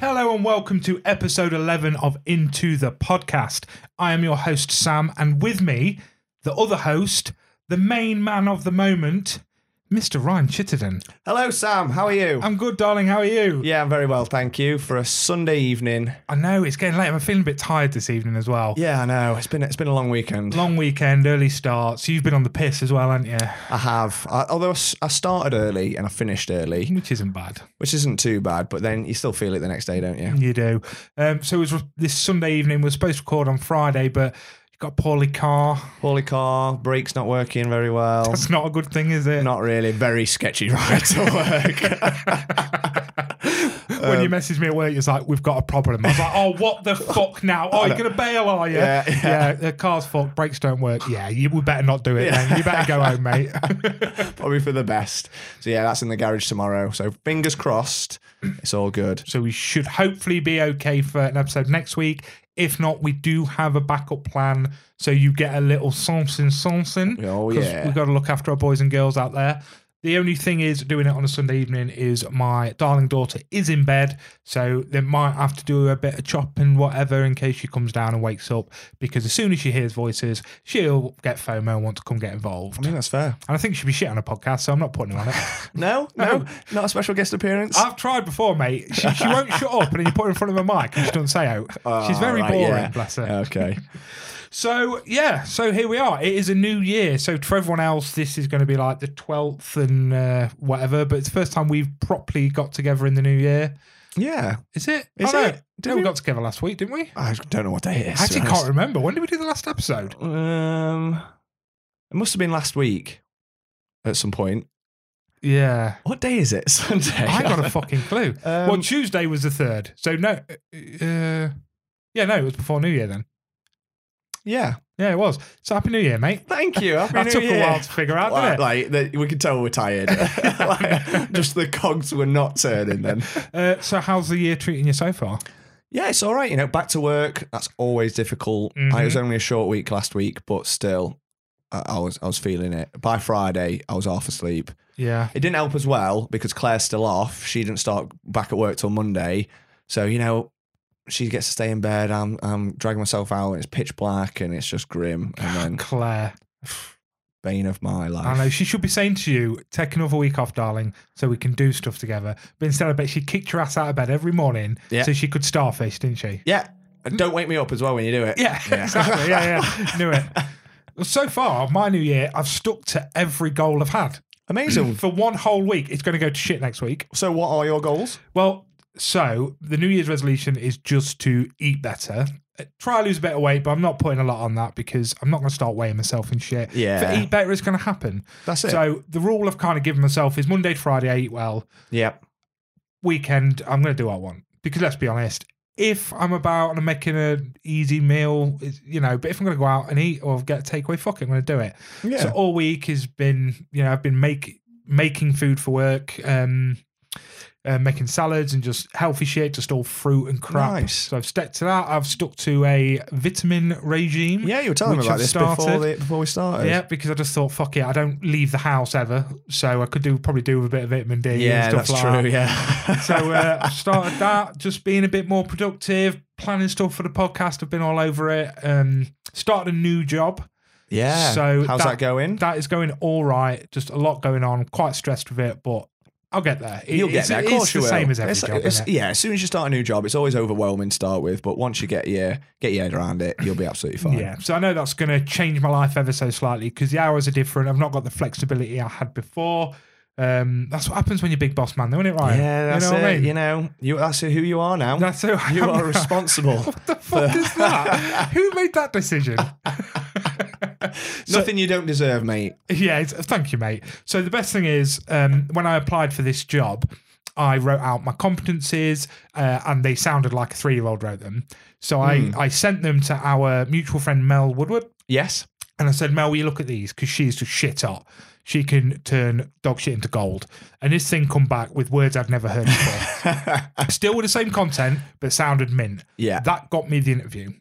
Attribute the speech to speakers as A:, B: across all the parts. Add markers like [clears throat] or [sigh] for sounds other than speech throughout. A: welcome to episode 11 of Into the Podcast. I am your host, Sam, and with me, the other host, the main man of the moment, Mr. Ryan Chitterden.
B: Hello, Sam. How are you?
A: I'm good, darling. How are you?
B: yeah, I'm very well, thank you. For a Sunday evening.
A: I know it's getting late. I'm feeling a bit tired this evening as well.
B: Yeah, I know. It's been it's been a long weekend.
A: Long weekend, early starts. You've been on the piss as well, haven't you?
B: I have. I, although I s- I started early and I finished early,
A: Which isn't bad.
B: which isn't too bad, but then you still feel it the next day, don't you?
A: You do. Um, so it was this Sunday evening. We were supposed to record on Friday, but you got a poorly car.
B: Poorly car, brakes not working very well.
A: That's not a good thing, is it?
B: Not really. Very sketchy [laughs] ride to
A: [laughs]
B: work.
A: when you message me at work, it's like, we've got a problem. I was like, oh, what
B: [laughs]
A: the fuck now? Oh, you're going to bail, are you?
B: Yeah, yeah.
A: the car's fucked, brakes don't work. Yeah, you, we better not do it then. You better go home,
B: [laughs]
A: mate.
B: [laughs] Probably for the best. So yeah, that's in the garage tomorrow. So fingers crossed, it's all good.
A: so we should hopefully be okay for an episode next week. If not, we do have a backup plan. So you get a little something, something.
B: Oh,
A: 'cause
B: yeah.
A: We've got to look after our boys and girls out there. The only thing is, doing it on a Sunday evening is my darling daughter is in bed, so they might have to do a bit of chopping, whatever, in case she comes down and wakes up. Because as soon as she hears voices, she'll get FOMO and want to come get involved.
B: I think that's fair.
A: And I think she'd be shit on a podcast, so I'm not putting her on it.
B: [laughs] No, no, not a special guest appearance.
A: I've tried before, mate. She, she won't shut up, and then you put her in front of a mic and she doesn't say out. She's
B: Ah,
A: very
B: right,
A: boring,
B: yeah.
A: bless her.
B: [laughs] Okay.
A: So yeah, so here we are. It is a new year. So for everyone else, this is going to be like the twelfth and uh, whatever. But it's the first time we've properly got together in the new year.
B: Yeah.
A: Is it?
B: Is
A: no.
B: it? Did
A: no, we
B: we-
A: got together last week, didn't we?
B: I don't know what day it is.
A: I actually can't remember. When did we do the last episode?
B: can't. Um, it must have been last week at some point.
A: Yeah,
B: What day is it? Sunday.
A: I
B: [laughs]
A: got a fucking clue.
B: Um,
A: well, Tuesday was the third. So no, uh, yeah, no, it was before New Year then.
B: yeah.
A: Yeah, it was. So happy New Year, mate.
B: Thank you. [laughs] Happy
A: That
B: New
A: took
B: Year.
A: a while to figure out,
B: Like,
A: didn't it?
B: like the, we could tell we're [laughs] tired. Like, just the cogs were not turning then.
A: Uh, so, how's the year treating you so far?
B: Yeah, it's all right. You know, back to work. That's always difficult.
A: Mhm.
B: I, it was only a short week last week, but still, I, I was I was feeling it. By Friday, I was half asleep.
A: Yeah.
B: It didn't help as well because Claire's still off. She didn't start back at work till Monday. So, you know, she gets to stay in bed. I'm I'm dragging myself out and it's pitch black and it's just grim. And then
A: Claire,
B: bane of my
A: I
B: life.
A: know she should be saying to you, "Take another week off, darling, so we can do stuff together." But instead, I bet she kicked your ass out of bed every morning
B: Yeah.
A: so she could starfish, didn't she?
B: Yeah. And Don't wake me up as well when you do it.
A: Yeah, [laughs] exactly. Yeah, yeah. Knew it. Well, So far, my new year, I've stuck to every goal I've had
B: [laughs]
A: [clears throat]
B: Amazing.
A: for one whole week. It's going to go to shit next week.
B: so what are your goals?
A: Well, so the New Year's resolution is just to eat better. Uh, Try to lose a bit of weight, but I'm not putting a lot on that because I'm not going to start weighing myself and shit.
B: Yeah.
A: If I eat better, it's going to happen.
B: That's it.
A: So the rule I've kind of given myself is Monday to Friday, I eat well.
B: yeah.
A: Weekend, I'm going to do what I want. Because let's be honest, if I'm about and I'm making an easy meal, it's- you know, but if I'm going to go out and eat or get takeaway, fuck it, I'm going to do it.
B: Yeah.
A: So all week has been, you know, I've been make making food for work, um, uh, making salads and just healthy shit, just all fruit and crap.
B: Nice.
A: So I've stuck to that. I've stuck to a vitamin regime.
B: yeah, you were telling me
A: Which
B: about
A: I've
B: this before,
A: started.
B: the, before we started.
A: Yeah, because I just thought, fuck it, I don't leave the house ever, so I could do probably do with a bit of vitamin D and
B: Yeah,
A: stuff
B: that's
A: like
B: true.
A: that.
B: [laughs] Yeah.
A: So uh, I started that, just being a bit more productive, planning stuff for the podcast. I've been all over it. Um, started a new job.
B: [laughs] yeah.
A: so
B: how's
A: that-
B: that, going?
A: That is going all right. Just a lot going on. Quite stressed with it, but I'll get there. It-
B: You'll
A: it's,
B: get there. Of
A: it's
B: course
A: the
B: you will.
A: same as every
B: It's-
A: job.
B: it's-
A: innit?
B: yeah, as soon as you start a new job, it's always overwhelming to start with, but once you get your get your head around it, you'll be absolutely fine.
A: Yeah, so I know that's going to change my life ever so slightly because the hours are different. I've not got the flexibility I had before. Um, that's what happens when you're big boss man, though, isn't it, Ryan?
B: Yeah, that's
A: you know
B: it.
A: What I mean?
B: You know, you that's who you are now.
A: That's who I [laughs]
B: you
A: am
B: are
A: now.
B: responsible.
A: What the fuck is that? Who made that
B: [laughs]
A: decision?
B: Nothing you don't deserve, mate.
A: Yeah, it's, thank you, mate. So the best thing is, um, when I applied for this job, I wrote out my competencies, uh, and they sounded like a three-year-old wrote them. So I,
B: Hmm.
A: I sent them to our mutual friend Mel Woodward,
B: Yes.
A: and I said, Mel, will you look at these? Because she's just shit up. She can turn dog shit into gold. And this thing come back with words I'd never heard before.
B: [laughs]
A: Still with the same content, but sounded mint.
B: Yeah.
A: That got me the interview.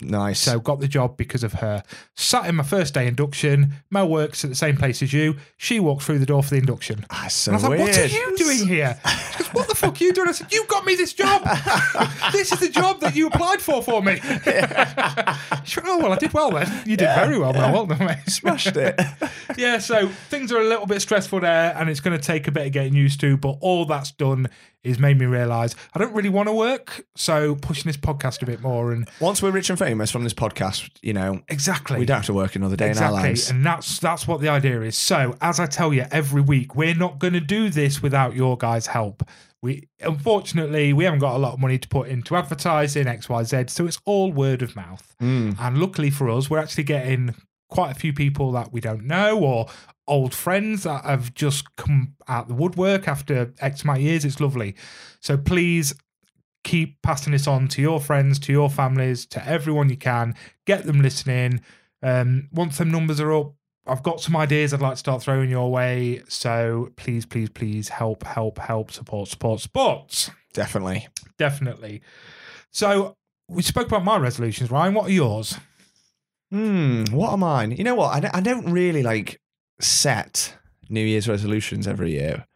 B: Nice.
A: So got the job because of her. Sat in my first day induction. Mel works at the same place as you. She walked through the door for the induction.
B: that's so
A: And I was like, what
B: weird.
A: are you doing here? She goes, what the fuck you doing? I said, you got me this job. [laughs] this is the job that you applied for for me. She went, oh, well, I did well then. You did very well, Mel. Well done, mate. [laughs]
B: Smashed it.
A: yeah, so things are a little bit stressful there, and it's going to take a bit of getting used to. But all that's done is made me realise I don't really want to work. So pushing this podcast a bit more, and
B: Once we're rich and famous from this podcast, you know,
A: exactly,
B: we don't have to work another day in our
A: exactly,
B: lives.
A: and that's that's what the idea is. So as I tell you every week, we're not going to do this without your guys' help. We unfortunately we haven't got a lot of money to put into advertising X Y Z, so it's all word of mouth.
B: Mm.
A: And luckily for us, we're actually getting quite a few people that we don't know or old friends that have just come out the woodwork after X amount of years. It's lovely. So please keep passing this on to your friends, to your families, to everyone you can. Get them listening. Um, once them numbers are up, I've got some ideas I'd like to start throwing your way. So please, please, please help, help, help, support, support, support.
B: Definitely.
A: Definitely. So we spoke about my resolutions, Ryan. What are yours?
B: Hmm. What are mine? You know what? I don't, I don't really like set New Year's resolutions every year.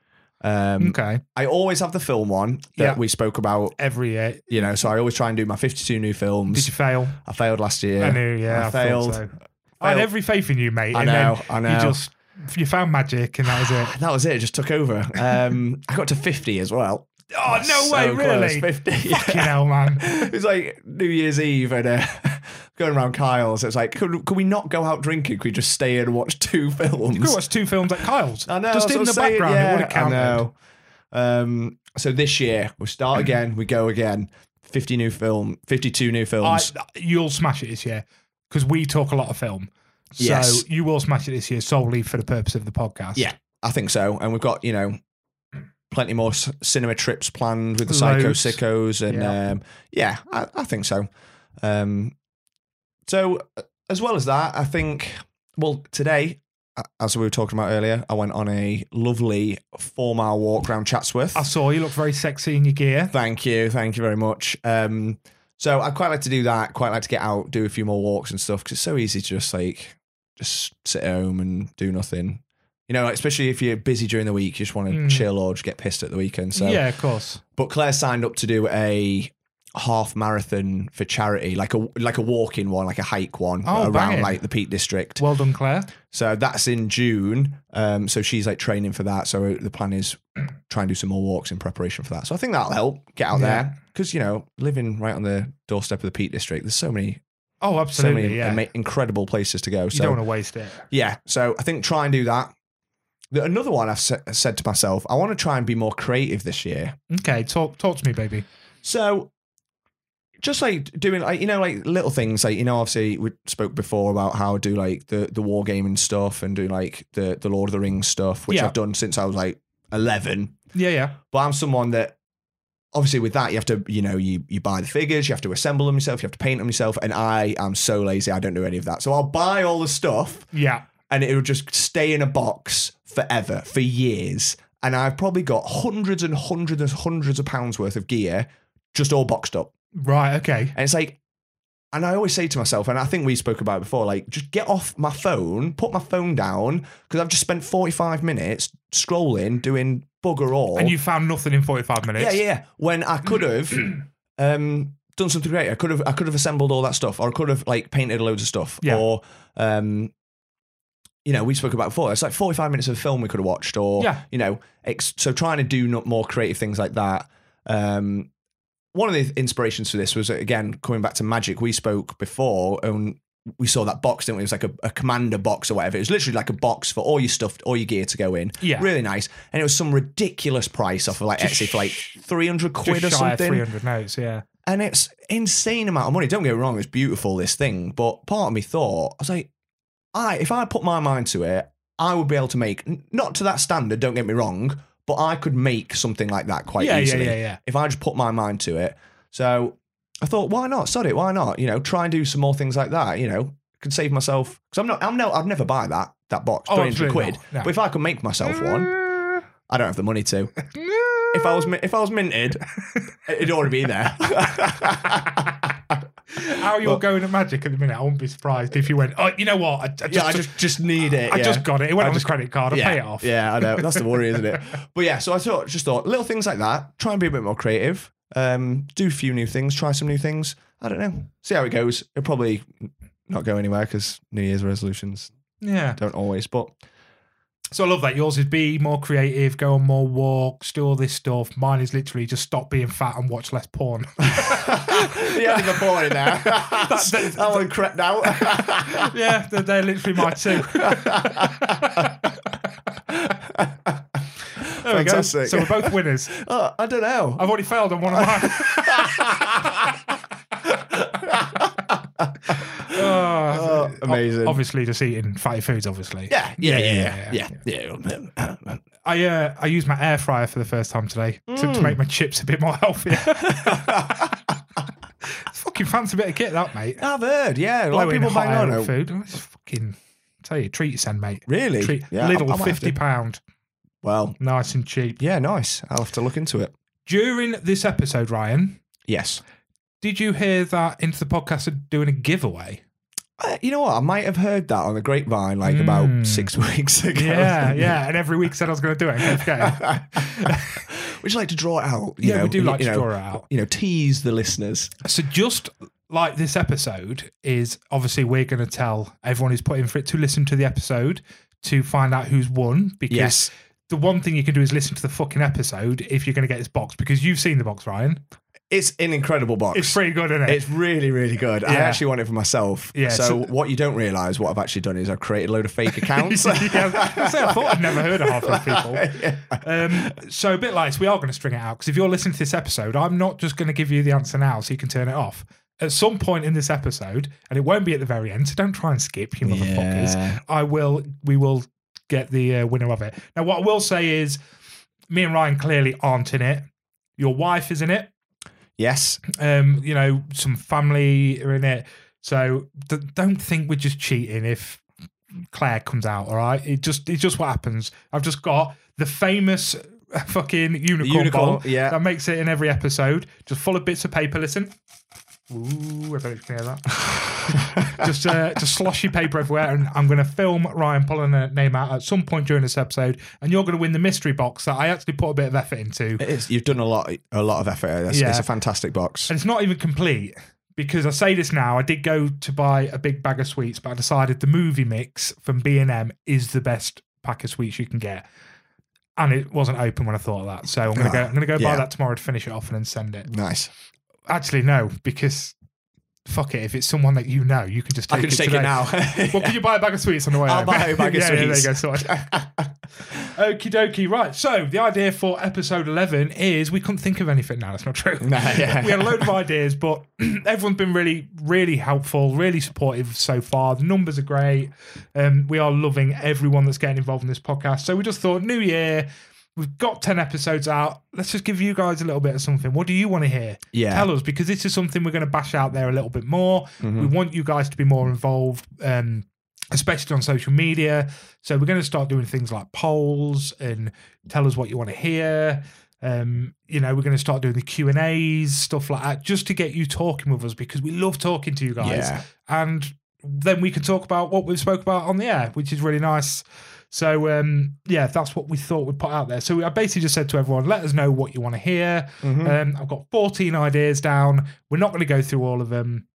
B: Um,
A: Okay.
B: I always have the film one that
A: Mm. Yeah.
B: we spoke about.
A: Every year.
B: You know, so I always try and do my 52 new
A: Did you
B: films.
A: fail?
B: I failed last year.
A: I knew, yeah.
B: I
A: I, thought
B: failed.
A: so. I had
B: Failed.
A: every faith in you, mate.
B: I
A: and then
B: know. I know.
A: You just you found magic, and that was
B: [laughs]
A: it.
B: that was it. It just took over.
A: [laughs]
B: Um, I got to 50 as well.
A: Oh no
B: So
A: way!
B: close,
A: Really?
B: [laughs] 50.
A: Fucking hell, man.
B: it was like New Year's Eve and uh, [laughs] going around Kyle's. It was like, could, could we not go out drinking? Could we just stay and watch two [laughs] films?
A: You could watch two films at Kyle's.
B: I know.
A: Just
B: that's
A: in
B: what
A: the
B: I'm saying,
A: background,
B: yeah,
A: it would have counted.
B: I know. Um, so this year, we start again, we go again. 50 new film, 52 new
A: I,
B: films.
A: you'll smash it this year because we talk a lot of film. So
B: Yes.
A: you will smash it this year solely for the purpose of the podcast.
B: Yeah. I think so. And we've got, you know, plenty more s- cinema trips planned with the
A: Loads.
B: Psycho Sickos. And
A: Yeah.
B: yeah, um, yeah I, I think so. Um, so, uh, as well as that, I think, well, today, a- as we were talking about earlier, I went on a lovely four mile walk around Chatsworth.
A: I saw you look very sexy in your gear.
B: Thank you. Thank you very much. Um, so I quite like to do that. Quite like to get out, do a few more walks and stuff because it's so easy to just like just sit at home and do nothing. You know, especially if you're busy during the week, you just want to
A: Mm.
B: chill or just get pissed at the weekend. So,
A: yeah, of course.
B: but Claire signed up to do a half marathon for charity, like a like a walking one, like a hike one
A: Oh,
B: around
A: banging.
B: like the Peak District.
A: Well done, Claire.
B: So that's in June. Um, so she's like training for that. So the plan is [clears throat] try and do some more walks in preparation for that. So I think that'll help get out
A: Yeah.
B: there because you know living right on the doorstep of the Peak District, there's so many,
A: Oh, absolutely.
B: so many
A: yeah.
B: ama- incredible places to go.
A: you don't
B: So
A: want to waste it.
B: yeah, so I think try and do that. The- Another one I've sa- said to myself, I want to try and be more creative this year.
A: Okay, talk talk to me, baby.
B: So just like doing like you know like little things like you know obviously we spoke before about how I do like the the war gaming stuff and do like the the Lord of the Rings stuff which
A: Yeah.
B: I've done since I was like 11
A: Yeah, yeah.
B: but I'm someone that obviously with that you have to you know you you buy the figures you have to assemble them yourself you have to paint them yourself and I am so lazy I don't do any of that so I'll buy all the stuff
A: Yeah.
B: and it will just stay in a box forever for years and I've probably got hundreds and hundreds and hundreds of pounds worth of gear just all boxed up
A: Right, okay.
B: and it's like, and I always say to myself, and I think we spoke about it before, like, just get off my phone, put my phone down, because I've just spent 45 minutes scrolling, doing bugger all.
A: And you found nothing in 45 minutes.
B: yeah, yeah, yeah. When I
A: [clears throat]
B: could have um, done something great. I could have, I could have assembled all that stuff, or I could have, like, painted loads of stuff.
A: Yeah.
B: Or, um, you know, we spoke about it before. It's like 45 minutes of film we could have watched, or,
A: Yeah.
B: you know, ex- so trying to do no- more creative things like that. Um, one of the inspirations for this was again coming back to magic. We spoke before and we saw that box, didn't we? It was like a, a commander box or whatever. It was literally like a box for all your stuff, all your gear to go in.
A: Yeah.
B: Really nice. And it was some ridiculous price off of like
A: Just
B: Etsy for like 300
A: Just
B: quid
A: shy
B: or
A: of
B: something.
A: 300 notes, yeah.
B: And it's insane amount of money. Don't get me wrong, it's beautiful, this thing. But part of me thought, I was like, I, if I put my mind to it, I would be able to make, n- not to that standard, don't get me wrong, but I could make something like that quite
A: yeah,
B: easily
A: yeah, yeah, yeah.
B: if I just put my mind to it. So I thought, why not? Sod it, why not? You know, try and do some more things like that. You know, could save myself because I'm not, I'm no, I'd never buy that that box,
A: Oh,
B: three hundred
A: absolutely
B: quid.
A: not, no.
B: But if I could make myself
A: [laughs]
B: one, I don't have the money to. [laughs] If I was mi- if I was minted, it'd already be there.
A: [laughs] How you're going at magic at the minute, I wouldn't be surprised if you went, oh, you know what? I, I just,
B: yeah, I just just need it.
A: I
B: yeah.
A: just got it. It went
B: I
A: on
B: just-
A: the credit card. I
B: yeah,
A: pay it off.
B: Yeah, I know. That's the worry, isn't it?
A: [laughs]
B: But yeah, so I thought, just thought, little things like that. Try and be a bit more creative. Um, do a few new things. Try some new things. I don't know. See how it goes. It'll probably not go anywhere because New Year's resolutions
A: Yeah.
B: don't
A: [laughs]
B: always. But [laughs]
A: So I love that. Yours is be more creative, go on more walks, do all this stuff. Mine is literally just stop being fat and watch less
B: [laughs]
A: porn.
B: yeah, I think I bought it now. [laughs] that,
A: that-
B: one crept out.
A: [laughs] yeah, they're, they're literally my two.
B: [laughs] Uh,
A: There we go.
B: Fantastic.
A: So we're both winners.
B: Oh, I don't know.
A: I've already failed on one of mine. Oh,
B: Oh, amazing.
A: obviously, just eating fatty foods. Obviously,
B: [laughs] yeah, yeah, yeah,
A: yeah,
B: yeah, yeah, yeah.
A: I uh, I used my air fryer for the first time today to, to
B: Mm.
A: make my chips a bit more healthy. [laughs] fucking fancy bit of kit, that mate.
B: I've heard. Yeah, a lot of
A: Blowing
B: people
A: hot
B: bang
A: air
B: on.
A: at
B: it.
A: food. It's fucking tell you treat send mate.
B: Really?
A: Treat
B: Yeah, I-
A: little
B: I might have
A: fifty
B: to-
A: pound,
B: Well,
A: nice and cheap.
B: yeah, nice. I'll have to look into it.
A: During this episode, Ryan,
B: Yes.
A: did you hear that into the podcast are doing a giveaway?
B: Uh, you know what? I might have heard that on the grapevine like
A: Mm.
B: about six [laughs] weeks ago.
A: [laughs] Yeah, yeah. And every week said I was going to do it. [laughs]
B: [laughs]
A: Okay.
B: Would you like to draw it out? You
A: Yeah,
B: know,
A: we do
B: you-
A: like
B: you
A: to
B: know,
A: draw it out.
B: You know, tease the listeners.
A: So just like this episode is obviously we're going to tell everyone who's put in for it to listen to the episode to find out who's won because
B: Yes.
A: the one thing you can do is listen to the fucking episode if you're going to get this box because you've seen the box, Ryan.
B: It's an incredible box.
A: It's pretty good, isn't it?
B: It's really, really good. I
A: Yeah.
B: actually want it for myself.
A: Yeah,
B: So,
A: so-
B: what you don't realise, what I've actually done is I've created a load
A: [laughs]
B: of fake accounts.
A: yeah, I, say, I thought I'd never heard of half of those people.
B: [laughs] Yeah.
A: [laughs] Um, so a bit like this, we are going to string it out because if you're listening to this episode, I'm not just going to give you the answer now so you can turn it off. At some point in this episode, and it won't be at the very end, so don't try and skip, you motherfuckers.
B: Yeah.
A: I will. We will get the uh, winner of it. Now, what I will say is, me and Ryan clearly aren't in it. Your wife is in it.
B: Yes.
A: Um, you know, some family are in it. So d- don't think we're just cheating if Claire comes out. All right, it just it's just what happens. I've just got the famous [laughs] fucking unicorn,
B: Unicorn,
A: bowl
B: yeah.
A: that makes it in every episode. Just full of bits of paper. Listen. Ooh, I bet you can hear that.
B: [laughs]
A: just, uh, just sloshy paper everywhere, and I'm going to film Ryan pulling a name out at some point during this episode, and you're going to win the mystery box that I actually put a bit of effort into.
B: It is. You've done a lot, a lot of effort. It's,
A: Yeah.
B: it's a fantastic box.
A: and it's not even complete because I say this now. I did go to buy a big bag of sweets, but I decided the movie mix from B and M is the best pack of sweets you can get, and it wasn't open when I thought of that. So I'm gonna go. I'm gonna go buy
B: Yeah.
A: that tomorrow to finish it off and then send it.
B: Nice.
A: Actually, no, because fuck it. If it's someone that you know, you can just take
B: I can
A: it
B: just take it
A: today.
B: now.
A: [laughs] Well, could you buy a bag of sweets on the way?
B: I'll
A: home?
B: buy
A: [laughs]
B: a bag of
A: yeah, yeah, there you
B: sweets.
A: go. Sorted. Okie dokie. Right. So the idea for episode 11 is we couldn't think of anything now. That's not
B: [laughs]
A: true.
B: Nah,
A: [laughs]
B: yeah.
A: we had a load of ideas, but [clears throat] everyone's been really, really helpful, really supportive so far. The numbers are great. Um, we are loving everyone that's getting involved in this podcast. So we just thought, new year. We've got 10 episodes out. Let's just give you guys a little bit of something. What do you want to hear?
B: Yeah. Mm-hmm.
A: Tell us because this is something we're going to bash out there a little bit more. We
B: Mm.
A: want you guys to be more involved, um, especially on social media. So we're going to start doing things like polls and tell us what you want to hear. Um, you know, we're going to start doing the Q and A's stuff like that, just to get you talking with us because we love talking to you guys,
B: Yeah.
A: and then we can talk about what we've spoke about on the air, which is really nice. So um, yeah, that's what we thought we'd put out there. So I basically just said to everyone, let us know what you want to hear.
B: Mhm.
A: Um, I've got 14 ideas down. We're not going to go through all of them,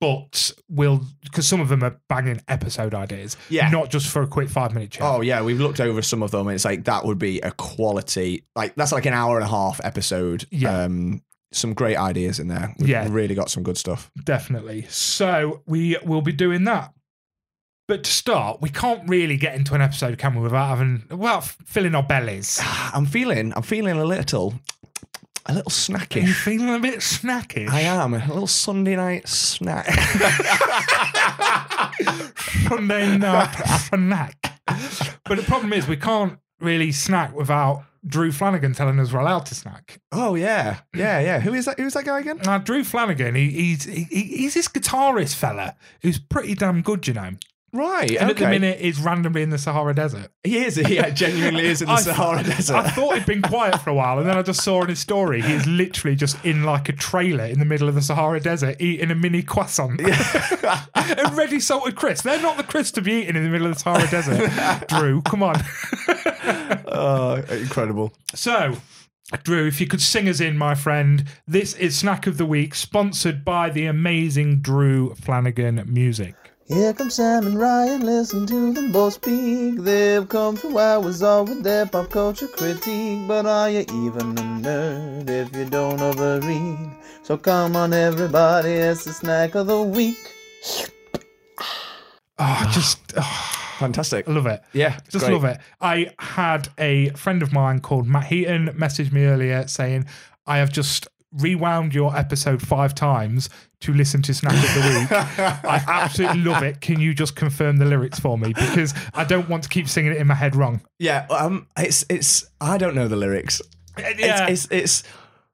A: but we'll because some of them are banging episode ideas,
B: Yeah.
A: not just for a quick five minute chat.
B: Oh yeah, we've looked over some of them, and it's like that would be a quality, like that's like an hour and a half episode.
A: Yeah.
B: Um, some great ideas in there. We've
A: Yeah.
B: really got some good stuff.
A: Definitely. So we will be doing that. But to start, we can't really get into an episode, can we, without having well f- filling our bellies.
B: [sighs] I'm feeling, I'm feeling a little, a little
A: Are you
B: snackish.
A: feeling a bit snackish?
B: I am a little Sunday night snack.
A: [laughs] Sunday night snack. But the problem is, we can't really snack without Drew Flanagan telling us we're allowed to snack.
B: oh yeah, yeah, yeah. Who is that? Who's that guy again?
A: Now, Drew Flanagan, he, he's he, he's this guitarist fella who's pretty damn good, you know.
B: Right.
A: And at
B: okay.
A: the minute, is randomly in the Sahara Desert.
B: he is. Yeah, genuinely is in
A: [laughs]
B: the
A: I-
B: Sahara Desert.
A: I thought he'd been quiet for a while, and then I just saw in his story he's literally just in like a trailer in the middle of the Sahara Desert eating a mini croissant [laughs] and ready salted crisps. They're not the crisps to be eating in the middle of the Sahara Desert. Drew, come on.
B: oh, incredible.
A: So, Drew, if you could sing us in, my friend, this is Snack of the Week, sponsored by the amazing Drew Flanagan Music.
C: Here come Sam and Ryan, listen to them both speak. They've come for hours all with their pop culture critique. But are you even a nerd if you don't overread? So come on, everybody, it's the snack of the week.
A: Oh,
B: [sighs]
A: I just [sighs] oh,
B: Fantastic.
A: I love it.
B: Yeah.
A: Just
B: great.
A: love it. I had a friend of mine called Matt Heaton message me earlier saying, I have just rewound your episode five times to listen to Snack of the Week. [laughs] I absolutely love it. Can you just confirm the lyrics for me? Because I don't want to keep singing it in my head wrong.
B: Yeah. Um. It's it's. I don't know the lyrics.
A: Yeah, it's,
B: It's it's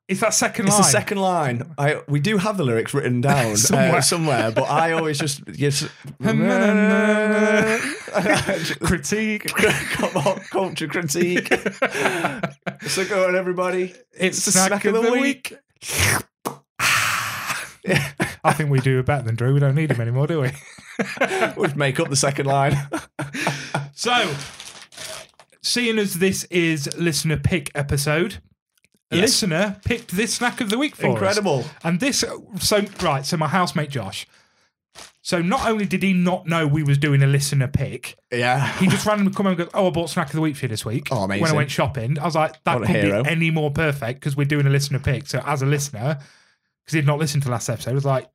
B: it's,
A: that second
B: it's
A: line.
B: the second line. I we do have the lyrics
A: [laughs]
B: written down uh,
A: Somewhere.
B: somewhere, but I always just
A: [laughs]
B: yes. [laughs]
A: critique.
B: Come on,
A: [laughs]
B: culture critique. so go on, everybody.
A: It's, the snack, of, the, week. [laughs] I think we do better than Drew. We don't need him anymore, do we? [laughs]
B: We'd make up the second line.
A: So, seeing as this is listener pick episode, a
B: Yes.
A: listener picked this snack of the week for us.
B: Incredible.
A: And this, so right, so my housemate Josh. So not only did he not know we was doing a listener pick,
B: Yeah.
A: he just randomly come home and goes, "Oh, I bought snack of the week for you this week."
B: Oh, amazing.
A: When I went shopping, I was like, "That
B: What a
A: couldn't
B: hero.
A: be any more perfect because we're doing a listener pick." So as a listener, because he'd not listened to last episode, I was like,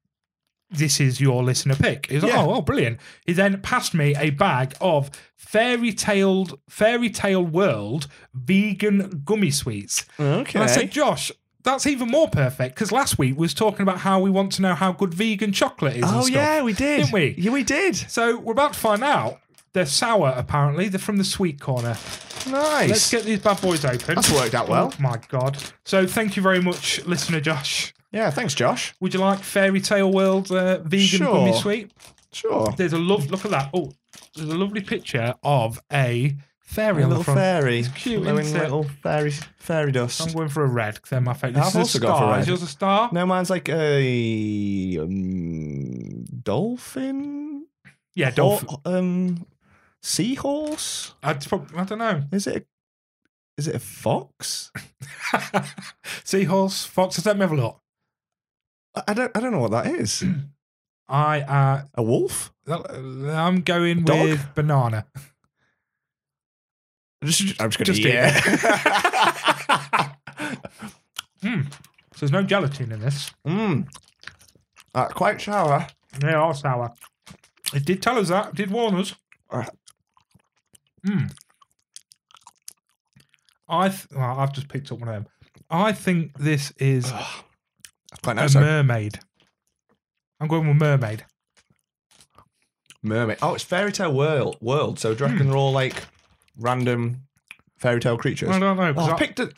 A: "This is your listener pick." He was like,
B: Yeah.
A: "Oh, oh, brilliant!" He then passed me a bag of fairy tale fairy tale world vegan gummy sweets,
B: Okay.
A: and I said, "Josh." That's even more perfect because last week we was talking about how we want to know how good vegan chocolate is. and
B: oh
A: stuff.
B: yeah, we did.
A: Didn't we?
B: Yeah, we did.
A: So we're about to find out. They're sour, apparently. They're from the sweet corner.
B: Nice.
A: Let's get these bad boys open.
B: That's worked out well.
A: Oh my god! So thank you very much, listener Josh.
B: yeah. Thanks, Josh.
A: Would you like Fairy Tale World uh, vegan
B: Sure.
A: gummy sweet?
B: Sure.
A: There's a love. Look at that. Oh, there's a lovely picture of a fairy
B: A
A: on
B: little
A: the front.
B: fairy.
A: cute,
B: Blowing
A: isn't it?
B: little fairy fairy
A: I'm
B: dust.
A: going for a red because they're my favourite. This
B: I've
A: is a
B: also gone for
A: star.
B: red.
A: Is yours a star?
B: No, mine's like a um, dolphin.
A: Yeah, dolphin.
B: Or, um, seahorse.
A: I'd prob- I don't know. [laughs]
B: Is it? Is it a fox?
A: Seahorse, fox. Let me have a look.
B: I- I don't. I don't know what that is.
A: I uh,
B: a wolf?
A: I'm going
B: Dog?
A: with banana.
B: I'm just, I'm just
A: Just
B: eat
A: eat [laughs] Hmm.
B: it. [laughs]
A: So there's no gelatin in this.
B: Mm. Uh, quite sour.
A: They are sour. It did tell us that. It did warn us.
B: Uh.
A: Mm. I th- well, I've just picked up one of them. I think this is
B: Quite
A: a
B: nice. though.
A: mermaid. I'm going with mermaid.
B: Mermaid. Oh, it's fairy tale world. World. So do you reckon they're all like random fairy tale creatures?
A: I don't know. 'cause
B: Oh, I
A: I,
B: picked it.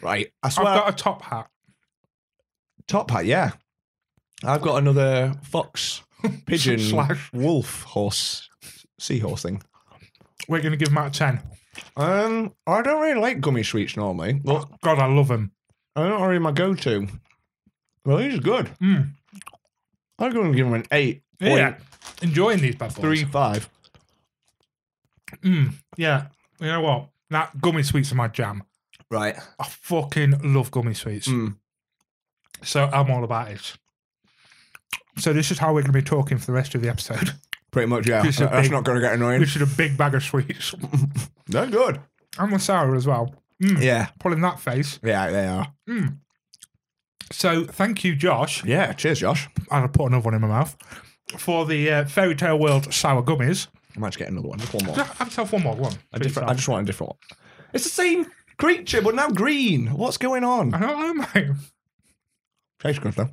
B: Right. I
A: have
B: swear.
A: got a top hat.
B: Top hat. Yeah. I've got another fox, pigeon,
A: Slash.
B: wolf, horse, seahorse thing.
A: We're going to give Matt a 10.
B: Um, I don't really like gummy sweets normally, but
A: God, I love them.
B: I don't really my go-to. Well, these are good.
A: Mm.
B: I'm going to give them an eight.
A: Yeah. Enjoying these bad boys.
B: Three five.
A: Mm. Yeah. You know what? That gummy sweets are my jam.
B: Right.
A: I fucking love gummy sweets.
B: Mm.
A: So I'm all about it. So this is how we're going to be talking for the rest of the
B: [laughs]
A: episode.
B: Pretty much, yeah.
A: Just a
B: That's
A: big-
B: not going to get
A: [laughs]
B: annoying.
A: Which is a big bag of sweets.
B: They're good.
A: And the sour as well. Mm,
B: Yeah.
A: Pulling that face.
B: Yeah, they are.
A: So thank you, Josh.
B: Yeah. Cheers, Josh.
A: And I put another one in my mouth for the uh, Fairy Tale World sour gummies.
B: I might just get another one. Just one more.
A: Have yourself one more. One.
B: A different, I just want a different one. It's the same creature, but now green. What's going on?
A: I don't know, mate.
B: Tastes good, though.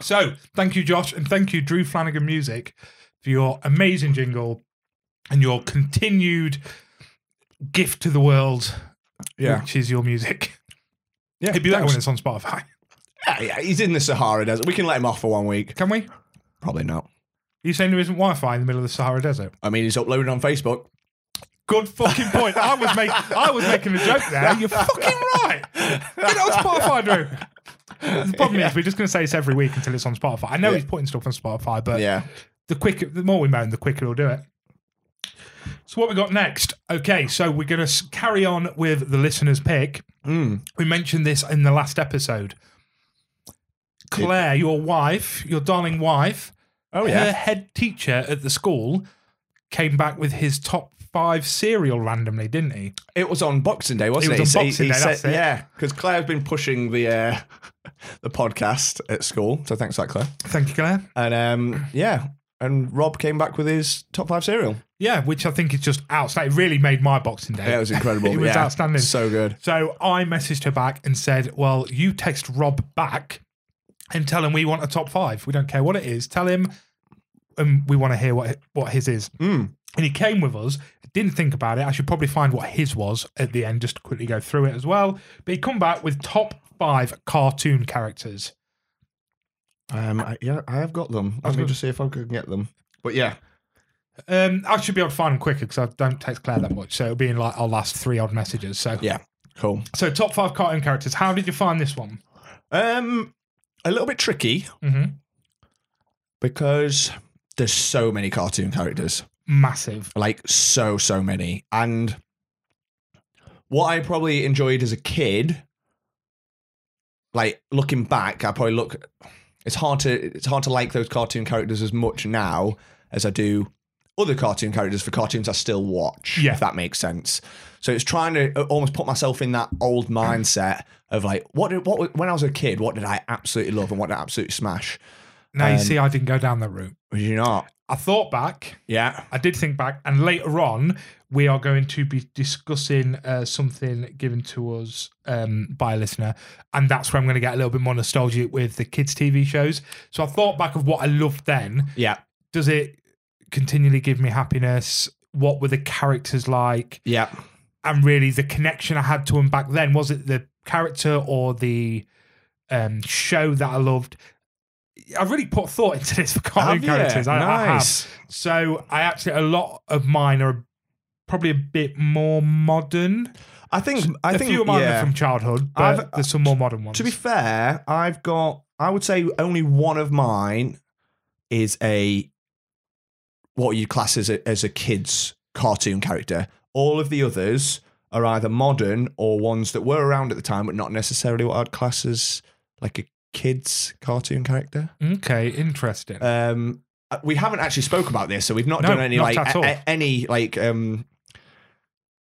A: So thank you, Josh, and thank you, Drew Flanagan Music, for your amazing jingle and your continued gift to the world,
B: Yeah.
A: which is your music. [laughs]
B: Yeah.
A: It'd be better
B: thanks.
A: when it's on Spotify.
B: yeah, yeah. He's in the Sahara Desert. We can let him off for one week.
A: Can we?
B: Probably not.
A: you saying there isn't Wi-Fi in the middle of the Sahara Desert?
B: I mean, he's uploaded on Facebook.
A: Good fucking point. I was make, I was making a joke there. [laughs] You're fucking right. Get it on Spotify, Drew. The problem is we're just going to say this every week until it's on Spotify. I know
B: Yeah.
A: he's putting stuff on Spotify, but
B: Yeah.
A: the quicker, the more we moan, the quicker he'll do it. So what we got next? Okay, so we're going to carry on with the listener's pick.
B: Mm.
A: We mentioned this in the last episode. Claire, your wife, your darling wife,
B: Oh
A: her
B: yeah.
A: head teacher at the school came back with his top five cereal randomly, didn't he?
B: It was on Boxing Day, wasn't
A: It
B: it?
A: was on
B: He-
A: Boxing
B: he
A: Day, that's it.
B: Yeah, because Claire's been pushing the uh, [laughs] the podcast at school. So thanks for that, Claire.
A: Thank you, Claire.
B: And um, yeah, and Rob came back with his top five cereal.
A: Yeah, which I think is just outstanding. It really made my boxing day.
B: Yeah, it was [laughs] incredible.
A: It was
B: Yeah,
A: outstanding.
B: So good.
A: So I messaged her back and said, Well, you text Rob back and tell him we want a top five. We don't care what it is. Tell him and we want to hear what what his is.
B: Mm.
A: And he came with us. Didn't think about it. I should probably find what his was at the end just to quickly go through it as well. But he come back with top five cartoon characters.
B: Um, I, yeah, I have got them.
A: was
B: Let me
A: gonna-
B: just see if I can get them. But yeah,
A: Um, I should be able to find them quicker because I don't text Claire that much. So it'll be in like our last three odd messages. So
B: Yeah. cool.
A: so top five cartoon characters. How did you find this one?
B: Um, a little bit tricky
A: hmm
B: because there's so many cartoon characters.
A: Massive.
B: like so so many and what i probably enjoyed as a kid like looking back i probably look it's hard to it's hard to like those cartoon characters as much now as i do other cartoon characters for cartoons i still watch
A: Yeah.
B: if that makes sense so it's trying to uh, almost put myself in that old mindset of like what did, what was- when i was a kid what did i absolutely love and what did i absolutely smash
A: Now you
B: Um,
A: see, I didn't go down that route.
B: Would you not
A: I thought back.
B: yeah
A: I did think back, and later on, we are going to be discussing uh, something given to us um, by a listener, and that's where I'm going to get a little bit more nostalgic with the kids' TV shows. So I thought back of what I loved then.
B: yeah
A: Does it continually give me happiness? What were the characters like?
B: yeah
A: And really, the connection I had to them back then was it the character or the um, show that I loved? I have really put thought into this for cartoon
B: Have you?
A: characters. I, I have.
B: nice
A: So I actually a lot of mine are probably a bit more modern.
B: I, think i
A: A
B: think
A: few of mine
B: yeah.
A: are from childhood, but
B: I've-
A: there's some more modern ones.
B: To be fair, I've got, I would say only one of mine is a, what you class as a, as a kid's cartoon character. All of the others are either modern or ones that were around at the time, but not necessarily what I'd class as like a kid's cartoon character.
A: okay, interesting.
B: Um, we haven't actually spoke about this, so we've not
A: No,
B: done any
A: not
B: like
A: at
B: a-
A: all.
B: a- any like um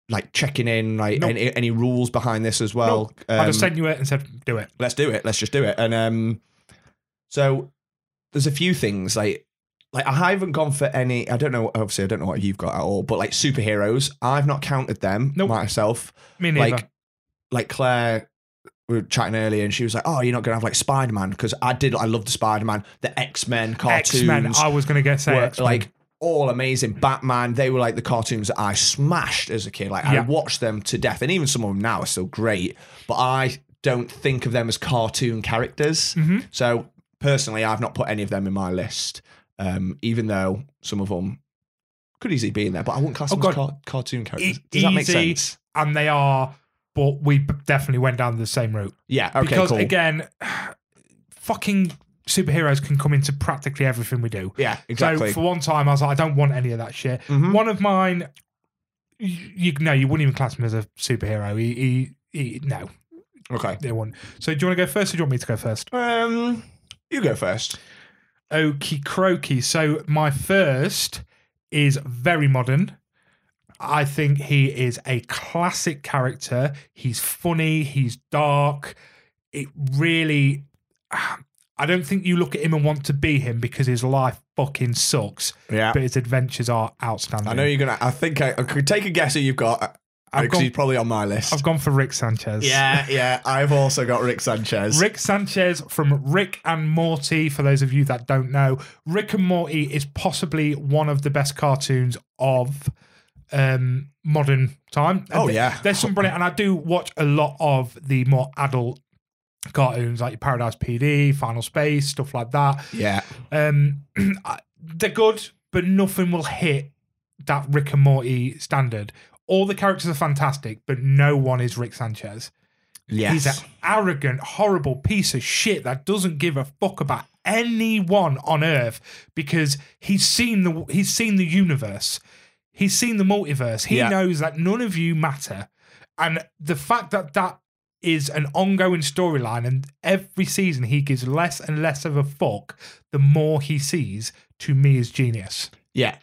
B: like checking in, like
A: Nope.
B: any, any rules behind this as well.
A: I
B: Um,
A: just sent you it and said, "Do it."
B: let's do it let's just do it and um so there's a few things like like i haven't gone for any i don't know obviously i don't know what you've got at all but like superheroes i've not counted them
A: Nope.
B: myself
A: Me neither.
B: like like claire we were chatting earlier and she was like oh you're not gonna have like spider-man because i did i loved the spider-man the x-men
A: X Men.
B: cartoons
A: I was going to get say
B: were,
A: X-Men.
B: like all amazing batman they were like the cartoons that i smashed as a kid like i
A: Yeah.
B: watched them to death and even some of them now are still great but i don't think of them as cartoon characters
A: Mhm.
B: so personally i've not put any of them in my list um, even though some of them could easily be in there but i wouldn't class
A: Oh,
B: them
A: God.
B: as car- cartoon characters
A: E-
B: does that make
A: easy.
B: sense
A: and they are, but we b- definitely went down the same route
B: yeah okay
A: because
B: cool
A: again, fucking superheroes can come into practically everything we do.
B: yeah exactly
A: So for one time, I was like, I don't want any of that shit.
B: Mhm.
A: One of mine, you, you no, you wouldn't even class him as a superhero. He, he, he no,
B: okay
A: they wouldn't. So do you want to go first, or do you want me to go first?
B: um you go first
A: Okie croaky. So my first is very modern. I think he is a classic character. He's funny. He's dark. It really. I don't think you look at him and want to be him because his life fucking sucks,
B: yeah
A: but his adventures are outstanding.
B: i know you're gonna i think i, I could take a guess who you've got
A: I've
B: because
A: gone,
B: he's probably on my list
A: I've gone for Rick Sanchez.
B: Yeah, yeah. [laughs] I've also got Rick Sanchez.
A: Rick Sanchez from Rick and Morty, for those of you that don't know. Rick and Morty is possibly one of the best cartoons of um, modern time. And
B: Oh,
A: th-
B: yeah.
A: uh, There's some brilliant, and I do watch a lot of the more adult cartoons like your Paradise PD, Final Space, stuff like that.
B: Yeah.
A: Um, [clears throat] I- they're good, but nothing will hit that Rick and Morty standard. All the characters are fantastic, but no one is Rick Sanchez.
B: Yes.
A: He's an arrogant, horrible piece of shit that doesn't give a fuck about anyone on earth because he's seen the he's seen the universe. He's seen the multiverse. He
B: Yeah.
A: knows that none of you matter. And the fact that that is an ongoing storyline and every season he gives less and less of a fuck the more he sees to me is genius.
B: yeah.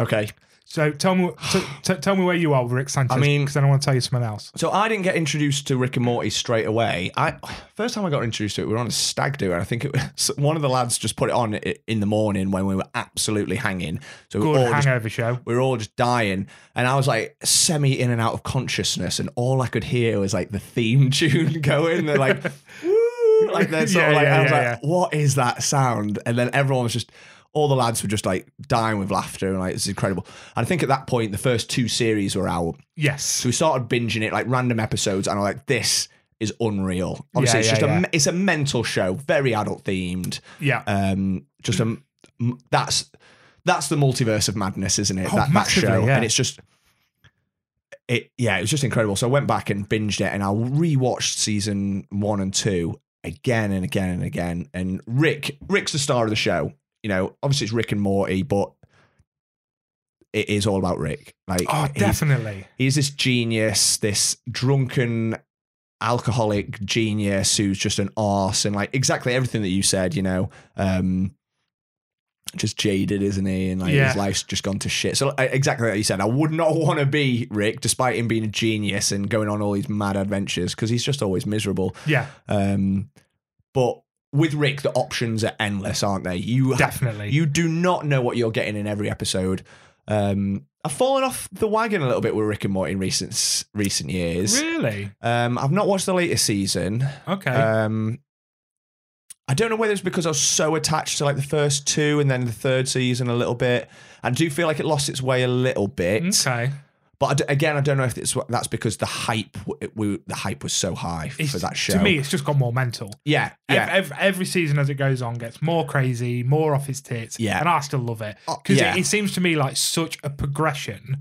B: Okay.
A: So tell me
B: [sighs]
A: t- t- tell me where you are, with Rick Sanchez.
B: I mean-
A: because I don't want to tell you something else.
B: So I didn't get introduced to Rick and Morty straight away. I first time I got introduced to it, we were on a stag do, and I think it was [laughs] one of the lads just put it on i- in the morning when we were absolutely hanging. So we were
A: Good
B: all just
A: hangover show.
B: we were all just dying. And I was like semi in and out of consciousness. And all I could hear was like the theme [laughs] tune going.
A: [laughs]
B: They're like, woo. Like they're sort
A: Yeah,
B: of like,
A: yeah,
B: I was
A: yeah,
B: like, what is that sound? And then everyone was just, all the lads were just like dying with laughter. And like, it's incredible. And I think at that point, the first two series were out.
A: Yes.
B: So we started binging it like random episodes. And I'm like, this is unreal.
A: Yeah,
B: Obviously, it's
A: yeah,
B: just a,
A: yeah.
B: me- it's a mental show, very adult themed.
A: Yeah.
B: Um, just a, m- that's that's the multiverse of madness, isn't it?
A: Oh,
B: that, that
A: massively,
B: show,
A: yeah.
B: and it's just it. Yeah, it was just incredible. So I went back and binged it, and I rewatched season one and two again and again and again. And Rick, Rick's the star of the show. You know, obviously it's Rick and Morty, but it is all about Rick. Like
A: Oh,
B: he's-
A: definitely.
B: he's this genius, this drunken alcoholic genius who's just an arse and like exactly everything that you said, you know, um just jaded, isn't he? And like
A: Yeah.
B: his life's just gone to shit. So like, exactly like you said, I would not want to be Rick, despite him being a genius and going on all these mad adventures, because he's just always miserable.
A: Yeah,
B: Um but with Rick, the options are endless, aren't they? You have
A: definitely.
B: you do not know what you're getting in every episode. Um, I've fallen off the wagon a little bit with Rick and Morty in recent recent years.
A: really?
B: Um, I've not watched the latest season.
A: Okay.
B: Um, I don't know whether it's because I was so attached to like the first two and then the third season a little bit. I do feel like it lost its way a little bit,
A: okay.
B: but I d- again, I don't know if it's that's because the hype w- it- we, the hype was so high
A: It's-
B: for that show.
A: To me, it's just got more mental.
B: yeah,
A: Ev-
B: yeah,
A: ev- Every, season as it goes on gets more crazy, more off his tits.
B: Yeah.
A: And I still love it.
B: Oh,
A: Because
B: yeah.
A: it, it seems to me like such a progression.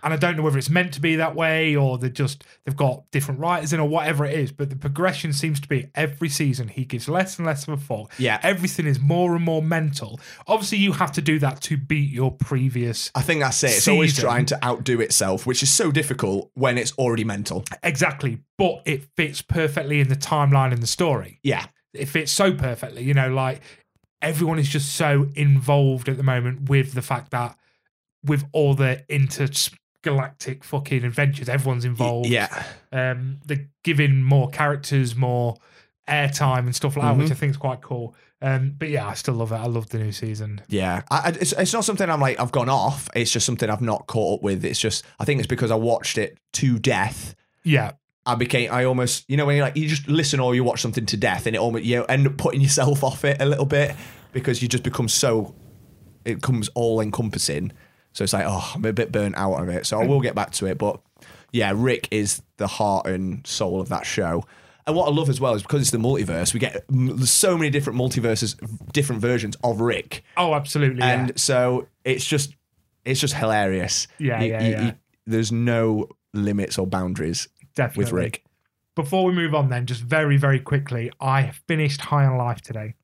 A: And I don't know whether it's meant to be that way or they just they've got different writers in or whatever it is, but the progression seems to be every season he gives less and less of a fuck.
B: yeah.
A: Everything is more and more mental. Obviously, you have to do that to beat your previous
B: I think that's it. It's always
A: season.
B: trying to outdo itself, which is so difficult when it's already mental.
A: exactly, but it fits perfectly in the timeline and the story.
B: Yeah.
A: it fits so perfectly. You know, like everyone is just so involved at the moment with the fact that with all the intergalactic fucking adventures, everyone's involved.
B: Yeah.
A: Um, they're giving more characters more airtime and stuff like that,
B: Mm-hmm.
A: which I think is quite cool. Um, but yeah, I still love it. I love the new season.
B: Yeah. I, I- it's, it's not something I'm like, I've gone off. It's just something I've not caught up with. It's just, I think it's because I watched it to death.
A: Yeah,
B: I became, I almost, you know, when you're like, you just listen or you watch something to death and it almost, you end up putting yourself [laughs] off it a little bit because you just become so, it comes all encompassing. So it's like, oh, I'm a bit burnt out of it. So I will get back to it. But yeah, Rick is the heart and soul of that show. And what I love as well is because it's the multiverse, we get mm, so many different multiverses, different versions of Rick
A: oh, absolutely. yeah.
B: and so it's just it's just hilarious.
A: Yeah, yeah, yeah.
B: there's no limits or boundaries
A: definitely.
B: with Rick.
A: Before we move on, then, just very, very quickly, I finished High on Life today.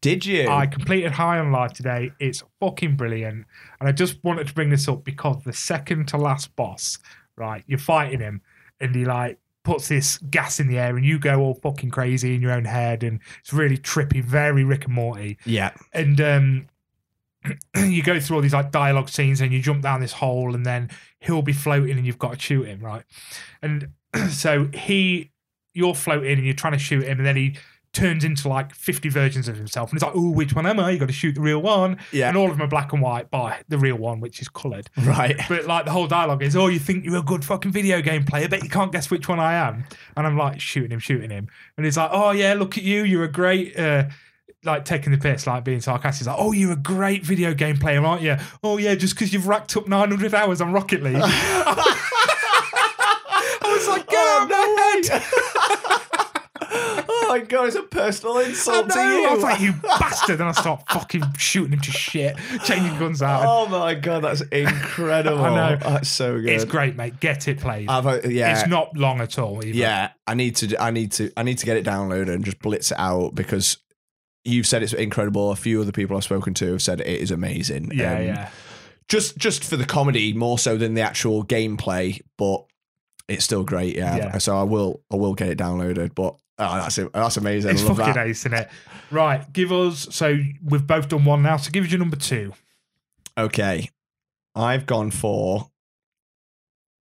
B: Did you?
A: I completed High on Life today. It's fucking brilliant. And I just wanted to bring this up because the second to last boss, right, you're fighting him and he like puts this gas in the air and you go all fucking crazy in your own head and it's really trippy, very Rick and Morty
B: yeah,
A: and um [clears throat] you go through all these like dialogue scenes and you jump down this hole and then he'll be floating and you've got to shoot him right and [clears throat] so he you're floating and you're trying to shoot him and then he turns into like 50 versions of himself and it's like oh which one am i you got to shoot the real one
B: yeah,
A: and all of them are black and white by the real one which is colored
B: right.
A: but like the whole dialogue is, oh, you think you're a good fucking video game player, but you can't guess which one I am. And I'm like shooting him, shooting him, and he's like, oh yeah, look at you, you're a great. Uh, like taking the piss, like being sarcastic. He's like, oh, you're a great video game player, aren't you? Oh yeah, just because you've racked up 900 hours on Rocket
B: [laughs]
A: League.
B: I was like,
A: get out
B: [laughs] oh, no way. oh my god, it's a personal
A: I
B: insult to
A: know. I
B: you.
A: was like,
B: [laughs]
A: you bastard. And I start fucking shooting him to shit, changing guns out.
B: oh my
A: [laughs]
B: god, that's incredible. Oh,
A: I know.
B: That's so good.
A: It's great, mate. Get it played.
B: I've, uh, yeah.
A: It's not long at all. Either.
B: yeah, I need to. I need to. I need to get it downloaded and just blitz it out because you've said it's incredible. A few other people I've spoken to have said it is amazing.
A: Yeah,
B: Um,
A: yeah.
B: Just just for the comedy more so than the actual gameplay, but it's still great. Yeah.
A: Yeah.
B: So I will. I will get it downloaded. But oh, that's that's amazing.
A: It's
B: I love
A: fucking
B: that.
A: ace, isn't it? Right, give us. So we've both done one now. So give us your number two.
B: Okay, I've gone for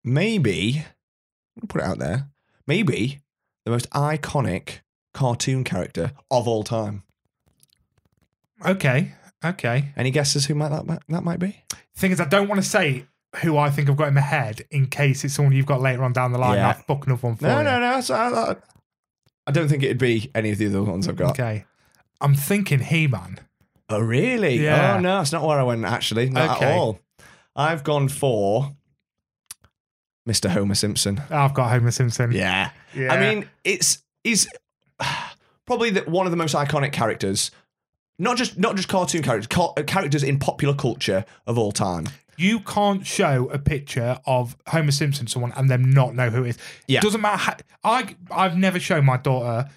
B: maybe. I'll put it out there. Maybe the most iconic cartoon character of all time.
A: Okay, okay.
B: Any guesses who might that might, that might be?
A: Thing is, I don't want to say who I think I've got in my head in case it's someone you've got later on down the line.
B: Yeah.
A: I'll fuck another one for
B: No,
A: you.
B: no, no. So I, I- I don't think it'd be any of the other ones I've got.
A: Okay, I'm thinking He-Man.
B: Oh, really?
A: Yeah.
B: Oh, no, that's not where I went actually. Not
A: Okay.
B: at all. I've gone for Mr. Homer Simpson.
A: I've got Homer Simpson.
B: Yeah.
A: [laughs] Yeah.
B: I mean, it's he's probably the, one of the most iconic characters. Not just not just cartoon characters, car- characters in popular culture of all time.
A: you can't show a picture of Homer Simpson to someone and them not know who it is.
B: Yeah.
A: doesn't matter. How, I I've never shown my daughter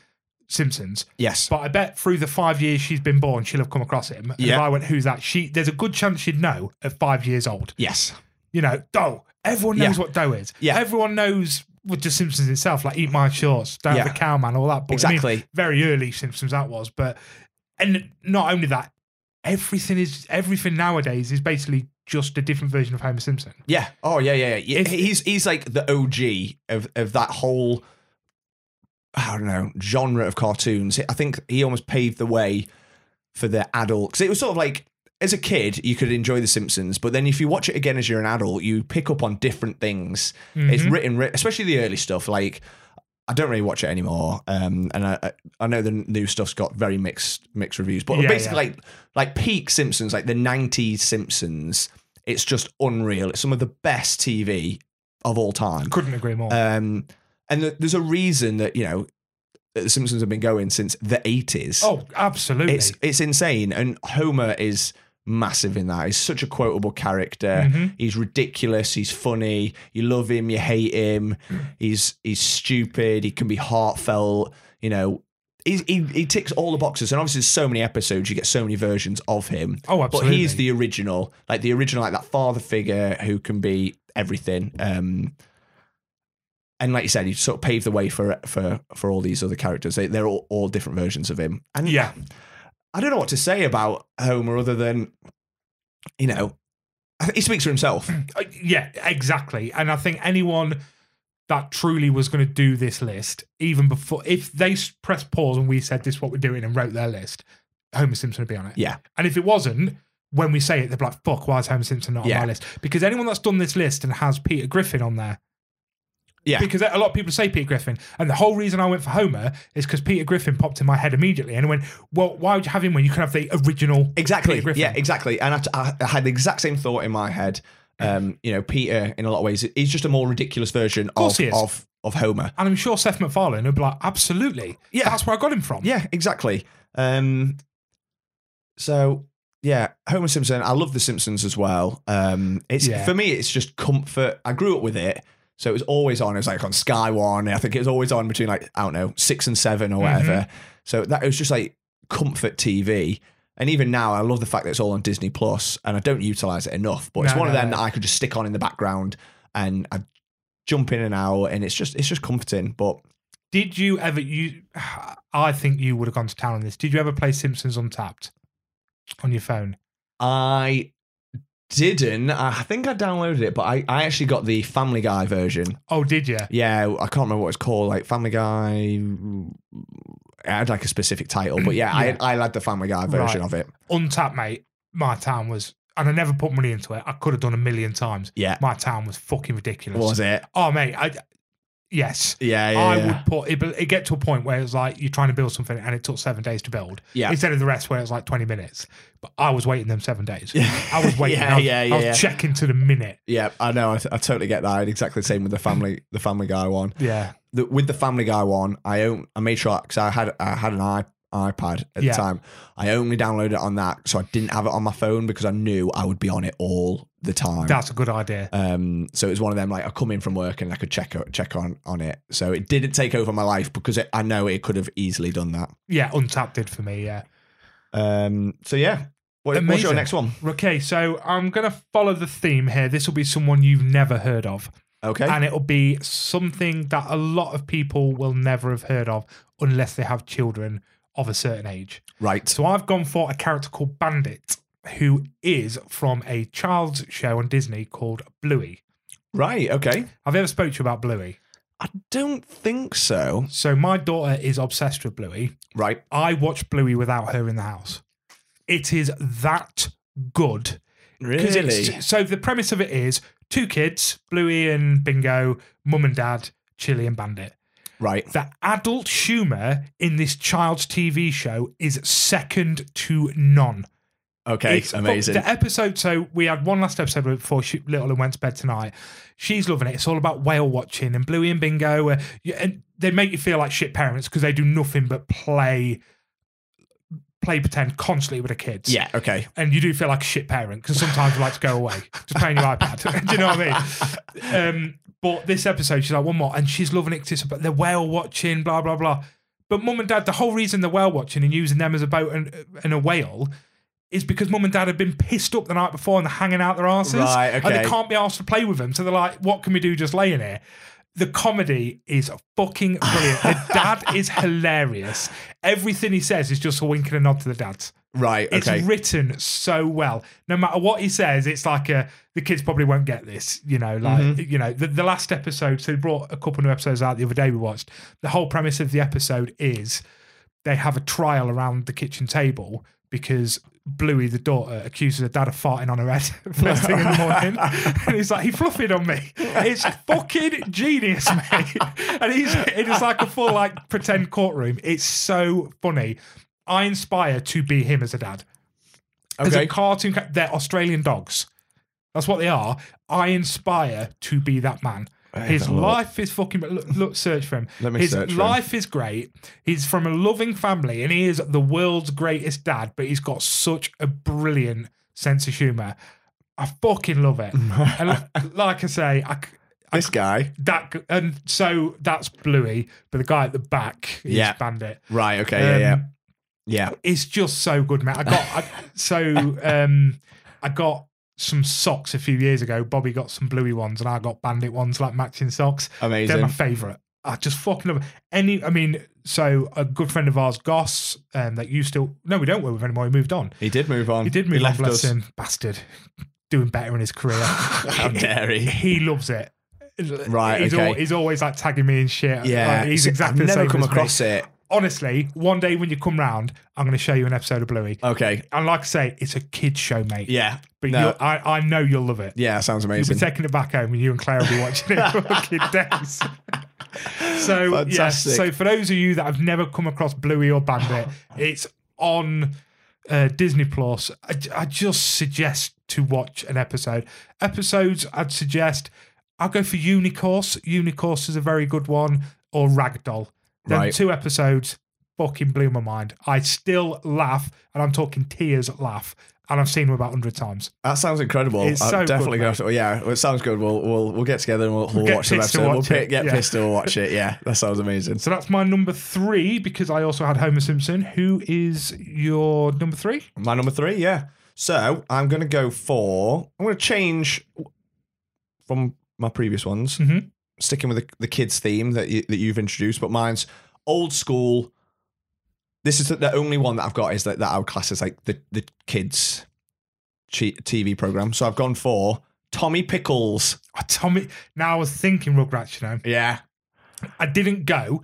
A: Simpsons.
B: Yes.
A: But I bet through the five years she's been born, she'll have come across him. And if
B: Yeah.
A: I went, who's that? She there's a good chance she'd know at five years old.
B: Yes.
A: You know, Doe. Everyone knows
B: Yeah.
A: what Doe is.
B: Yeah.
A: Everyone knows with the Simpsons itself, like Eat My Shorts, Down
B: Yeah.
A: the Cowman, all that. But I mean,
B: Exactly.
A: very early Simpsons that was. But and not only that, everything is everything nowadays is basically just a different version of Homer Simpson.
B: Yeah. Oh yeah, yeah, yeah.
A: If-
B: he's he's like the OG of of that whole I don't know genre of cartoons. I think he almost paved the way for the adult because it was sort of like as a kid you could enjoy The Simpsons, but then if you watch it again as you're an adult, you pick up on different things. It's
A: Mhm.
B: written, writ- especially the early stuff. Like I don't really watch it anymore, um, and I I- I know the new stuff's got very mixed mixed reviews, but
A: Yeah,
B: basically like like peak Simpsons, like the '90s Simpsons. It's just unreal. It's some of the best TV of all time.
A: Couldn't agree more.
B: Um, and th- there's a reason that you know that the Simpsons have been going since the '80s.
A: oh, absolutely.
B: it's it's insane, and Homer is massive in that. He's such a quotable character.
A: Mhm.
B: He's ridiculous. He's funny. You love him. You hate him. He's he's stupid. He can be heartfelt. You know, he's, he he ticks all the boxes. And obviously, there's so many episodes. You get so many versions of him.
A: Oh,
B: But
A: absolutely.
B: he's the original, like the original, like that father figure who can be everything. Um, and like you said, he sort of paved the way for for for all these other characters. They, they're all, all different versions of him. And
A: yeah.
B: I don't know what to say about Homer other than, you know, I think he speaks for
A: [clears throat]
B: himself.
A: Uh, yeah, exactly. And I think anyone that truly was going to do this list, even before, if they s- pressed pause and we said this is what we're doing and wrote their list, Homer Simpson would be on it.
B: Yeah.
A: And if it wasn't, when we say it, they'd be like, fuck, why is Homer Simpson not
B: Yeah.
A: on my list? Because anyone that's done this list and has Peter Griffin on there,
B: Yeah.
A: because a lot of people say Peter Griffin, and the whole reason I went for Homer is because Peter Griffin popped in my head immediately, and I went, "Well, why would you have him when you could have the original?"
B: Exactly.
A: Peter Griffin.
B: Yeah, exactly. And I, I had the exact same thought in my head. Um, you know, Peter, in a lot of ways, is just a more ridiculous version
A: course
B: of,
A: he is.
B: of of Homer.
A: And I'm sure Seth MacFarlane would be like, "Absolutely,
B: Yeah.
A: that's where I got him from."
B: Yeah, exactly. Um, so yeah, Homer Simpson. I love The Simpsons as well. Um, it's
A: Yeah.
B: for me, it's just comfort. I grew up with it, so it was always on. It was like on Sky One. I think it was always on between like I don't know six and seven or whatever.
A: Mm-hmm.
B: So that it was just like comfort TV. And even now, I love the fact that it's all on Disney Plus, and I don't utilize it enough. But it's
A: No,
B: one
A: no,
B: of them
A: no.
B: that I could just stick on in the background, and I jump in and out, and it's just it's just comforting. But
A: Did you ever you [sighs] I think you would have gone to town on this. Did you ever play Simpsons Untapped on your phone?
B: I didn't. I think I downloaded it, but I, I actually got the Family Guy version.
A: Oh, did you?
B: Yeah, I can't remember what it's called. Like Family Guy. I had like a specific title, but yeah,
A: Yeah.
B: I I had the Family Guy version of it.
A: Untapped, mate. My town was and I never put money into it. I could have done a million times.
B: Yeah,
A: My town was fucking ridiculous.
B: was it?
A: Oh mate, I yes.
B: Yeah, yeah,
A: I
B: yeah.
A: would put it, but it get to a point where it's like you're trying to build something and it took seven days to build.
B: Yeah.
A: Instead of the rest where it's like 20 minutes. But I was waiting them seven days. I was waiting.
B: [laughs] Yeah,
A: I was,
B: yeah,
A: I was
B: yeah.
A: checking to the minute.
B: Yeah, I know. I, I totally get that. I did exactly the same with the family, the Family Guy one.
A: Yeah.
B: The, with the Family Guy one, I own. I made sure because I had I had an i iPad at
A: Yeah.
B: the time. I only downloaded it on that, so I didn't have it on my phone because I knew I would be on it all the time.
A: That's a good idea.
B: Um, so it was one of them. Like I come in from work and I could check o- check on on it. So it didn't take over my life because it, I know it could have easily done that.
A: Yeah. Untapped did for me. Yeah.
B: Um, so yeah, what, what's your
A: Amazing.
B: next one?
A: Okay. So I'm going to follow the theme here. This will be someone you've never heard of.
B: Okay,
A: And it'll be something that a lot of people will never have heard of unless they have children of a certain age.
B: right.
A: So I've gone for a character called Bandit, who is from a child's show on Disney called Bluey.
B: Right. Okay.
A: Have you ever spoke to you about Bluey?
B: I don't think so.
A: So my daughter is obsessed with Bluey.
B: Right.
A: I watch Bluey without her in the house. It is that good. 'Cause it's- so the premise of it is two kids, Bluey and Bingo, mum and dad, Chili and Bandit.
B: Right.
A: The adult humor in this child's TV show is second to none.
B: Okay.
A: It's-
B: Amazing.
A: The episode, so we had one last episode before she, Little and went to bed tonight. She's loving it. It's all about whale watching and Bluey and Bingo. Uh, you- and they make you feel like shit parents because they do nothing but play, play pretend constantly with the kids.
B: yeah. Okay.
A: [laughs] And you do feel like a shit parent because sometimes you like to go away, just playing your iPad. [laughs] do you know what I mean? Um, but this episode, she's like, one more. And she's loving it 'cause it's about the whale watching, blah, blah, blah. But mum and dad, the whole reason they're whale watching and using them as a boat and, uh, and a whale is because mum and dad have been pissed up the night before and they're hanging out their asses.
B: Right,
A: And
B: okay.
A: they can't be asked to play with them. So they're like, what can we do just laying here? The comedy is fucking brilliant. the dad
B: [laughs]
A: is hilarious. Everything he says is just a wink and a nod to the dads.
B: Right.
A: It's
B: Okay.
A: written so well. No matter what he says, it's like a the kids probably won't get this. You know, like you know, the, the last episode. So they brought a couple new episodes out the other day. We watched the whole premise of the episode is they have a trial around the kitchen table because Bluey, the daughter, accuses her dad of farting on her head [laughs] first thing in the morning. and he's like, he fluffied on me. It's fucking genius, [laughs] mate. And he's it is like a full like pretend courtroom. It's so funny. I inspire to be him as a dad. As
B: okay.
A: a cartoon, ca- they're Australian dogs. That's what they are. I inspire to be that man. His
B: don't know.
A: life is fucking. Look, look, search for him.
B: Let me
A: His
B: search for him.
A: life is great. He's from a loving family, and he is the world's greatest dad. But he's got such a brilliant sense of humor. I fucking love
B: [laughs]
A: it. and li- like I say, I, c-
B: this guy.
A: that g- and so that's Bluey, but the guy at the back is
B: Yeah.
A: Bandit.
B: Right. Okay. yeah. Yeah.
A: Um,
B: Yeah.
A: it's just so good, man. I got
B: [laughs]
A: I, so um, I got some socks a few years ago. Bobby got some bluey ones, and I got bandit ones, like matching socks. They're
B: Amazing.
A: my favorite. I just fucking love it. any. I mean, so a good friend of ours, Goss, um, that you still no, we don't work with anymore. He moved on.
B: He did move on.
A: He did move on.
B: left
A: Bless
B: us.
A: him, bastard. Doing better in his career.
B: [laughs] How dare
A: [laughs]
B: he?
A: he loves it.
B: Right,
A: He's,
B: okay.
A: he's always like tagging me and shit.
B: Yeah.
A: Like, he's
B: See,
A: exactly
B: I've
A: the
B: never
A: same
B: come
A: as me.
B: across it.
A: Honestly, one day when you come round, I'm going to show you an episode of Bluey.
B: Okay.
A: And like I say, it's a kids show, mate.
B: Yeah.
A: but
B: no.
A: you'll I, I know you'll love it.
B: Yeah. Sounds
A: You'll be
B: amazing.
A: taking it back home, and you and Claire will be watching
B: [laughs]
A: it for fucking days. So yeah,
B: Fantastic.
A: so for those of you that have never come across Bluey or Bandit, it's on uh, Disney Plus. I, I just suggest to watch an episode. Episodes I'd suggest. I'll go for Unicorse. Unicorse is a very good one, or Ragdoll. Them
B: Right.
A: two episodes fucking blew my mind. I still laugh, and I'm talking tears laugh, and I've seen them about hundred times.
B: That sounds incredible.
A: It's
B: I'm
A: so good,
B: definitely
A: mate.
B: going to. Yeah, well, it sounds good. We'll we'll we'll get together and we'll, we'll,
A: get
B: watch the
A: pissed to
B: episode. we'll
A: watch
B: pick,
A: it.
B: get
A: Yeah.
B: pissed and
A: [laughs]
B: we'll watch it. Yeah, that sounds amazing.
A: So that's my number three because I also had Homer Simpson. Who is your number three?
B: My number three, yeah. So I'm going to go for. I'm going to change from my previous ones,
A: Mhm.
B: sticking with the, the kids theme that you, that you've introduced, but mine's old school. This is the, the only one that I've got is that that I would class as like the the kids che- TV program. So I've gone for Tommy Pickles.
A: Oh, Tommy. Now I was thinking Rugrats. You know,
B: Yeah.
A: I didn't go,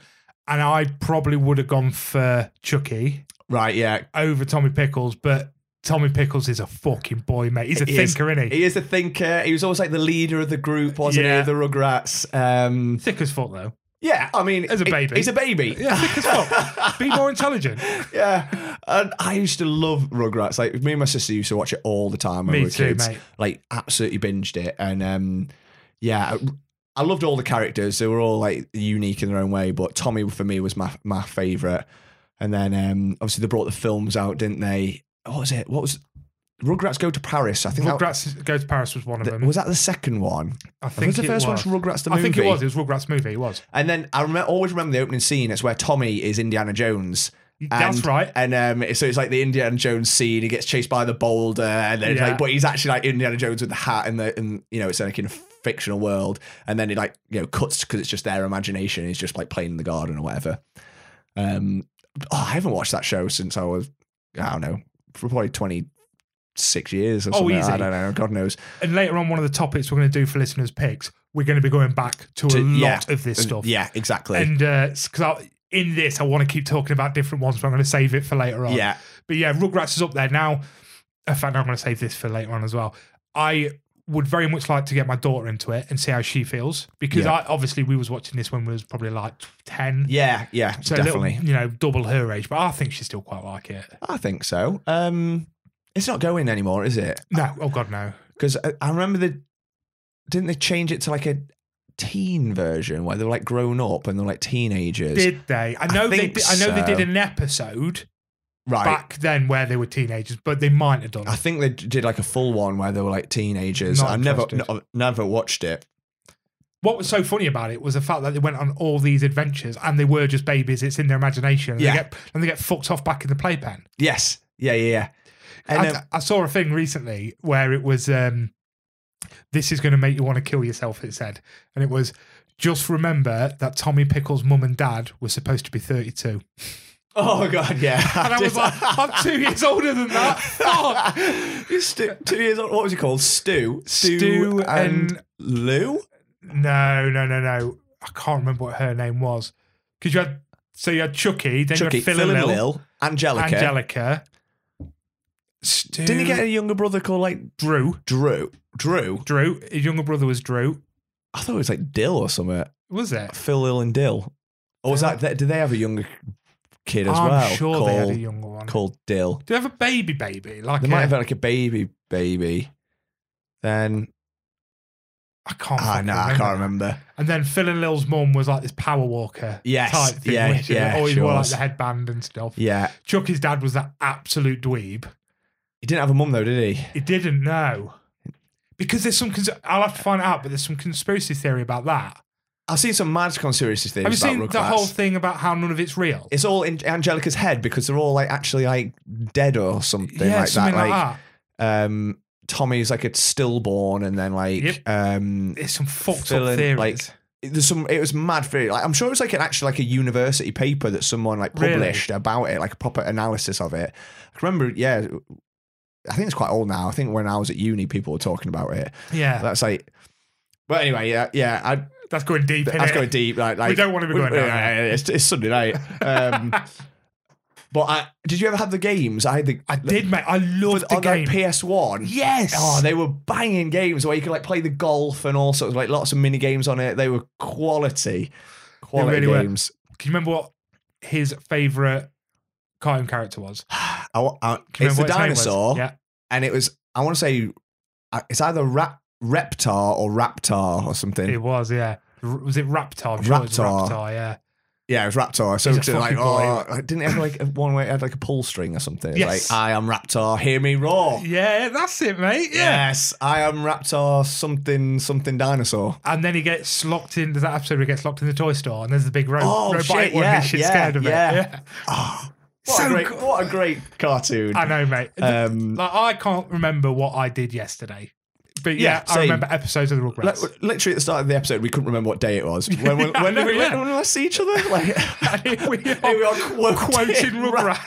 A: and I probably would have gone for Chucky
B: Right. Yeah.
A: over Tommy Pickles, but Tommy Pickles is a fucking boy, mate. He's a
B: He is-
A: thinker, is, not he?
B: He is a thinker. He was always like the leader of the group, wasn't
A: Yeah.
B: he? The Rugrats. Um,
A: Thick as fuck, though.
B: yeah, I mean,
A: As a
B: he-
A: baby.
B: he's a baby.
A: Yeah, thick as
B: [laughs]
A: fuck. Be more intelligent.
B: yeah. And I used to love Rugrats. Like me and my sister used to watch it all the time when
A: Me
B: we were
A: too,
B: kids.
A: mate.
B: Like absolutely binged it. And um, yeah, I I loved all the characters. They were all like unique in their own way. But Tommy for me was my my favorite. And then um, obviously they brought the films out, didn't they? What was it? What was Rugrats go to Paris? I think that,
A: Rugrats Goes to Paris was one of them.
B: was that the second one.
A: I
B: I think
A: think
B: the
A: it
B: first
A: was.
B: one's Rugrats the movie.
A: I think it was. It was Rugrats movie. It was.
B: And then I remember, always remember the opening scene. It's where Tommy is Indiana Jones.
A: That's
B: And-
A: right.
B: And um, so it's like the Indiana Jones scene. He gets chased by the boulder, and then it's
A: Yeah.
B: like, but he's actually like Indiana Jones with the hat, and the and you know it's like in a fictional world. And then it like you know cuts because it's just their imagination. He's just like playing in the garden or whatever. Um, oh, I haven't watched that show since I was I don't know for probably twenty six years or
A: Oh,
B: something.
A: easy.
B: I don't know. God knows.
A: And later on, one of the topics we're going to do for listeners' picks, we're going to be going back to, a
B: To-
A: lot
B: yeah.
A: of this stuff.
B: Yeah, exactly.
A: And uh, because I in this, I want to keep talking about different ones, but I'm going to save it for later on.
B: yeah,
A: But yeah, Rugrats is up there now. In fact, I'm going to save this for later on as well. I would very much like to get my daughter into it and see how she feels because
B: Yeah.
A: I obviously we was watching this when we was probably like 10.
B: yeah, yeah.
A: So a little,
B: definitely.
A: you know, double her age, but I think she still quite like it.
B: I think so. Um, it's not going anymore, is it?
A: No, oh god, no.
B: Because I, I remember the didn't they change it to like a teen version where they were like grown up and they're like teenagers,
A: Did they? I
B: I
A: know they.
B: think
A: Did, I know they
B: so.
A: did an episode
B: right?
A: back then where they were teenagers, but they might have done.
B: I think they did like a full one where they were like teenagers.
A: Not
B: I never,
A: interested.
B: no- never watched it.
A: What was so funny about it was the fact that they went on all these adventures and they were just babies. It's in their imagination. And
B: Yeah.
A: They get, and they get fucked off back in the playpen.
B: Yes, yeah, yeah, yeah. And
A: I,
B: um,
A: I saw a thing recently where it was, um, this is going to make you want to kill yourself, it said. And it was, just remember that Tommy Pickles' mum and dad were supposed to be 32.
B: oh god, yeah.
A: [laughs] And I was like, I'm two years older than that.
B: [laughs]
A: Fuck.
B: Stu, two years old. What was he called? Stu, Stu,
A: Stu
B: and,
A: and-
B: Lou.
A: No, no, no, no. I can't remember what her name was. Because you had, so you had Chucky, then
B: Chucky,
A: you had
B: Phil and
A: Lil,
B: Lil, Angelica.
A: Angelica. Stu,
B: Didn't he get a younger brother called like
A: Drew?
B: Drew? Drew.
A: Drew. His younger brother was Drew.
B: I thought it was like Dill or something.
A: Was it?
B: Phil, Lil, and Dill. Or was
A: Phil-
B: that? Th- did they have a younger kid as
A: I'm
B: well?
A: sure
B: called,
A: they had a younger one.
B: called Dill.
A: Do they have a baby baby? Like uh,
B: They
A: a-
B: might have had like a baby, baby. Then
A: I can't.
B: ah
A: fucking
B: no, I can't remember.
A: And then Phil and Lil's mum was like this power walker
B: Yes,
A: type thing.
B: yeah,
A: which is-
B: yeah,
A: Always
B: she
A: wore like
B: was.
A: the headband and stuff.
B: Yeah,
A: Chucky's dad was that absolute dweeb.
B: he didn't have a mum though, did he?
A: He didn't know because there's some. Cons- I'll have to find out, but there's some conspiracy theory about that.
B: I've seen some mad conspiracy things.
A: have you
B: about
A: seen the
B: Rugrats.
A: whole thing about how none of it's real?
B: It's all in Angelica's head because they're all like actually like dead or something
A: yeah,
B: like
A: something
B: that.
A: like,
B: like
A: that.
B: um Tommy's like a stillborn and then like
A: Yep.
B: um
A: There's some fucked
B: Phil
A: up
B: and,
A: theories.
B: like, there's some it was mad theory. Like I'm sure it was like an actually like a university paper that someone like
A: Really?
B: published about it, like a proper analysis of it. I can remember yeah I think it's quite old now. I think when I was at uni people were talking about it.
A: yeah,
B: That's like but anyway, yeah, yeah, I,
A: that's going deep.
B: that's
A: innit? [laughs]
B: going deep. Like, like
A: we don't want to be going down. there.
B: yeah, yeah, it's, it's Sunday night.
A: [laughs]
B: Um, but I, did you ever have the games? I had the
A: I did, mate. I loved the
B: on
A: game.
B: like PS One.
A: yes.
B: Oh, they were banging games where you could like play the golf and all sorts of like lots of mini games on it. They were quality, quality
A: really were.
B: games. [sighs]
A: Can you remember what his favourite cartoon character was?
B: I wa- I-
A: Can you
B: it's
A: remember
B: the
A: what his name was?
B: dinosaur,
A: Yeah.
B: and it was I want to say uh, it's either rap, Reptar or Raptar or something.
A: It was, yeah. R- was it Raptor? I'm sure it was
B: Raptor.
A: Raptor, yeah.
B: yeah, it was Raptar. So
A: He's a
B: it's like,
A: fucking
B: oh, like, didn't it have like one way it had like a pull string or something? It's
A: Yes.
B: like I am Raptar, hear me roar.
A: Yeah, that's it, mate.
B: Yes, I am Raptor, something, something dinosaur.
A: And then he gets locked in. There's that episode where he gets locked in the toy store, and there's the big ro-
B: Oh,
A: robotic
B: shit,
A: one.
B: yeah,
A: and he's shit
B: yeah,
A: scared of
B: yeah.
A: it. Yeah.
B: Oh, what,
A: Ah, So
B: a great,
A: good.
B: what a great cartoon.
A: I know, mate.
B: Um,
A: like, I can't remember what I did yesterday. But yeah,
B: Yeah,
A: I
B: same.
A: remember episodes of the Rugrats.
B: Li- Literally at the start of the episode, we couldn't remember what day it was. When, when,
A: I
B: when,
A: know,
B: did
A: [laughs]
B: we,
A: yeah.
B: when, did we last see each other? Like,
A: [laughs]
B: [laughs]
A: And we are
B: we are quoting, [laughs]
A: quoting
B: Ra-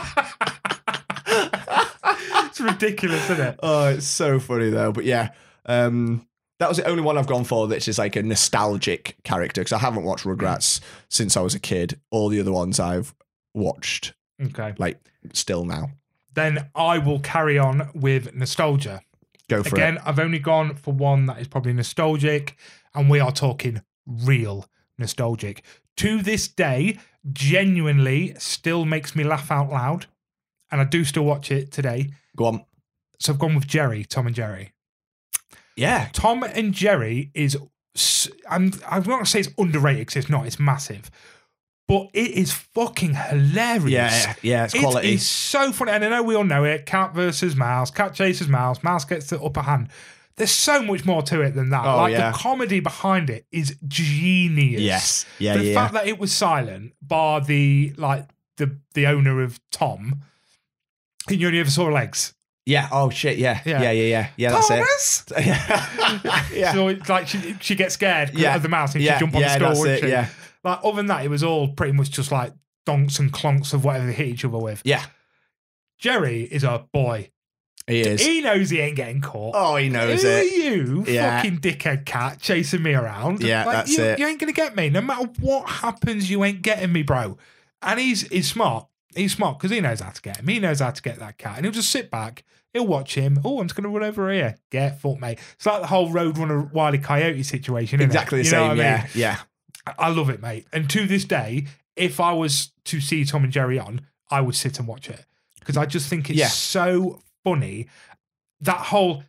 A: Rugrats. [laughs] it's ridiculous, isn't it?
B: Oh, it's so funny though. But yeah, um, that was the only one I've gone for that's just like a nostalgic character because I haven't watched Rugrats since I was a kid. All the other ones I've watched
A: Okay.
B: like still now.
A: then I will carry on with nostalgia.
B: Go for
A: Again, I've only gone for one that is probably nostalgic, and we are talking real nostalgic. To this day, genuinely still makes me laugh out loud, and I do still watch it today.
B: it. Go on.
A: So I've gone with Jerry, Tom and Jerry.
B: Yeah.
A: Tom and Jerry is s- I'm I'm not gonna say it's underrated because it's not. It's massive, but it is fucking hilarious.
B: Yeah. Yeah. It's quality.
A: It is so funny, and I know we all know it. Cat versus mouse, cat chases mouse, mouse gets the upper hand. There's so much more to it than that.
B: Oh,
A: like
B: yeah.
A: the comedy behind it is genius.
B: yes. Yeah.
A: the
B: yeah.
A: fact that it was silent, bar the like the the owner of Tom, and you only ever saw legs.
B: yeah. Oh shit. Yeah. Yeah.
A: Yeah.
B: Yeah. Yeah. Yeah. that's it. [laughs]
A: Thomas! [laughs]
B: yeah.
A: So it's like she, she gets scared 'cause
B: Yeah.
A: of the mouse and
B: Yeah,
A: she jump on
B: yeah,
A: the
B: that's
A: store, wouldn't
B: it,
A: she?
B: yeah.
A: Like other than that, it was all pretty much just like donks and clonks of whatever they hit each other with.
B: Yeah.
A: Jerry is a boy.
B: He is.
A: He knows he ain't getting caught.
B: oh, he
A: Who
B: knows
A: are
B: it.
A: you,
B: Yeah.
A: fucking dickhead cat, chasing me around?
B: Yeah,
A: like,
B: that's
A: you,
B: it.
A: You ain't gonna get me. No matter what happens, you ain't getting me, bro. And he's he's smart. He's smart because he knows how to get him. He knows how to get that cat, and he'll just sit back. He'll watch him. Oh, I'm just gonna run over here. Get fucked, mate. It's like the whole Roadrunner Wile E. Coyote situation. innit?
B: Exactly the
A: You know
B: same.
A: what I mean?
B: Yeah. Yeah.
A: I- I love it, mate. And to this day, if I was to see Tom and Jerry on, I would sit and watch it because I just think it's
B: Yeah.
A: so funny. That whole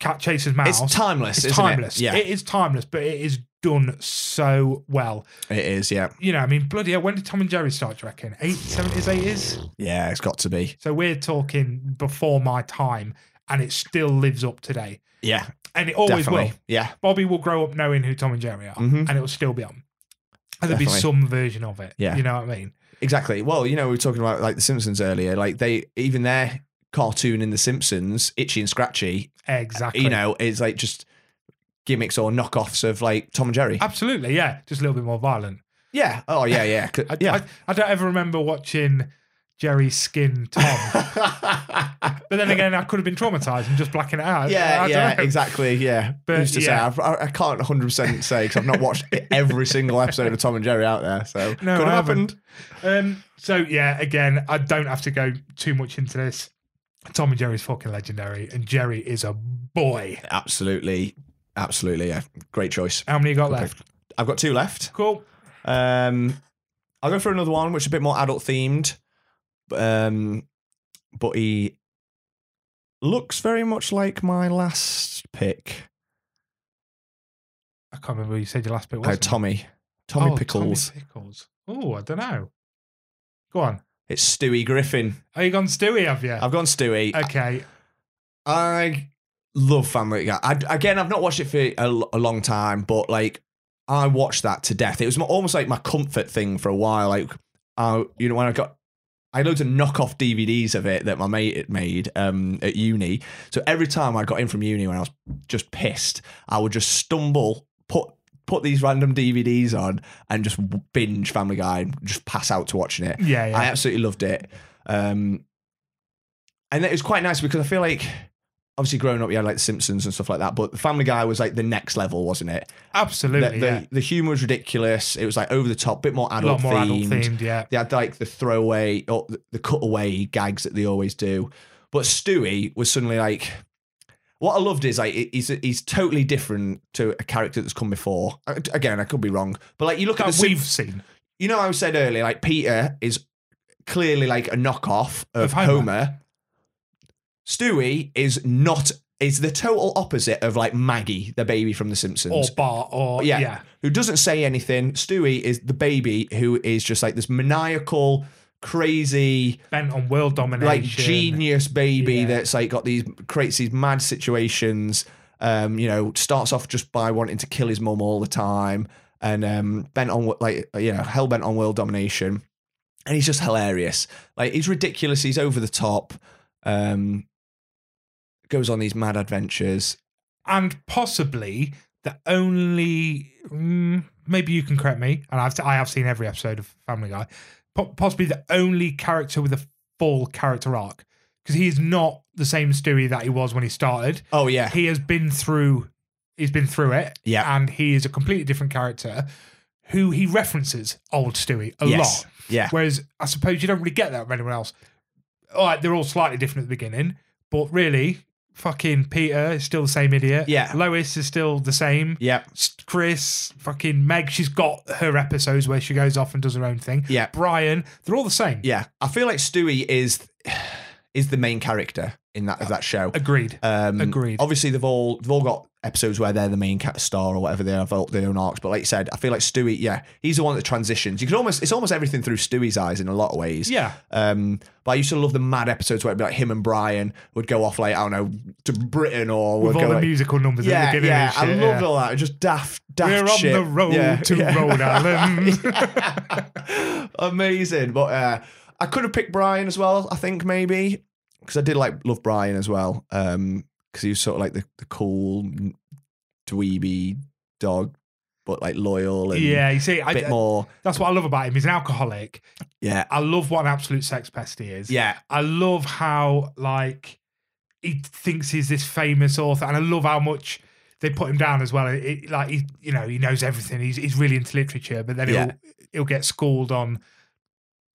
A: cat chases mouse.
B: It's timeless.
A: It's
B: isn't it?
A: timeless.
B: Yeah.
A: it is timeless, but it is done so well.
B: it is. Yeah.
A: You know, I mean, bloody hell, when did Tom and Jerry start, do you reckon? 870s, 80s?
B: Yeah. It's got to be.
A: So we're talking before my time, and it still lives up today.
B: Yeah.
A: And it always
B: definitely.
A: will.
B: Yeah.
A: Bobby will grow up knowing who Tom and Jerry are,
B: Mhm.
A: and it'll still be on. And there'll be
B: Definitely.
A: some version of it.
B: Yeah.
A: You know what I mean?
B: Exactly. Well, you know, we were talking about like The Simpsons earlier. Like they even their cartoon in The Simpsons, Itchy and Scratchy,
A: Exactly.
B: you know, is like just gimmicks or knockoffs of like Tom and Jerry.
A: Absolutely, yeah. Just a little bit more violent.
B: yeah. Oh yeah, yeah. C-
A: [laughs] I,
B: yeah. [laughs]
A: I, I don't ever remember watching Jerry skin
B: [laughs]
A: Tom. but then again, I could have been traumatized and just blacking it out. I
B: yeah,
A: don't
B: yeah,
A: know.
B: exactly. Yeah.
A: But,
B: Who's to say?
A: yeah.
B: I've- I, I can't 100% say because I've not watched e, every single episode of Tom and Jerry out there. So
A: No,
B: could
A: I
B: have
A: haven't.
B: happened.
A: Um, so yeah, again, I don't have to go too much into this. Tom and Jerry's fucking legendary, and Jerry is a boy.
B: Absolutely. Absolutely. Yeah. Great choice.
A: How many you got
B: Okay.
A: left?
B: I've got two left.
A: Cool.
B: Um, I'll go for another one, which is a bit more adult themed. Um, but he looks very much like my last pick.
A: I can't remember who you said your last bit was.
B: Oh, Tommy. Oh, Tommy Pickles.
A: Tommy Pickles. Oh, I don't know. Go on.
B: It's Stewie Griffin.
A: Are you gone Stewie? Have you?
B: I've gone Stewie.
A: okay.
B: I love Family Guy. I, again, I've not watched it for a, l- a long time, but like I watched that to death. It was m- almost like my comfort thing for a while. Like, I, you know, when I got, I had loads of knockoff DVDs of it that my mate had made um, at uni. So every time I got in from uni when I was just pissed, I would just stumble, put put these random DVDs on, and just binge Family Guy, and just pass out to watching it.
A: Yeah. yeah.
B: I absolutely loved it. Um, and it was quite nice because I feel like obviously growing up, you had like The Simpsons and stuff like that, but Family Guy was like the next level, wasn't it? The,
A: Absolutely.
B: the,
A: yeah.
B: the humor was ridiculous. It was like over the top, bit more
A: A lot
B: adult
A: more adult
B: themed.
A: themed. Yeah.
B: They had like the throwaway or the- the cutaway gags that they always do. But Stewie was suddenly like, what I loved is like he- he's he's totally different to a character that's come before. Again, I could be wrong, but like you look at the
A: That
B: Sim-
A: we've seen.
B: you know, I said earlier, like Peter is clearly like a knockoff of,
A: Of
B: Homer.
A: Homer.
B: Stewie is not is the total opposite of like Maggie, the baby from The
A: Or
B: Simpsons,
A: Bart. Or
B: Yeah.
A: yeah.
B: who doesn't say anything. Stewie is the baby who is just like this maniacal, crazy,
A: Bent on world domination.
B: like genius baby
A: Yeah.
B: that's like got these creates these mad situations. Um, you know, starts off just by wanting to kill his mum all the time and um, bent on like you know hell bent on world domination, and he's just hilarious. Like he's ridiculous. He's over the top. Um, goes on these mad adventures.
A: and possibly the only mm, maybe you can correct me and I've I have seen every episode of Family Guy po- possibly the only character with a full character arc because he is not the same Stewie that he was when he started
B: Oh yeah,
A: he has been through he's been through it
B: yeah,
A: and he is a completely different character who he references old Stewie a
B: Yes.
A: lot
B: yeah,
A: whereas I suppose you don't really get that with anyone else all right, they're all slightly different at the beginning, but really, fucking Peter is still the same idiot.
B: Yeah.
A: Lois is still the same.
B: Yeah.
A: S- Chris, fucking Meg, she's got her episodes where she goes off and does her own thing.
B: Yeah.
A: Brian, they're all the same.
B: Yeah. I feel like Stewie is [sighs] is the main character in that of that show.
A: Agreed.
B: Um,
A: Agreed.
B: Obviously, they've all they've all got episodes where they're the main cat star or whatever they have all their own arcs. But like you said, I feel like Stewie, yeah, he's the one that transitions. You can almost it's almost everything through Stewie's eyes in a lot of ways.
A: yeah.
B: Um, but I used to love the mad episodes where it'd be like him and Brian would go off like I don't know to Britain or
A: With
B: would
A: all
B: go
A: the
B: like,
A: musical numbers at the
B: yeah,
A: beginning.
B: yeah.
A: and
B: I
A: shit,
B: loved
A: yeah.
B: all that. Just daft, daft
A: We're on
B: shit.
A: the road
B: Yeah,
A: to
B: yeah. [laughs]
A: Rhode Island.
B: Amazing. But uh, I could have picked Brian as well, I think, maybe. Because I did like love Brian as well. Because he was sort of like the, the cool, dweeby dog, but like loyal and
A: yeah, you see,
B: a
A: I,
B: bit more.
A: that's what I love about him. He's an alcoholic.
B: Yeah.
A: I love what an absolute sex pest he is.
B: Yeah.
A: I love how like he thinks he's this famous author, and I love how much they put him down as well. It- it- like he, you know, he knows everything. He's he's really into literature, but then
B: Yeah.
A: he'll he'll get schooled on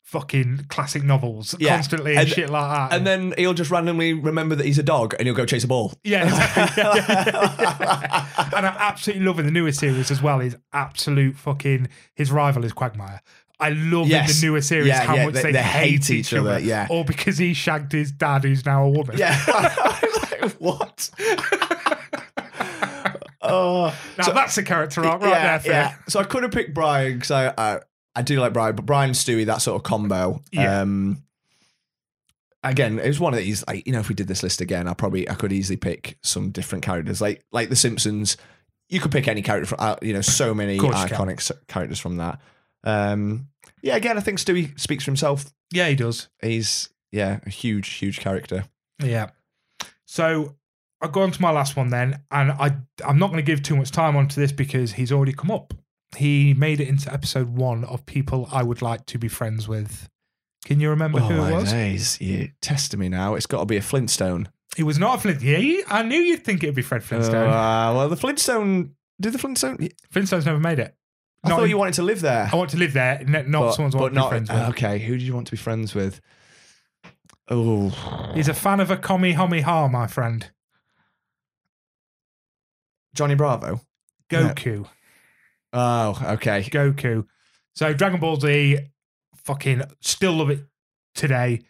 A: fucking classic novels
B: Yeah.
A: constantly and,
B: And-
A: shit like that.
B: And then he'll just randomly remember that he's a dog and he'll go chase
A: [laughs]
B: a ball.
A: yeah, exactly. Yeah, yeah, yeah. and I'm absolutely loving the newest series as well. Is absolute fucking his rival is Quagmire. I love
B: Yes.
A: in the newer series
B: Yeah,
A: how
B: yeah,
A: much
B: they-
A: they,
B: they
A: hate each other,
B: yeah.
A: or because he shagged his dad, who's now a woman.
B: Yeah. [laughs] I was like, what? [laughs] oh.
A: Now
B: So-
A: that's a character arc Oh, right there, Phil.
B: So I could have picked Brian because I, I I do like Brian, but Brian and Stewie, that sort of combo.
A: Yeah.
B: Um, again, it was one of these. Like, you know, if we did this list again, I probably I could easily pick some different characters, like like The Simpsons. You could pick any character from uh, you know so many
A: Of course you can.
B: iconic s- characters from that. Um, yeah, again, I think Stewie speaks for himself.
A: Yeah, he does.
B: He's yeah a huge huge character.
A: Yeah. So I go on to my last one then, and I I'm not going to give too much time onto this because he's already come up. He made it into episode one of people I would like to be friends with. Can you remember
B: Oh,
A: who it was?
B: days, you testing me now. It's got to be a Flintstone.
A: It was not a Flint. Yeah, you- I knew you'd think it'd be Fred Flintstone.
B: Uh, well, the Flintstone. Did the Flintstone?
A: Flintstone's never made it.
B: I
A: Not
B: thought
A: in-
B: you wanted to live there.
A: I want to live there, n- not someone's want to be friends with.
B: uh, Okay, who did you want to be friends with? Oh,
A: He's a fan of a commie homie ha, my friend.
B: Johnny Bravo. Yeah.
A: Goku.
B: Oh, okay.
A: Goku. So Dragon Ball Z, fucking still love it today.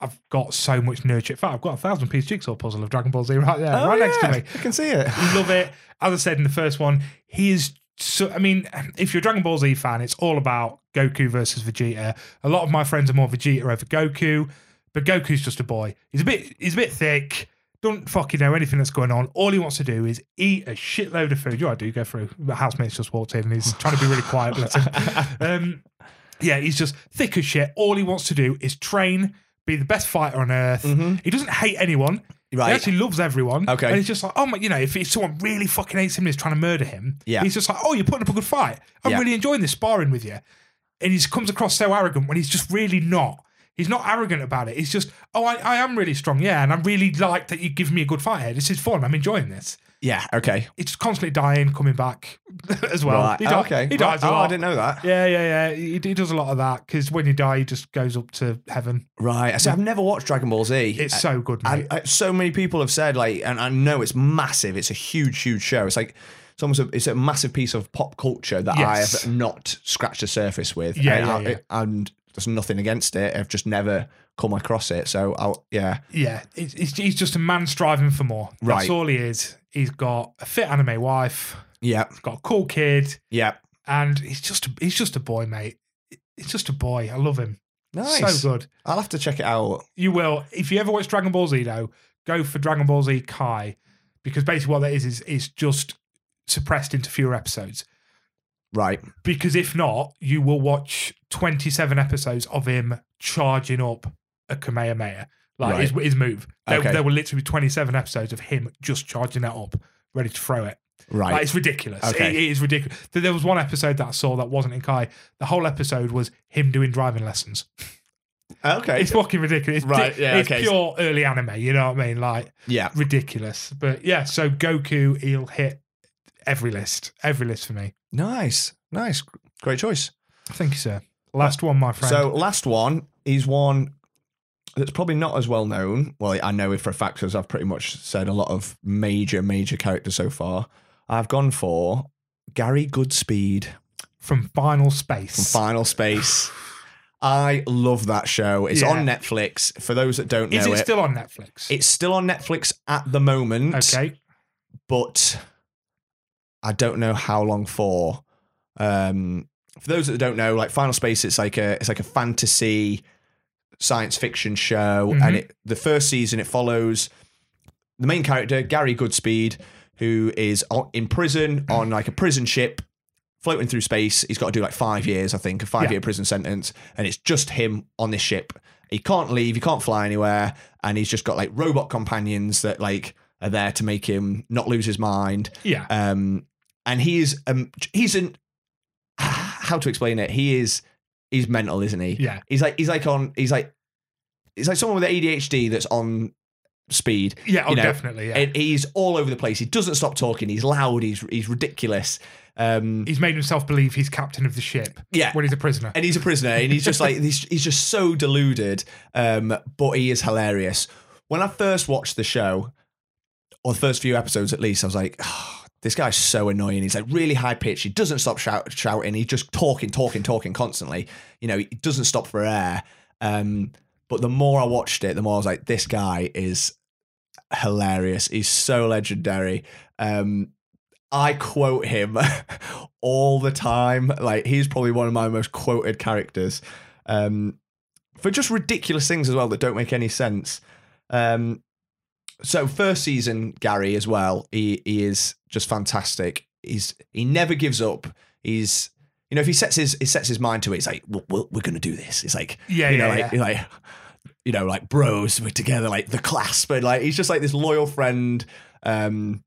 A: I've got so much nurture. In fact, I've got a thousand piece jigsaw puzzle of Dragon Ball Z right there,
B: Oh,
A: right next to
B: yeah,
A: me.
B: I can see it.
A: Love it. As I said in the first one, he is so. I mean, if you're a Dragon Ball Z fan, it's all about Goku versus Vegeta. A lot of my friends are more Vegeta over Goku, but Goku's just a boy. He's a bit. He's a bit thick. Don't fucking know anything that's going on. All he wants to do is eat a shitload of food. You I do go through. The housemate's just walked in and he's trying to be really quiet. Bless him.
B: [laughs]
A: Um, yeah, he's just thick as shit. All he wants to do is train, be the best fighter on earth. He doesn't hate anyone. He
B: Mm-hmm. Right.
A: actually loves everyone.
B: Okay.
A: And it's just like, oh my, you know, if it's someone really fucking hates him and is trying to murder him,
B: Yeah.
A: he's just like, oh, you're putting up a good fight. I'm
B: Yeah.
A: really enjoying this sparring with you. And he just comes across so arrogant when he's just really not. He's not arrogant about it. He's just, oh, I, I am really strong, yeah, and I'm really like that you give me a good fight here. This is fun. I'm enjoying this.
B: yeah. Okay.
A: It's constantly dying, coming back [laughs] as well.
B: right.
A: He di-
B: okay.
A: He dies a
B: Right. Oh,
A: lot.
B: I didn't know that.
A: Yeah, yeah, yeah. He, he does a lot of that because when you die, he just goes up to heaven.
B: Right. So I've never watched Dragon Ball Z.
A: It's so good, mate.
B: and uh, so many people have said like and i know it's massive it's a huge huge show it's like it's almost a, it's a massive piece of pop culture that
A: Yes.
B: i have not scratched the surface with
A: Yeah,
B: and,
A: yeah,
B: I-
A: yeah.
B: and there's nothing against it i've just never come across it so i'll yeah
A: yeah, it's, it's, he's just a man striving for more. That's
B: Right.
A: all he is. He's got a fit anime wife,
B: yeah
A: got a cool kid,
B: yeah
A: and he's just a, he's just a boy, mate. He's just a boy. I love him.
B: nice
A: So good.
B: i'll have to check it out
A: You will. If you ever watch Dragon Ball Z, though, go for Dragon Ball Z Kai, because basically what that is is is just suppressed into fewer episodes.
B: right
A: Because if not, you will watch 27 episodes of him charging up a Kamehameha, like his, his move. There,
B: Okay.
A: there will literally be 27 episodes of him just charging that up, ready to throw it.
B: right
A: Like, it's ridiculous.
B: Okay.
A: It- it is ridiculous. There there was one episode that I saw that wasn't in Kai. The whole episode was him doing driving lessons.
B: okay
A: It's fucking ridiculous. It's,
B: Right,
A: di-
B: yeah,
A: it's
B: okay.
A: pure early anime, you know what I mean? Like,
B: yeah
A: ridiculous. But yeah, so Goku, he'll hit every list. Every list for me.
B: nice nice great choice
A: Thank you, sir. Last one, my friend.
B: so last one is one that's probably not as well known. Well, I know it for a fact because I've pretty much said a lot of major, major characters so far. I've gone for Gary Goodspeed
A: from Final
B: from
A: Space. [sighs]
B: Final Space. I love that show. It's
A: Yeah.
B: on Netflix. For those that don't know
A: Is it,
B: it,
A: still on Netflix?
B: it's still on Netflix at the moment.
A: okay.
B: but I don't know how long for. Um, for those that don't know, like Final Space, it's like a it's like a fantasy science fiction show, and it the first season it follows the main character Gary Goodspeed, who is o- in prison on like a prison ship. Floating through space, he's got to do like five years, I think, a five-year prison sentence, and it's just him on this ship. He can't leave, he can't fly anywhere, and he's just got like robot companions that like are there to make him not lose his mind.
A: Yeah.
B: Um, and he is um, he's an [sighs] how to explain it? He is he's mental, isn't he?
A: Yeah.
B: He's like he's like on he's like he's like someone with ADHD that's on speed.
A: Yeah. Oh,
B: you know,
A: definitely. Yeah.
B: And he's all over the place. He doesn't stop talking. He's loud. He's he's ridiculous. Um,
A: he's made himself believe he's captain of the ship
B: yeah.
A: when he's a prisoner.
B: [laughs] And he's a prisoner, and he's just like he's, he's just so deluded. Um, but he is hilarious. When I first watched the show, or the first few episodes at least, I was like, "Ah, this guy's so annoying. He's like really high pitched. He doesn't stop shout, shouting. He's just talking, talking, talking constantly. You know, he doesn't stop for air. Um, but the more I watched it, the more I was like, this guy is hilarious. He's so legendary. Um, I quote him [laughs] all the time. Like he's probably one of my most quoted characters um, for just ridiculous things as well that don't make any sense. Um, so first season Gary as well. He he is just fantastic. He's he never gives up. He's you know if he sets his he sets his mind to it, it's like well, we're, we're going to do this. It's like
A: Yeah,
B: you know,
A: yeah,
B: like, like you know, like bros, we're together, like the clasp, but like he's just like this loyal friend, um,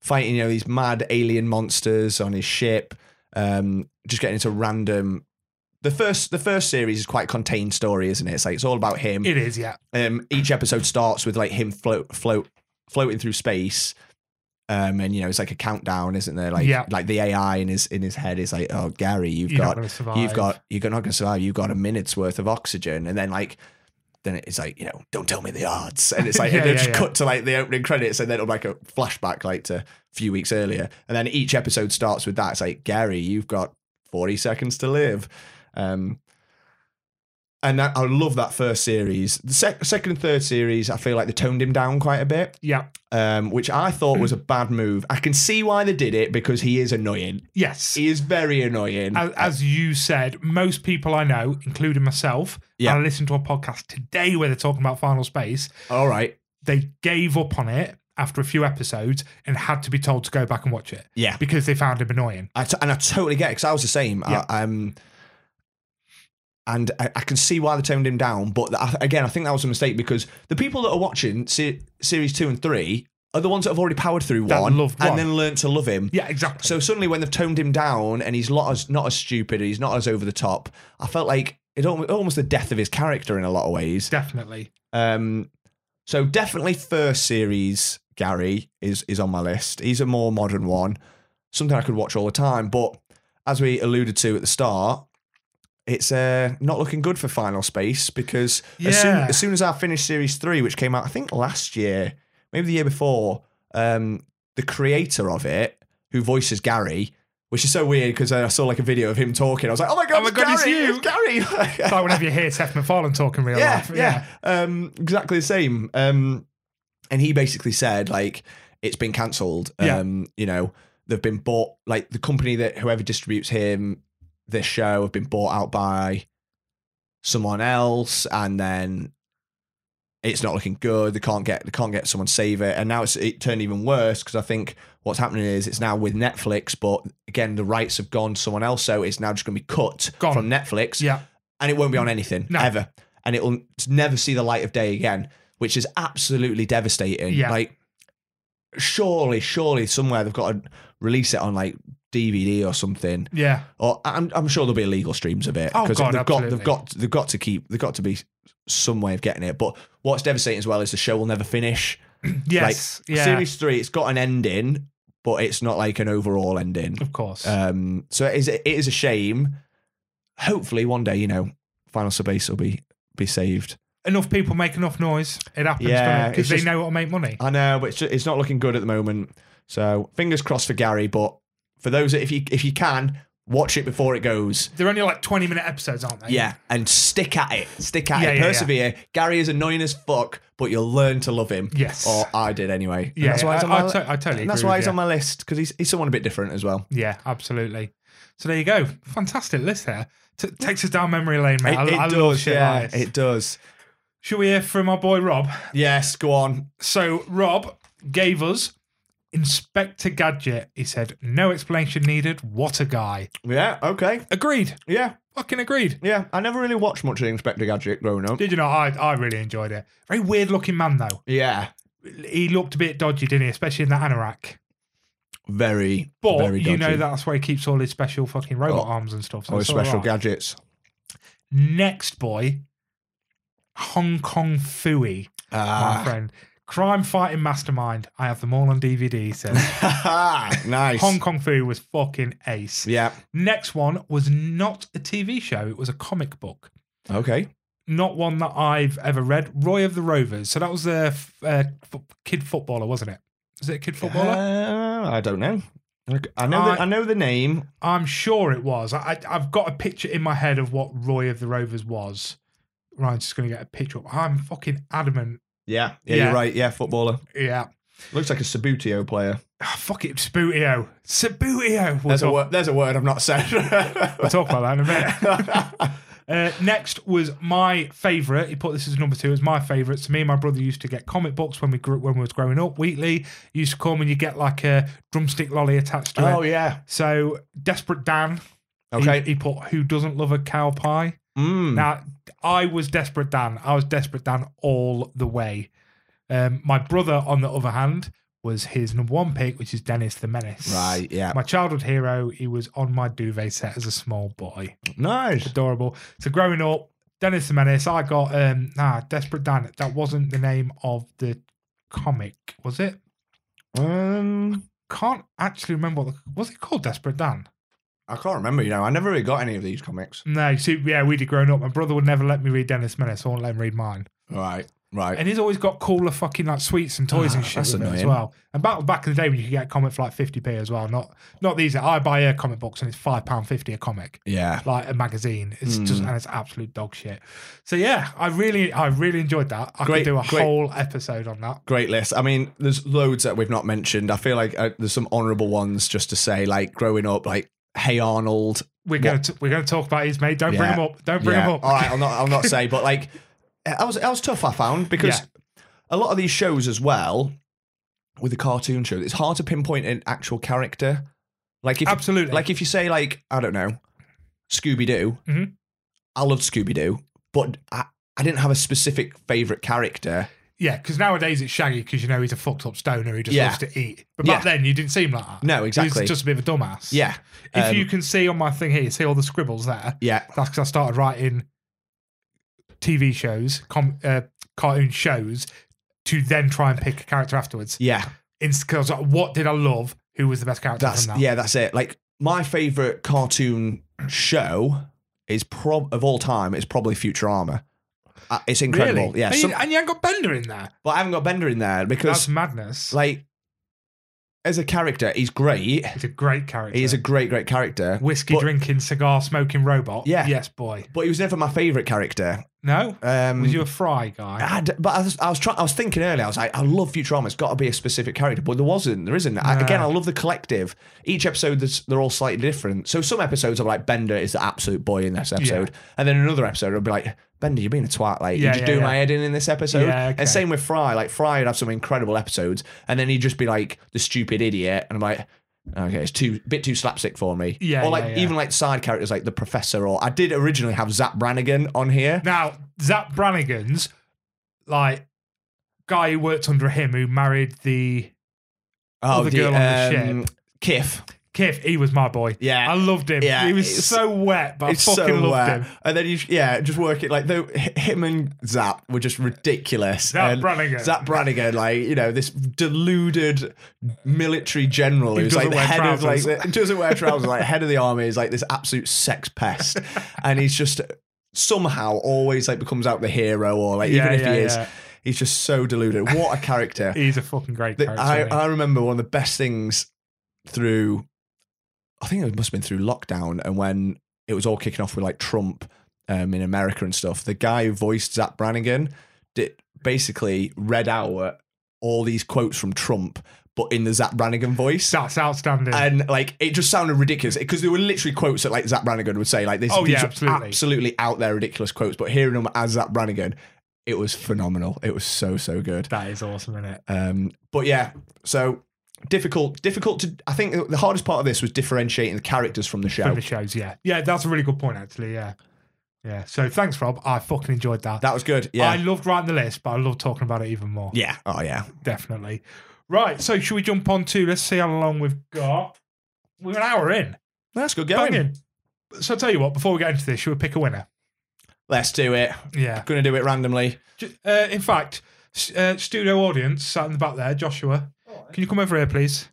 B: fighting you know these mad alien monsters on his ship, um, just getting into random. The first the first series is quite contained story, isn't it? It's like it's all about him.
A: it is. Yeah.
B: Um, each episode starts with like him float float floating through space. Um, and you know it's like a countdown, isn't there? Like
A: Yeah.
B: like the AI in his in his head is like, oh Gary, you've
A: You're not
B: got
A: going to survive.
B: you've got you're not going to survive. You've got a minute's worth of oxygen, and then like then it's like you know don't tell me the odds,
A: [laughs]
B: and it's like
A: Yeah,
B: and they
A: yeah,
B: just
A: yeah.
B: cut to like the opening credits, and then it'll like a flashback like to a few weeks earlier, and then each episode starts with that. It's like Gary, you've got forty seconds to live. Um, and that, I love that first series. The sec- second and third series, I feel like they toned him down quite a bit
A: Yeah.
B: um, which I
A: [clears throat]
B: thought was a bad move. I can see why they did it because he is annoying.
A: Yes.
B: He is very annoying.
A: as, as you said, most people I know, including myself,
B: Yeah.
A: and I listened to a podcast today where they're talking about Final Space.
B: All right.
A: They gave up on it after a few episodes and had to be told to go back and watch it
B: Yeah.
A: because they found him annoying.
B: I t- and I totally get it because I was the same.
A: Yeah.
B: I, um, and I, I can see why they toned him down, but I, again, I think that was a mistake because the people that are watching se- series two and three are the ones that have already powered through
A: That
B: one,
A: loved one.
B: and then learned to love him.
A: Yeah, exactly.
B: So suddenly, when they've toned him down and he's not as not as stupid, he's not as over the top. I felt like it al- almost the death of his character in a lot of ways.
A: definitely.
B: Um, so definitely first series Gary is is on my list. He's a more modern one, something I could watch all the time. But as we alluded to at the start, it's uh, not looking good for Final Space because as, soon,
A: Yeah.
B: as soon as I finished series three, which came out I think last year, maybe the year before, um, the creator of it, who voices Gary. Which is so weird because I saw like a video of him talking. I was like, "Oh my god,
A: Oh my
B: it's
A: God, it's
B: Gary!
A: you.
B: It's Gary!" [laughs]
A: It's like whenever you hear Seth MacFarlane talk in real
B: yeah,
A: life.
B: Yeah, Um, exactly the same. Um, and he basically said like it's been cancelled.
A: Yeah.
B: Um, you know they've been bought like the company that whoever distributes him this show have been bought out by someone else, and then it's not looking good. They can't get they can't get someone to save it, and now it's it turned even worse because I think what's happening is it's now with Netflix, but again the rights have gone to someone else, so it's now just going to be cut
A: Gone.
B: from Netflix
A: Yeah.
B: and it won't be on anything
A: No.
B: ever, and it will never see the light of day again, which is absolutely devastating.
A: Yeah.
B: Like, surely, surely somewhere they've got to release it on like DVD or something,
A: Yeah.
B: or I'm, I'm sure there'll be illegal streams of it
A: Oh, God,
B: they've got they've
A: absolutely.
B: got they've got to keep they've got to be some way of getting it. But what's devastating as well is the show will never finish.
A: Yes. yeah. [clears throat]
B: Series three, it's got an ending, but it's not like an overall ending.
A: of course.
B: Um, so it is, it is a shame. Hopefully, one day, you know, Final Space will be be saved.
A: enough people make enough noise, it happens
B: Yeah,
A: because
B: it's
A: they
B: just- Uh,
A: know it'll make money.
B: I know, but it's, ju- it's not looking good at the moment. So fingers crossed for Gary. But for those that if you if you can watch it before it goes.
A: They're only like twenty minute episodes, aren't they?
B: Yeah, and stick at it. Stick at
A: Yeah,
B: it.
A: yeah, yeah.
B: Persevere. Gary is annoying as fuck, but you'll learn to love him.
A: Yes.
B: Or I did anyway. And
A: Yeah,
B: that's why he's on
A: I-
B: my
A: I to- I totally
B: and That's
A: agree
B: why
A: with
B: he's
A: you.
B: on my list because he's he's someone a bit different as well.
A: yeah, absolutely. So there you go, fantastic list there. T- takes us down memory lane, mate. I, I love shit
B: yeah,
A: like this.
B: it does.
A: Shall we hear from our boy Rob?
B: Yes, go on.
A: So Rob gave us Inspector Gadget. He said, "No explanation needed. What a guy."
B: Yeah, okay.
A: Agreed.
B: Yeah,
A: Fucking agreed.
B: yeah. I never really watched much of Inspector Gadget growing up.
A: Did you know? I I really enjoyed it. Very weird looking man though.
B: Yeah,
A: He looked a bit dodgy, didn't he? Especially in that anorak.
B: very,
A: But
B: very
A: you
B: dodgy.
A: know that's where he keeps all his special fucking robot
B: Oh.
A: arms and stuff. So
B: Oh,
A: it's all
B: special
A: right.
B: gadgets.
A: Next boy, Hong Kong Fooey, my
B: Ah,
A: friend. Crime fighting mastermind. I have them all on DVD. He says
B: [laughs] Ah. nice.
A: Hong Kong Fooey was fucking ace.
B: Yeah.
A: Next one was not a TV show, it was a comic book.
B: Okay.
A: Not one that I've ever read. Roy of the Rovers. So that was a f- uh, f- kid footballer, wasn't it? Was it a kid footballer?
B: Uh, I don't know. I know.
A: I-
B: the, I know the name.
A: I'm sure it was. I, I, I've got a picture in my head of what Roy of the Rovers was. Ryan's just going to get a picture up. I'm fucking adamant.
B: Yeah. Yeah.
A: Yeah.
B: You're right. Yeah. Footballer.
A: Yeah.
B: Looks like a Sabutio player.
A: Ah, fuck it, Sabutio. Sabutio. We'll
B: There's a
A: talk,
B: word. There's a word I've not said. [laughs]
A: we'll talk about that in a minute. Uh, next was my favourite. He put this as number two. It's my favourite. So me and my brother used to get comic books when we grew when we was growing up. Wheatley He used to come and you get like a drumstick lolly attached to
B: oh
A: it.
B: yeah.
A: So desperate Dan. he-
B: Okay.
A: He, put who doesn't love a cow pie.
B: Mm.
A: Now I was desperate Dan. I was desperate Dan all the way. Um, my brother, on the other hand, was his number one pick, which is Dennis the Menace.
B: Right. Yeah.
A: My childhood hero. He was on my duvet set as a small boy
B: Nice.
A: adorable. So growing up, Dennis the Menace, I got um nah, Desperate Dan. That wasn't the name of the comic, was it?
B: Um,
A: Can't actually remember what the, was it called Desperate Dan.
B: I can't remember. You know, I never really got any of these comics.
A: No, see, yeah, we'd have grown up. My brother would never let me read Dennis Menace, I won't let him read mine.
B: Right. Right.
A: And he's always got cooler fucking like sweets and toys
B: Ah,
A: and shit
B: that's
A: with it as
B: annoying.
A: well. And back back in the day when you could get a comic for like fifty p as well. Not not these. I buy a comic books and it's five pound fifty a comic.
B: yeah.
A: like a magazine. It's just
B: Hmm.
A: and it's absolute dog shit. So yeah, I really I really enjoyed that. I
B: Great,
A: could do a
B: great.
A: whole episode on that.
B: Great list. I mean, there's loads that we've not mentioned. I feel like uh, there's some honourable ones just to say, like growing up, like Hey Arnold.
A: We're gonna t- we're gonna talk about his mate. Don't bring
B: Yeah.
A: him up. Don't bring him up.
B: All right, I'll not. I'll not say, but like, [laughs] I was. I was tough. I found because a lot of these shows as well with the cartoon show, it's hard to pinpoint an actual character. Like if
A: Absolutely.
B: like if you say like I don't know, Scooby Doo.
A: Mhm.
B: I loved Scooby Doo, but I, I didn't have a specific favorite character.
A: yeah, because nowadays it's Shaggy because you know he's a fucked up stoner who just
B: Yeah.
A: loves to eat. But back then you didn't seem like that.
B: No, exactly.
A: He's just a bit of a dumbass.
B: yeah,
A: If
B: um,
A: you can see on my thing here, you see all the scribbles there.
B: yeah,
A: That's because I started writing TV shows, com- uh, cartoon shows, to then try and pick a character afterwards.
B: yeah.
A: because what did I love? Who was the best character
B: That's
A: from that?
B: yeah, that's it. Like my favorite cartoon show is prob of all time is probably Futurama. Uh, it's incredible.
A: Really?
B: Yeah,
A: And,
B: some-
A: you, and you ain't got Bender in there.
B: but I haven't got Bender in there
A: That's
B: because
A: madness.
B: like as a character, he's great.
A: he's a great character.
B: He's a great, great character.
A: whiskey
B: but-
A: drinking, cigar smoking robot.
B: Yeah.
A: Yes, boy.
B: But he was never my favorite character.
A: No?
B: Um,
A: was you a fry guy?
B: I d- but I was, I was trying. I was thinking earlier. I was like, I love Futurama. It's got to be a specific character, but there wasn't. There isn't. I,
A: No.
B: again, I love the collective. Each episode, there's- they're all slightly different. So some episodes are like Bender is the absolute boy in this episode, and then another episode will be like Bender, you're being a twat. Like
A: Yeah,
B: you just
A: yeah,
B: do
A: yeah.
B: my head in in this episode.
A: Yeah, okay.
B: And same with Fry. Like Fry would have some incredible episodes, and then he'd just be like the stupid idiot, and I'm like. Okay, it's too bit too slapstick for me.
A: Yeah,
B: or like
A: yeah, yeah.
B: even like side characters like the professor. Or I did originally have Zap Brannigan on here.
A: Now, Zap Brannigan's, like, guy who worked under him who married the
B: Oh,
A: Other girl on the
B: ship. Kiff.
A: Kiff, he was my boy.
B: Yeah.
A: I loved him.
B: Yeah,
A: he was
B: it's-
A: so wet, but I
B: it's
A: fucking
B: so
A: loved
B: wet.
A: him.
B: And then you, sh- yeah, just work it like though. h- Him and Zap were just ridiculous.
A: Zap
B: and
A: Brannigan.
B: Zap Brannigan, like you know, this deluded military general who's
A: doesn't
B: like the
A: wear
B: head
A: trousers. [laughs]
B: of like the, doesn't wear trousers, like head of the army is like this absolute sex pest, and he's just somehow always like becomes out the hero or like
A: Yeah,
B: even if
A: yeah,
B: he is,
A: yeah.
B: he's just so deluded. What a character.
A: He's a fucking great
B: The-
A: character.
B: I,
A: isn't he?
B: I remember one of the best things through, I think it must have been through lockdown and when it was all kicking off with like Trump um, in America and stuff. The guy who voiced Zach Brannigan did basically read out all these quotes from Trump, but in the Zach Brannigan voice.
A: That's outstanding.
B: And like it just sounded ridiculous because there were literally quotes that like Zach Brannigan would say. Like this,
A: Oh,
B: these
A: yeah,
B: were
A: absolutely.
B: absolutely out there ridiculous quotes. But hearing them as Zach Brannigan, it was phenomenal. It was so so good.
A: that is awesome, isn't it?
B: Um, but yeah, so difficult, difficult to. I think the hardest part of this was differentiating the characters from the show.
A: From the shows, yeah. Yeah, that's a really good point, actually. Yeah. Yeah. So thanks, Rob. I fucking enjoyed that.
B: That was good. Yeah.
A: I loved writing the list, but I love talking about it even more.
B: yeah. Oh yeah.
A: Definitely. Right. So should we jump on to let's see how long we've got? We're an hour in.
B: That's good going.
A: Banging. So I tell you what, before we get into this, should we pick a winner?
B: Let's do it.
A: Yeah.
B: Gonna do it randomly.
A: Ju- Uh, in fact, s- uh, studio audience sat in the back there, Joshua. Can you come over here, please?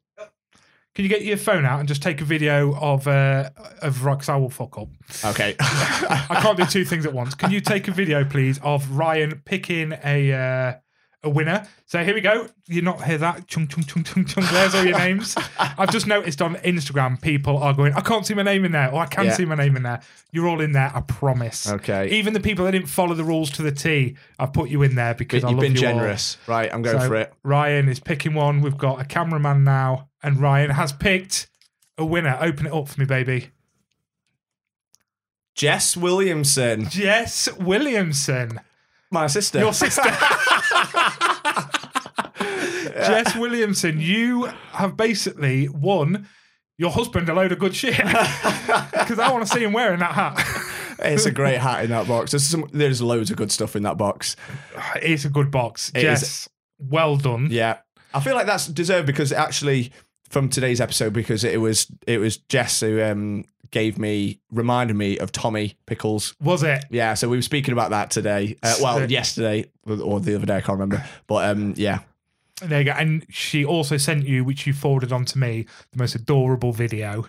A: Can you get your phone out and just take a video of uh, of Rox? I will fuck up.
B: Okay.
A: [laughs]
B: [laughs]
A: I can't do two things at once. Can you take a video, please, of Ryan picking a uh, a winner? So here we go. You not hear that? Chung chung chung chung chung. There's all your
B: [laughs]
A: names. I've just noticed on Instagram people are going. I can't see my name in there, or I can
B: Yeah.
A: see my name in there. You're all in there. I promise.
B: okay.
A: Even the people that didn't follow the rules to the T, I've put you in there because I
B: You've
A: love
B: been
A: you all.
B: generous. Right. I'm going
A: So
B: for it.
A: Ryan is picking one. We've got a cameraman now, and Ryan has picked a winner. Open it up for me, baby.
B: Jess Williamson,
A: Jess Williamson.
B: my sister.
A: Your sister. [laughs] Jess Williamson, you have basically won your husband a load of good shit. [laughs] Because I want to see him wearing that hat.
B: it's a great hat in that box. There's some. There's loads of good stuff in that box.
A: it's a good box.
B: It is.
A: Jess, well done.
B: Yeah, I feel like that's deserved because actually from today's episode because it was it was Jess who um, gave me reminded me of Tommy Pickles.
A: Was it?
B: Yeah, so we were speaking about that today. Uh, well,
A: So-
B: yesterday or the other day, I can't remember. But um, yeah,
A: There you go. And she also sent you, which you forwarded on to me, the most adorable video,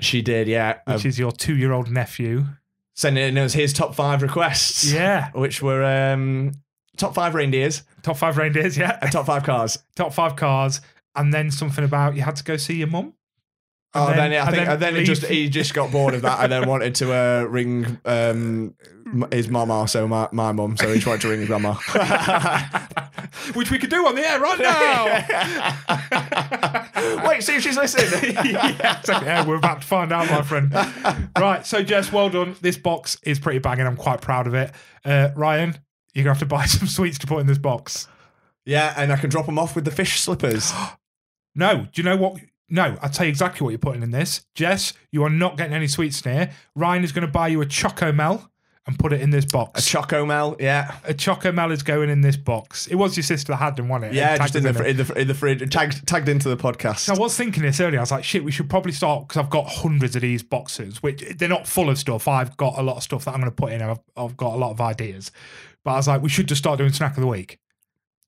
B: she did. Yeah,
A: which
B: uh,
A: is your two year old
B: [laughs]
A: nephew.
B: sending in as his top five requests.
A: Yeah.
B: which were um, top
A: [laughs]
B: five reindeers
A: Top five reindeers, yeah.
B: and top five cars.
A: Top five cars. And then something about you had to go see your
B: [laughs]
A: mum. [laughs]
B: Oh,
A: And
B: then,
A: then-
B: I
A: and
B: think,
A: then
B: and then he just
A: leave.
B: he just got bored of that, and then wanted to uh, ring um, m- his mama, so my my mum, so he tried to ring
A: [laughs]
B: his grandma. [laughs]
A: which we could do on the air right
B: [laughs]
A: now.
B: Wait, see if she's listening.
A: yes, [laughs] yeah, we're about to find out, my friend. Right, so Jess, well done. This box is pretty banging. I'm quite proud of it. Uh, Ryan, you're gonna have to [laughs] buy some sweets to put in this box.
B: yeah, and I can drop them off with the
A: [gasps]
B: fish slippers.
A: No, do you know what? No, I'll tell you exactly what you're putting in this. Jess, you are not getting any sweets in here. Ryan is going to buy you a Chocomel and put it in this
B: A
A: box.
B: choco mel, yeah,
A: A, Chocomel is going in this box. It was your sister that had them, wasn't it?
B: yeah,
A: And tagged
B: just in
A: us them.
B: the, fr- in the fr- in the fridge, tagged tagged into the podcast.
A: So I was thinking this earlier. I was like, shit, we should probably start because I've got hundreds of these boxes, which they're not full of stuff. I've got a lot of stuff that I'm going to put in. I've, I've got a lot of ideas. But I was like, we should just start doing snack of the week.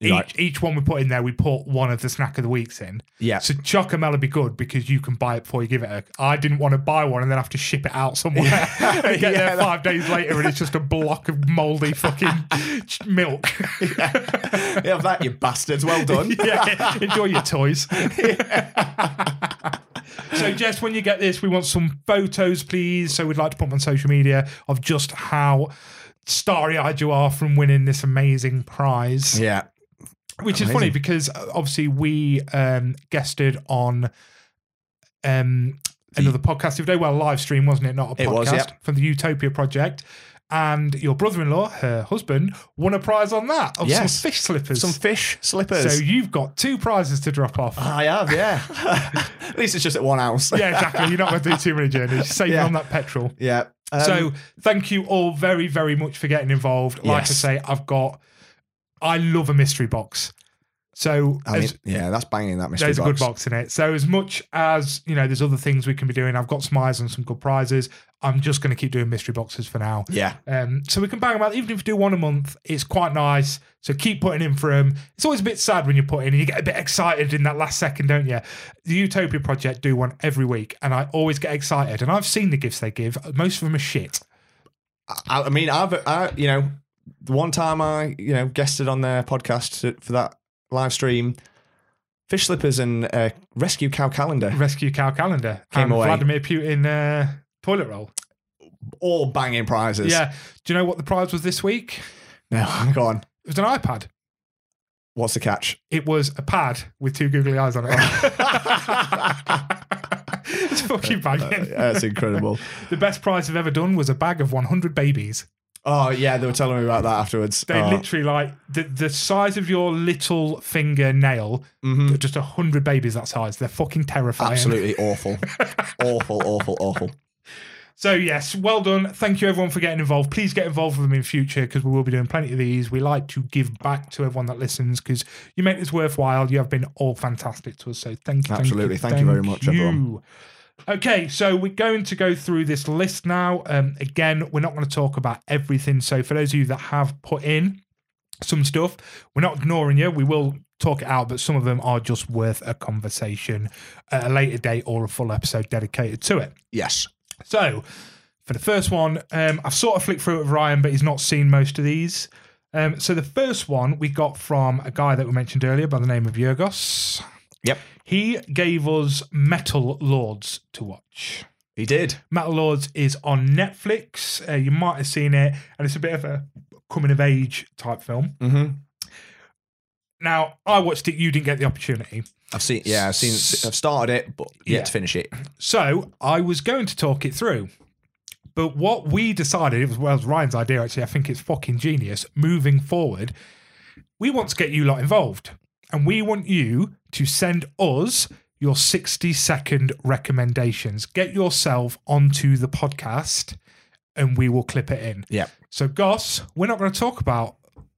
A: Each,
B: Right.
A: each one we put in there, we put one of the snack of the weeks in. [laughs]
B: yeah,
A: So Chocomel would be good because you can buy it before you give it. A, I didn't want to buy one and then have to ship it out somewhere [laughs] and get
B: Yeah,
A: there
B: that-
A: five days later and it's just a block of mouldy fucking
B: [laughs]
A: ch- milk.
B: yeah, that you bastards. Well done.
A: [laughs] yeah, enjoy your toys. [laughs] so, Jess, when you get this, we want some photos, please. So, we'd like to put them on social media of just how starry eyed you are from winning this amazing prize.
B: yeah,
A: Which is
B: Amazing.
A: funny because uh, obviously we um, guested on um, another podcast. It was well live stream, wasn't it? Not a podcast
B: It was,
A: from the Utopia Project. And your brother-in-law, her husband, won a prize on that of
B: Yes.
A: some fish slippers.
B: some fish
A: so
B: slippers.
A: you've got two prizes to drop off.
B: [laughs] I have,
A: [laughs]
B: yeah. At least it's just at one house.
A: yeah, exactly. You're not going to do too many journeys. Save
B: Yeah.
A: on that petrol.
B: [laughs] yeah. Um,
A: so thank you all very, very much for getting involved. Like
B: Yes.
A: I say, I've got, I love a mystery box. So
B: I mean,
A: as,
B: yeah, that's banging that mystery
A: there's
B: box.
A: a good box in it. So as much as you know, there's other things we can be doing. I've got some eyes on some good prizes. I'm just going to keep doing mystery boxes for now.
B: Yeah,
A: Um, so we can bang them out. Even if you do one a month, it's quite nice. So keep putting in for them. It's always a bit sad when you put in and you get a bit excited in that last second, don't you? The Utopia Project do one every week, and I always get excited. And I've seen the gifts they give. Most of them are shit.
B: I, I mean, I've, I, you know, the one time I, you know, guested on their podcast to- for that live stream, Fish Slippers and uh, Rescue Cow Calendar,
A: Rescue Cow Calendar
B: Came
A: and
B: away.
A: Vladimir Putin uh, toilet roll.
B: all banging prizes. [laughs]
A: Yeah. Do you know what the prize was this week?
B: No, go on.
A: It was an iPad.
B: What's
A: [laughs]
B: the catch?
A: It was a pad with two googly eyes
B: [laughs]
A: on it. [laughs] it's fucking banging.
B: Uh, That's incredible.
A: The best prize I've ever done was a bag of 100 babies.
B: Oh yeah, they were telling me about that afterwards. Oh,
A: They literally like the, the size of your little finger nail,
B: hmm
A: but just 100 babies that size. They're fucking terrifying.
B: [laughs] Absolutely awful, awful, awful, awful.
A: So yes, well done. Thank you everyone for getting involved. Please get involved with them in future because we will be doing plenty of these. We like to give back to everyone that listens because you make this worthwhile. You have been all fantastic to us. So thank you.
B: Absolutely. Thank you very much, everyone.
A: you. Okay, so we're going to go through this list now. Um, again, we're not going to talk about everything. So for those of you that have put in some stuff, we're not ignoring you. We will talk it out, but some of them are just worth a conversation at a later date or a full episode dedicated to it.
B: Yes.
A: So, for the first one, um, I've sort of flicked through it with Ryan, but he's not seen most of these. Um, so, the first one we got from a guy that we mentioned earlier by the name of Yorgos.
B: Yep.
A: He gave us Metal Lords to watch.
B: He did.
A: Metal Lords is on Netflix. Uh, you might have seen it, and it's a bit of a coming of age type film.
B: Mm-hmm.
A: Now, I watched it, you didn't get the opportunity.
B: I've seen. Yeah, I've seen. I've started it, but yet
A: Yeah.
B: to finish it.
A: So I was going to talk it through. But what we decided, it was, well, it was Ryan's idea actually, I think it's fucking genius. Moving forward, we want to get you lot involved. And we want you to send us your 60 second recommendations. Get yourself onto the podcast and we will clip it in.
B: Yep.
A: So, Goss, we're not going to talk about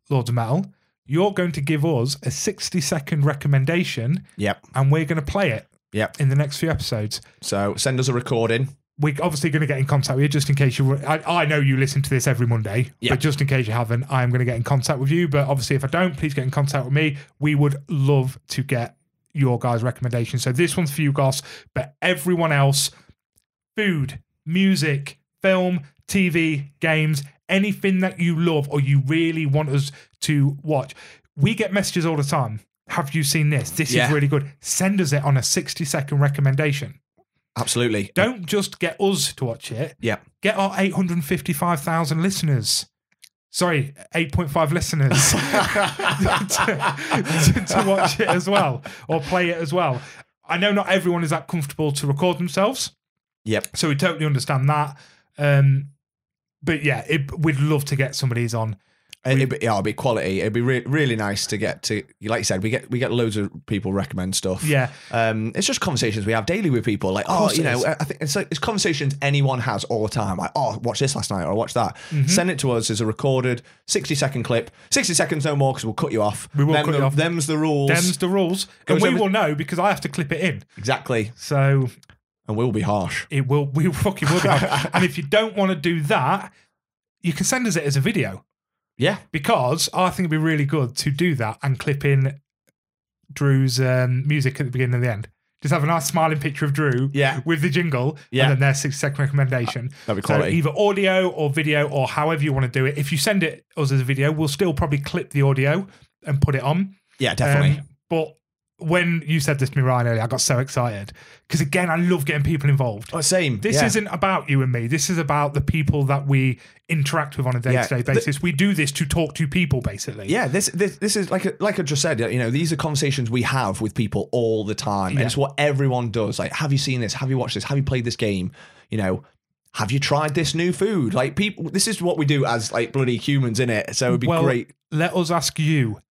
A: Lords of Metal. You're going to give us a 60 second recommendation
B: Yep.
A: and we're going to play it
B: Yep.
A: in the next few episodes
B: So send us a recording.
A: we're obviously going to get in contact with you just in case you were, I, I know you listen to this every Monday,
B: Yeah.
A: but just in case you haven't, I am going to get in contact with you. But obviously, if I don't, please get in contact with me. We would love to get your guys' recommendations. So this one's for you, Goss, but everyone else food, music, film, TV, games, anything that you love or you really want us to watch. We get messages all the time. Have you seen this? This
B: Yeah.
A: is really good. Send us it on a 60 second recommendation
B: Absolutely.
A: don't just get us to watch it.
B: Yeah.
A: Get our 855,000 listeners. Sorry, 8.5 listeners to, to- to watch it as well or play it as well. I know not everyone is that comfortable to record themselves,
B: [laughs] Yep.
A: so we totally understand that. Um, but yeah, it, we'd love to get some of these on.
B: It'd be, yeah, it'd be quality. It'd be re- really nice to get to, like you said, we get we get loads of people recommend stuff.
A: Yeah,
B: Um, it's just conversations we have daily with people. Like, oh,
A: course it
B: you know,
A: is.
B: I I think it's like it's conversations anyone has all the time. Like, oh, watch this last night or watch that.
A: Mm-hmm.
B: Send it to us as a recorded 60 second clip. 60 seconds no more because we'll cut you off.
A: We will cut
B: the,
A: you off.
B: Them's the rules.
A: them's the rules. And
B: Goes
A: we
B: over-
A: will know because I have to clip it in.
B: exactly.
A: So
B: And we'll be harsh.
A: it will, we fucking will. Be on. and if you don't want to do that, you can send us it as a video.
B: Yeah.
A: because I think it'd be really good to do that and clip in Drew's um, music at the beginning and the end. Just have a nice smiling picture of Drew
B: Yeah.
A: with the jingle
B: Yeah. Ah,
A: and then their six second recommendation.
B: That'd be
A: So
B: quality.
A: either audio or video or however you want to do it. If you send it us as a video, we'll still probably clip the audio and put it on.
B: yeah, definitely.
A: Um, but when you said this to me, Ryan, earlier, I got so excited because again, I love getting people involved.
B: Oh, same.
A: This
B: Yeah.
A: isn't about you and me. This is about the people that we interact with on a day to day
B: Yeah.
A: basis. we do this to talk to people, basically.
B: Yeah, this this this is like like I just said, you know, these are conversations we have with people all the time,
A: Yeah.
B: and it's what everyone does. Like, have you seen this? Have you watched this? Have you played this game? You know, have you tried this new food? Like, people, this is what we do as like bloody humans, in it. So it'd be
A: well,
B: great.
A: let us ask you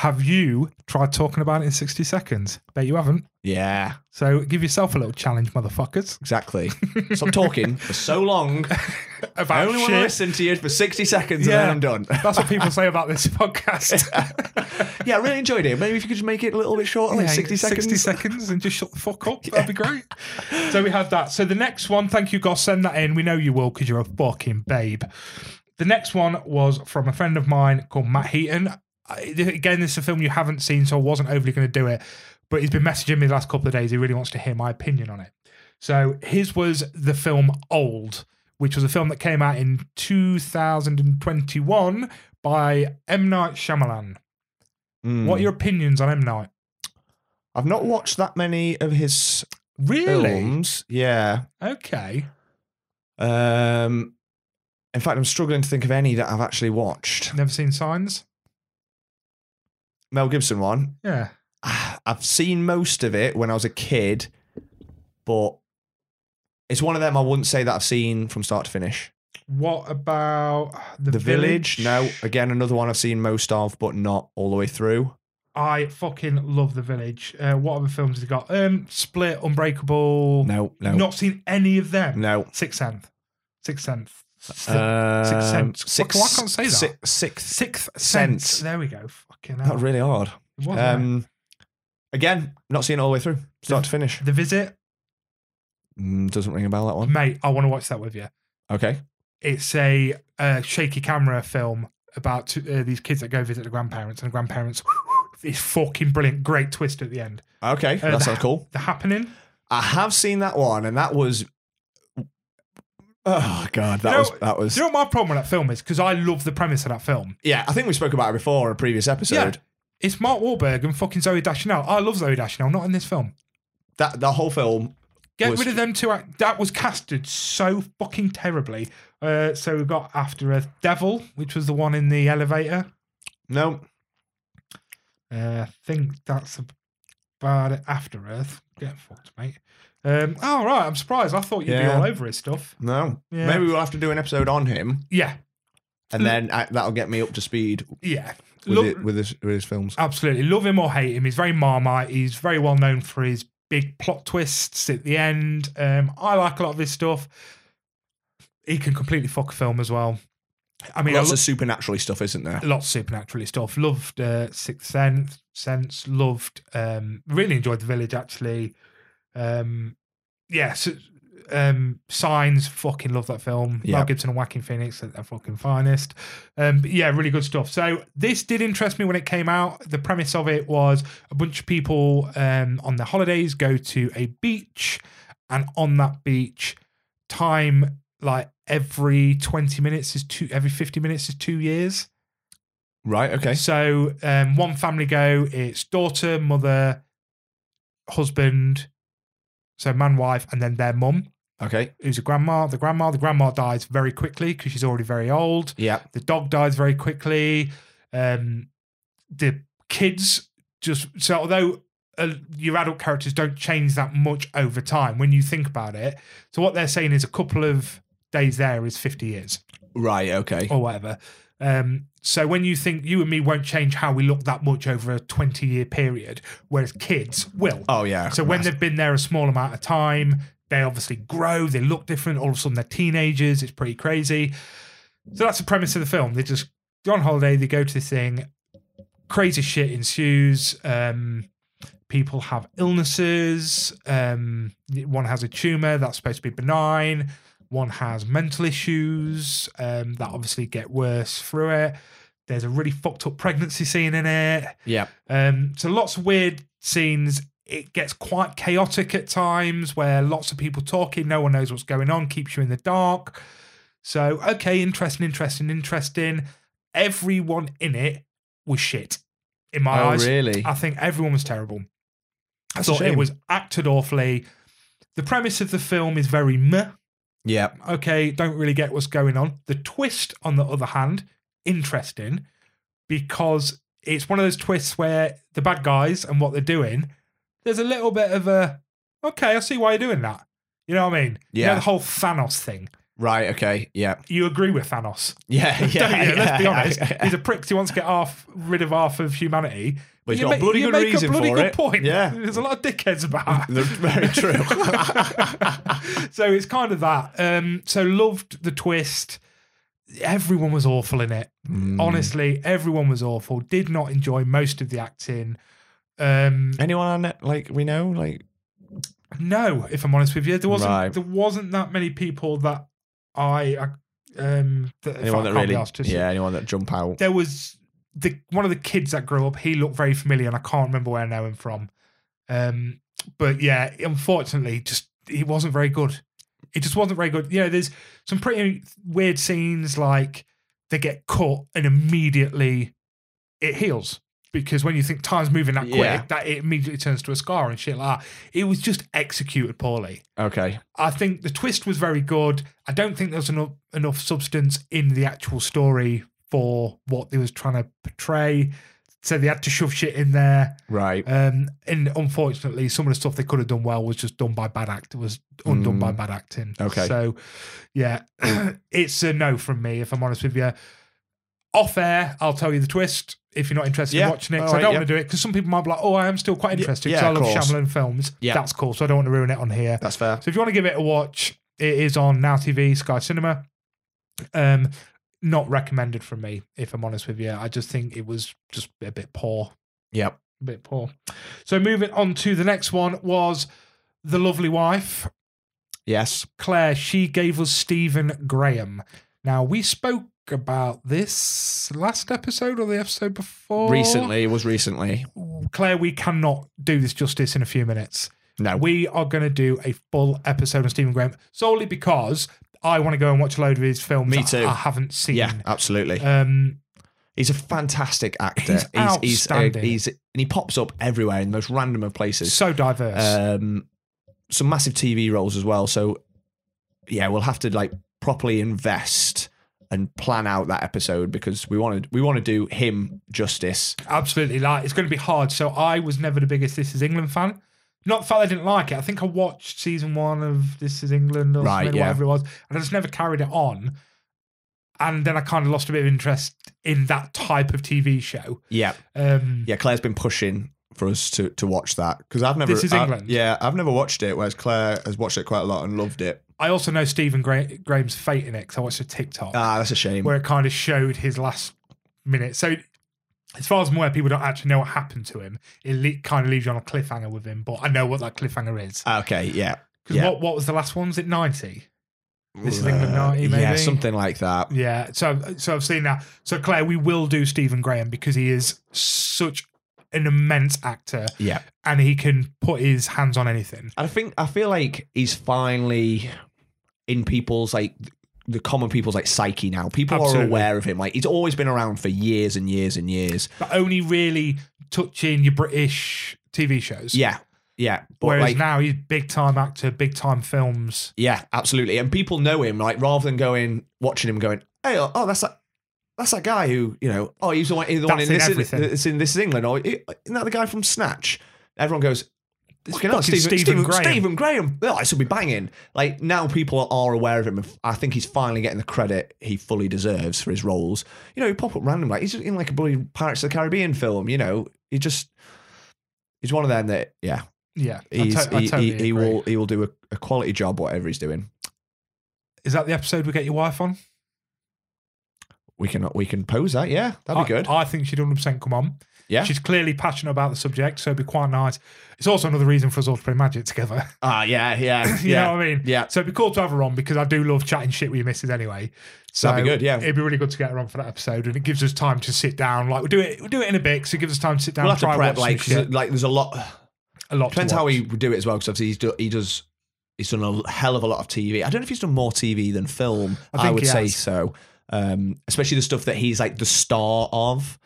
A: have you tried talking about it in 60 seconds? Bet you haven't.
B: Yeah,
A: So give yourself a little challenge, motherfuckers. [laughs]
B: exactly. Stop talking for so long. I
A: About
B: only want to
A: shit.
B: listen to you for sixty seconds,
A: Yeah.
B: and then I'm done. [laughs]
A: That's what people say about this [laughs] podcast.
B: yeah, I really enjoyed it. Maybe if you could just make it a little bit shorter, like
A: Yeah,
B: sixty seconds.
A: 60 seconds and just shut the fuck
B: [laughs]
A: up. That'd be great. So we had that. So the next one, thank you, Goss. Send that in. We know you will because you're a fucking babe. The next one was from a friend of mine called Matt Heaton. I- Again, this is a film you haven't seen, so I wasn't overly going to do it. But he's been messaging me the last couple of days. He really wants to hear my opinion on it. So his was the film Old, which was a film that came out in 2021 by M. Night Shyamalan.
B: Mm.
A: What are your opinions on M. Night?
B: I've not watched that many of his
A: Really?
B: films. Yeah.
A: Okay.
B: Um, in fact, I'm struggling to think of any that I've actually watched.
A: Never seen Signs?
B: Mel Gibson one. [sighs]
A: Yeah.
B: ah, I've seen most of it when I was a kid, but it's one of them I wouldn't say that I've seen from start to finish.
A: What about The,
B: the Village? No. Again, another one I've seen most of, but not all the way through.
A: I fucking love The Village. Uh, what other films has he got? Um, Split, Unbreakable.
B: No, no,
A: Not seen any of them.
B: no.
A: Sixth Sense. Sixth Sense. S-
B: Um,
A: Sense. Fuck, why can't I say that?
B: si- sixth.
A: Sixth sense.
B: Sense.
A: There we go. Fucking
B: That
A: hell.
B: was really hard.
A: It was, wasn't
B: Um, again, not seen it all the way through, start to finish.
A: it? The Visit.
B: Mm, doesn't ring a bell that one.
A: Mate, I want to watch that with you.
B: Okay.
A: It's a uh, shaky camera film about two, uh, these kids that go visit the grandparents, and the grandparents. [sighs] It's fucking brilliant. Great twist at the end.
B: Okay,
A: Uh,
B: that
A: the-
B: sounds cool.
A: The Happening.
B: I have seen that one, and that was. Oh god, that
A: You know-
B: was that was.
A: Do you know what my problem with that film is? Because I love the premise of that film.
B: yeah, I think we spoke about it before in a previous episode.
A: It's Mark Wahlberg and fucking Zoe Dashnell. I love Zoe Dashnell, not in this film.
B: That the whole film.
A: Get
B: Was-
A: rid of them two. Act- that was casted so fucking terribly. Uh, so we got after a devil, which was the one in the elevator.
B: No,
A: Uh, I think that's about it. After Earth. Get fucked, mate. Um, oh, right. I'm surprised. I thought you'd be
B: Yeah.
A: all over his stuff.
B: no.
A: Yeah.
B: Maybe we'll have to do an episode on him,
A: Yeah.
B: and then I, that'll get me up to speed
A: Yeah.
B: with
A: Lo-
B: it, with his with his films.
A: Absolutely. Love him or hate him. He's very Marmite. He's very well known for his big plot twists at the end. Um, I like a lot of his stuff. He can completely fuck a film as well. I mean, I
B: Lots
A: lo-
B: of supernaturally stuff, isn't there?
A: lots of supernaturally stuff. Loved uh, Sixth Sense. Sense. Loved. Um, really enjoyed The Village. Actually, um, yes. um, Signs. Fucking love that film.
B: Yeah.
A: Mel Gibson and Whacking Phoenix at their fucking finest. Um, but yeah, really good stuff. So this did interest me when it came out. The premise of it was a bunch of people um, on their holidays go to a beach, and on that beach, time like every 20 minutes is two every 50 minutes is two years
B: Right. Okay.
A: so um, one family go, it's daughter, mother, husband, so man, wife, and then their mum,
B: Okay.
A: who's a grandma. The grandma, the grandma dies very quickly because she's already very old.
B: Yeah.
A: The dog dies very quickly. Um, the kids just so although uh, your adult characters don't change that much over time when you think about it. So what they're saying is a couple of days there is fifty years
B: Right. Okay.
A: or whatever. Um, so when you think you and me won't change how we look that much over a 20 year period, whereas kids will.
B: Oh yeah.
A: so when they've been there a small amount of time, they obviously grow, they look different. All of a sudden, they're teenagers. It's pretty crazy. So that's the premise of the film. They just go on holiday, they go to the thing, crazy shit ensues. Um, people have illnesses. Um, one has a tumor that's supposed to be benign. One has mental issues um, that obviously get worse through it. There's a really fucked up pregnancy scene in it.
B: Yeah.
A: Um, so lots of weird scenes. It gets quite chaotic at times where lots of people talking, no one knows what's going on, keeps you in the dark. So, okay, interesting, interesting, interesting. Everyone in it was shit, in my
B: Oh
A: eyes.
B: really?
A: I think everyone was terrible. I
B: a
A: thought it
B: shame.
A: was acted awfully. The premise of the film is very meh.
B: Yeah.
A: Okay, don't really get what's going on. The twist, on the other hand, interesting because it's one of those twists where the bad guys and what they're doing, there's a little bit of a, okay, I see why you're doing that. You know what I mean? You know
B: Yeah.
A: the whole Thanos thing.
B: Right. Okay. Yeah. [laughs]
A: You agree with Thanos,
B: Yeah. Yeah.
A: [laughs] don't you? Let's be
B: yeah. [laughs]
A: honest. He's a prick. He wants to get half rid of half of humanity.
B: But he's
A: you
B: got
A: make,
B: a bloody
A: you
B: good
A: make
B: reason
A: a bloody
B: for
A: good
B: it.
A: point.
B: Yeah. Mm.
A: there's a lot of dickheads about.
B: They're [laughs] very
A: [laughs]
B: true.
A: so it's kind of that. Um, so loved the twist. Everyone was awful in it.
B: Hmm. Mm.
A: Honestly, everyone was awful. Did not enjoy most of the acting. Um,
B: Anyone on it, like we know, like
A: no, if I'm honest with you, there wasn't
B: Right.
A: there wasn't that many people that I, I um that,
B: anyone
A: I can't
B: that
A: be
B: really,
A: asked to see.
B: yeah, anyone that jump out.
A: There was the one of the kids that grew up. He looked very familiar, and I can't remember where I know him from. Um, but yeah, unfortunately, just he wasn't very good. It just wasn't very good. You know, there's some pretty weird scenes like they get caught and immediately it heals. Because when you think time's moving that quick,
B: Yeah.
A: that it immediately turns to a scar and shit like that. It was just executed poorly.
B: Okay.
A: I think the twist was very good. I don't think there was enough enough substance in the actual story for what they was trying to portray. So they had to shove shit in there.
B: Right.
A: Um, and unfortunately, some of the stuff they could have done well was just done by bad act. Was undone
B: Mm.
A: by bad acting.
B: Okay.
A: So, yeah, [clears throat] it's a no from me. If I'm honest with you, off air, I'll tell you the twist. If you're not interested
B: Yeah.
A: in watching it, 'cause
B: All
A: I
B: right,
A: don't
B: yeah.
A: want to do it because some people might be like, "Oh, I am still quite
B: Yeah,
A: interested
B: yeah,
A: because
B: of
A: I love
B: course.
A: Shyamalan films."
B: Yeah.
A: that's cool. So I don't want to ruin it on here.
B: That's fair.
A: So if you want to give it a watch, it is on Now TV, Sky Cinema. Um, not recommended from me, if I'm honest with you. I just think it was just a bit poor,
B: Yep.
A: a bit poor. So moving on to the next one was the lovely wife
B: Yes.
A: Claire. She gave us Stephen Graham. Now we spoke about this last episode or the episode before.
B: Recently, it was recently.
A: Claire, we cannot do this justice in a few minutes.
B: No.
A: We are going to do a full episode on Stephen Graham solely because I want to go and watch a load of his films.
B: Me
A: that
B: too.
A: I haven't seen.
B: Yeah, absolutely.
A: Um,
B: He's a fantastic actor.
A: He's outstanding.
B: he's, and he pops up everywhere in the most random of places.
A: so diverse.
B: Um, some massive TV roles as well. So, yeah, we'll have to like properly invest and plan out that episode because we want to we want to do him justice.
A: Absolutely. Like it's going to be hard. So I was never the biggest This Is England fan. Not the fact I didn't like it. I think I watched season one of This Is England or
B: Right,
A: something,
B: yeah.
A: whatever it was, and I just never carried it on. And then I kind of lost a bit of interest in that type of TV show.
B: Yeah,
A: Um,
B: yeah. Claire's been pushing for us to to watch that because I've never.
A: This Is
B: I-
A: England?
B: yeah, I've never watched it. Whereas Claire has watched it quite a lot and loved it.
A: I also know Stephen Gra- Graham's fate in it because I watched a TikTok.
B: Ah, that's a shame.
A: where it kind of showed his last minute. So, as far as I'm aware, people don't actually know what happened to him. It le- kind of leaves you on a cliffhanger with him, but I know what that cliffhanger is.
B: okay, yeah.
A: Because
B: Uh, yeah.
A: what, what was the last one? Was it 90? This Is
B: Uh,
A: England 90, maybe?
B: Yeah, something like that.
A: Yeah. So, so I've seen that. So, Claire, we will do Stephen Graham because he is such an immense actor
B: Yeah.
A: and he can put his hands on anything.
B: I think I feel like he's finally in people's like the common people's like psyche now. People
A: Absolutely.
B: are aware of him. Like he's always been around for years and years and years.
A: But only really touching your British TV shows.
B: Yeah, yeah. But
A: Whereas
B: like,
A: now he's big time actor, big time films.
B: yeah, absolutely. And people know him. Like rather than going watching him, going, hey, oh, that's that. That's that guy who, you know, oh, he's the one, he's the one
A: That's
B: in
A: in
B: this,
A: everything.
B: that's in this is England, or isn't that the guy from Snatch? Everyone goes, fucking hell,
A: fucking
B: Stephen, Stephen,
A: Stephen
B: Stephen
A: Graham.
B: Graham. Oh, this will be banging. Like now, people are aware of him. I think he's finally getting the credit he fully deserves for his roles. You know, he pop up randomly. Like, he's in like a bloody Pirates of the Caribbean film. You know, he just he's one of them that yeah,
A: Yeah. I
B: he's,
A: to- I
B: he,
A: totally
B: he, he
A: agree.
B: will he will do a, a quality job whatever he's doing.
A: Is that the episode we get your wife on?
B: We can we can pose that. Yeah, that'd be
A: I-
B: good.
A: I, think she'd 100% come on.
B: Yeah.
A: She's clearly passionate about the subject, so it'd be quite nice. It's also another reason for us all to play magic together. [laughs]
B: Ah, yeah, [laughs] yeah,
A: you know
B: yeah,
A: what I mean?
B: yeah.
A: So it'd be cool to have her on because I do love chatting shit with your missus anyway. So
B: That'd be good, yeah.
A: It'd be really good to get her on for that episode, and it gives us time to sit down. Like we'll do it, we'll do it in a bit, so it gives us time to sit down.
B: We'll
A: and
B: have
A: try
B: to
A: and
B: prep
A: watch
B: like
A: some shit.
B: 'cause, like there's a lot.
A: a lot. to
B: Depends how
A: watch.
B: we do it as well, because obviously he's do, he does he's done a hell of a lot of TV. I don't know if he's done more TV than film.
A: I
B: I,
A: think
B: would
A: he
B: say
A: has.
B: so, um, especially the stuff that he's like the star of.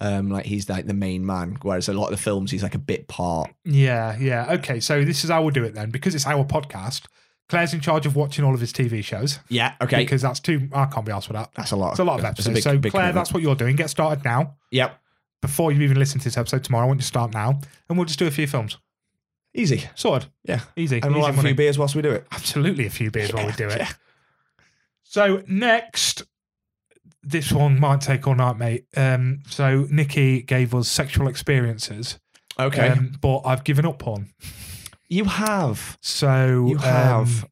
B: Um, like he's like the main man, whereas a lot of the films he's like a bit part.
A: Yeah, yeah. Okay, so this is how we'll do it then because it's our podcast. Claire's in charge of watching all of his TV shows
B: Yeah, okay,
A: because that's too. I can't be asked for that.
B: that's a lot.
A: It's a lot of
B: that's
A: episodes.
B: a big-
A: so
B: big
A: Claire,
B: commitment.
A: that's what you're doing. Get started now.
B: Yep,
A: before you even listen to this episode tomorrow, I want you to start now, and we'll just do a few films.
B: easy.
A: Sorted.
B: Yeah,
A: Easy.
B: and we'll
A: Easy
B: have a
A: money.
B: few beers whilst we do it.
A: Absolutely a few beers while we do it. So next, this one might take all night, mate. Um, so Nikki gave us sexual experiences,
B: Okay,
A: um, but I've given up on.
B: you have.
A: So
B: You have.
A: um,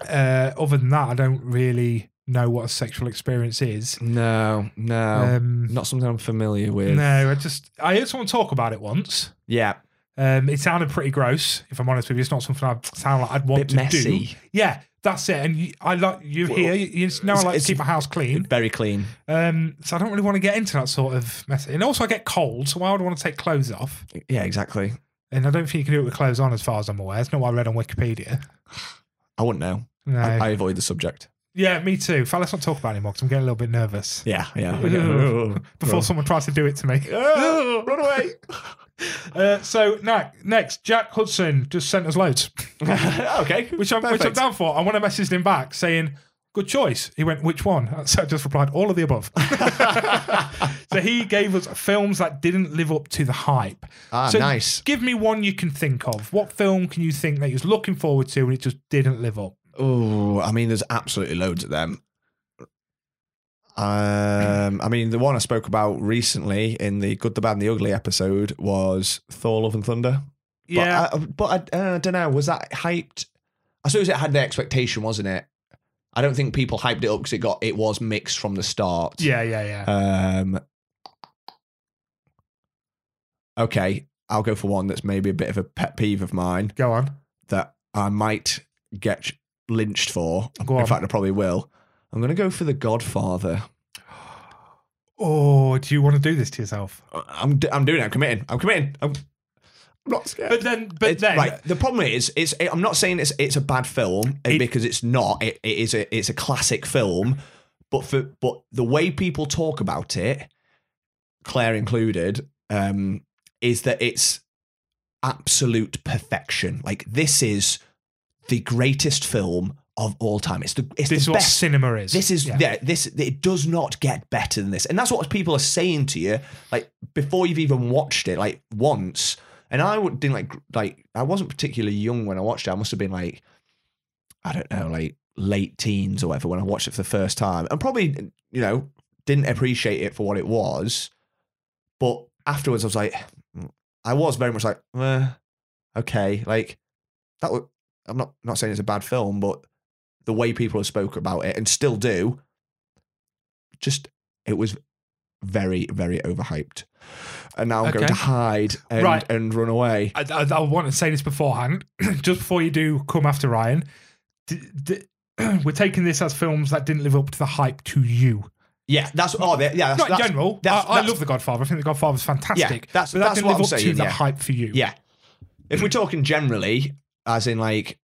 A: uh, other than that, I don't really know what a sexual experience is.
B: No, no,
A: Um,
B: not something I'm familiar with.
A: no, I just I heard someone talk about it once.
B: Yeah,
A: Um, it sounded pretty gross, if I'm honest with you. It's not something I sound like I'd want
B: bit
A: to
B: messy,
A: do. Yeah, that's it. And you, I like you
B: Well,
A: here. You, you know, I like
B: it's-
A: to
B: it's-
A: keep my house clean.
B: very clean.
A: Um, so I don't really want to get into that sort of messy. And also, I get cold, so why would I want to take clothes off?
B: Yeah, exactly.
A: And I don't think you can do it with clothes on, as far as I'm aware. It's not what I read on Wikipedia.
B: I wouldn't know.
A: No.
B: I, I avoid the subject.
A: yeah, me too. Fine, let's not talk about it anymore because I'm getting a little bit nervous
B: Yeah, yeah.
A: before [laughs] someone tries to do it to
B: [laughs]
A: me.
B: Ah, run away. [laughs]
A: Uh, so na- next, Jack Hudson just sent us loads,
B: okay.
A: which I'm, which I'm
B: Perfect.
A: down for. I want to message him back saying, good choice. He went, which one? [laughs] So I just replied, all of the above. [laughs] so he gave us films that didn't live up to the hype.
B: Ah,
A: so
B: nice.
A: Give me one you can think of. What film can you think that you was looking forward to and it just didn't live up?
B: Oh, I mean, there's absolutely loads of them. Um, I mean, the one I spoke about recently in the Good, the Bad, and the Ugly episode was Thor: Love and Thunder.
A: Yeah.
B: but I, but I, uh, don't know. Was that hyped? I suppose it had the expectation, wasn't it? I don't think people hyped it up because it got it was mixed from the start.
A: yeah, yeah, yeah.
B: Um. Okay, I'll go for one that's maybe a bit of a pet peeve of mine
A: Go on.
B: that I might get lynched for.
A: Go on.
B: In fact, I probably will. I'm going to go for The Godfather.
A: Oh, do you want to do this to yourself?
B: I- I'm, d- I'm doing it. I'm committing. I'm committing. I'm, I'm not scared.
A: But then, but
B: It's-
A: then,
B: right, the problem is, it's. I'm not saying it's it's a bad film eh,
A: It-
B: because it's not. It, it is a it's a classic film, but for but the way people talk about it, Claire included, um, is that it's absolute perfection. Like this is the greatest film of all time. It's the it's
A: this is
B: the
A: what
B: best
A: cinema is.
B: This is
A: Yeah.
B: yeah. This it does not get better than this, and that's what people are saying to you, like before you've even watched it, like once. And I would- didn't like like I wasn't particularly young when I watched it. I must have been like, I don't know, like late teens or whatever when I watched it for the first time, and probably you know didn't appreciate it for what it was. But afterwards, I was like, I was very much like, eh, okay, like that. Would, I'm not not saying it's a bad film, but the way people have spoke about it and still do, just it was very very overhyped, and now I'm going
A: Okay.
B: to hide and,
A: Right. Uh,
B: and run away.
A: I, I, I want to say this beforehand, [clears throat] just before you do come after Ryan. D- d- [clears throat] we're taking this as films that didn't live up to the hype to you.
B: Yeah, that's oh yeah, yeah that's,
A: Not in
B: that's-
A: general.
B: that's-
A: I, I
B: that's-
A: love The Godfather. I think The Godfather's
B: yeah.
A: fantastic.
B: That's
A: but that
B: that's
A: didn't
B: what
A: live
B: I'm
A: up to
B: saying.
A: the
B: Yeah.
A: hype for you.
B: Yeah. If we're talking generally, as in like,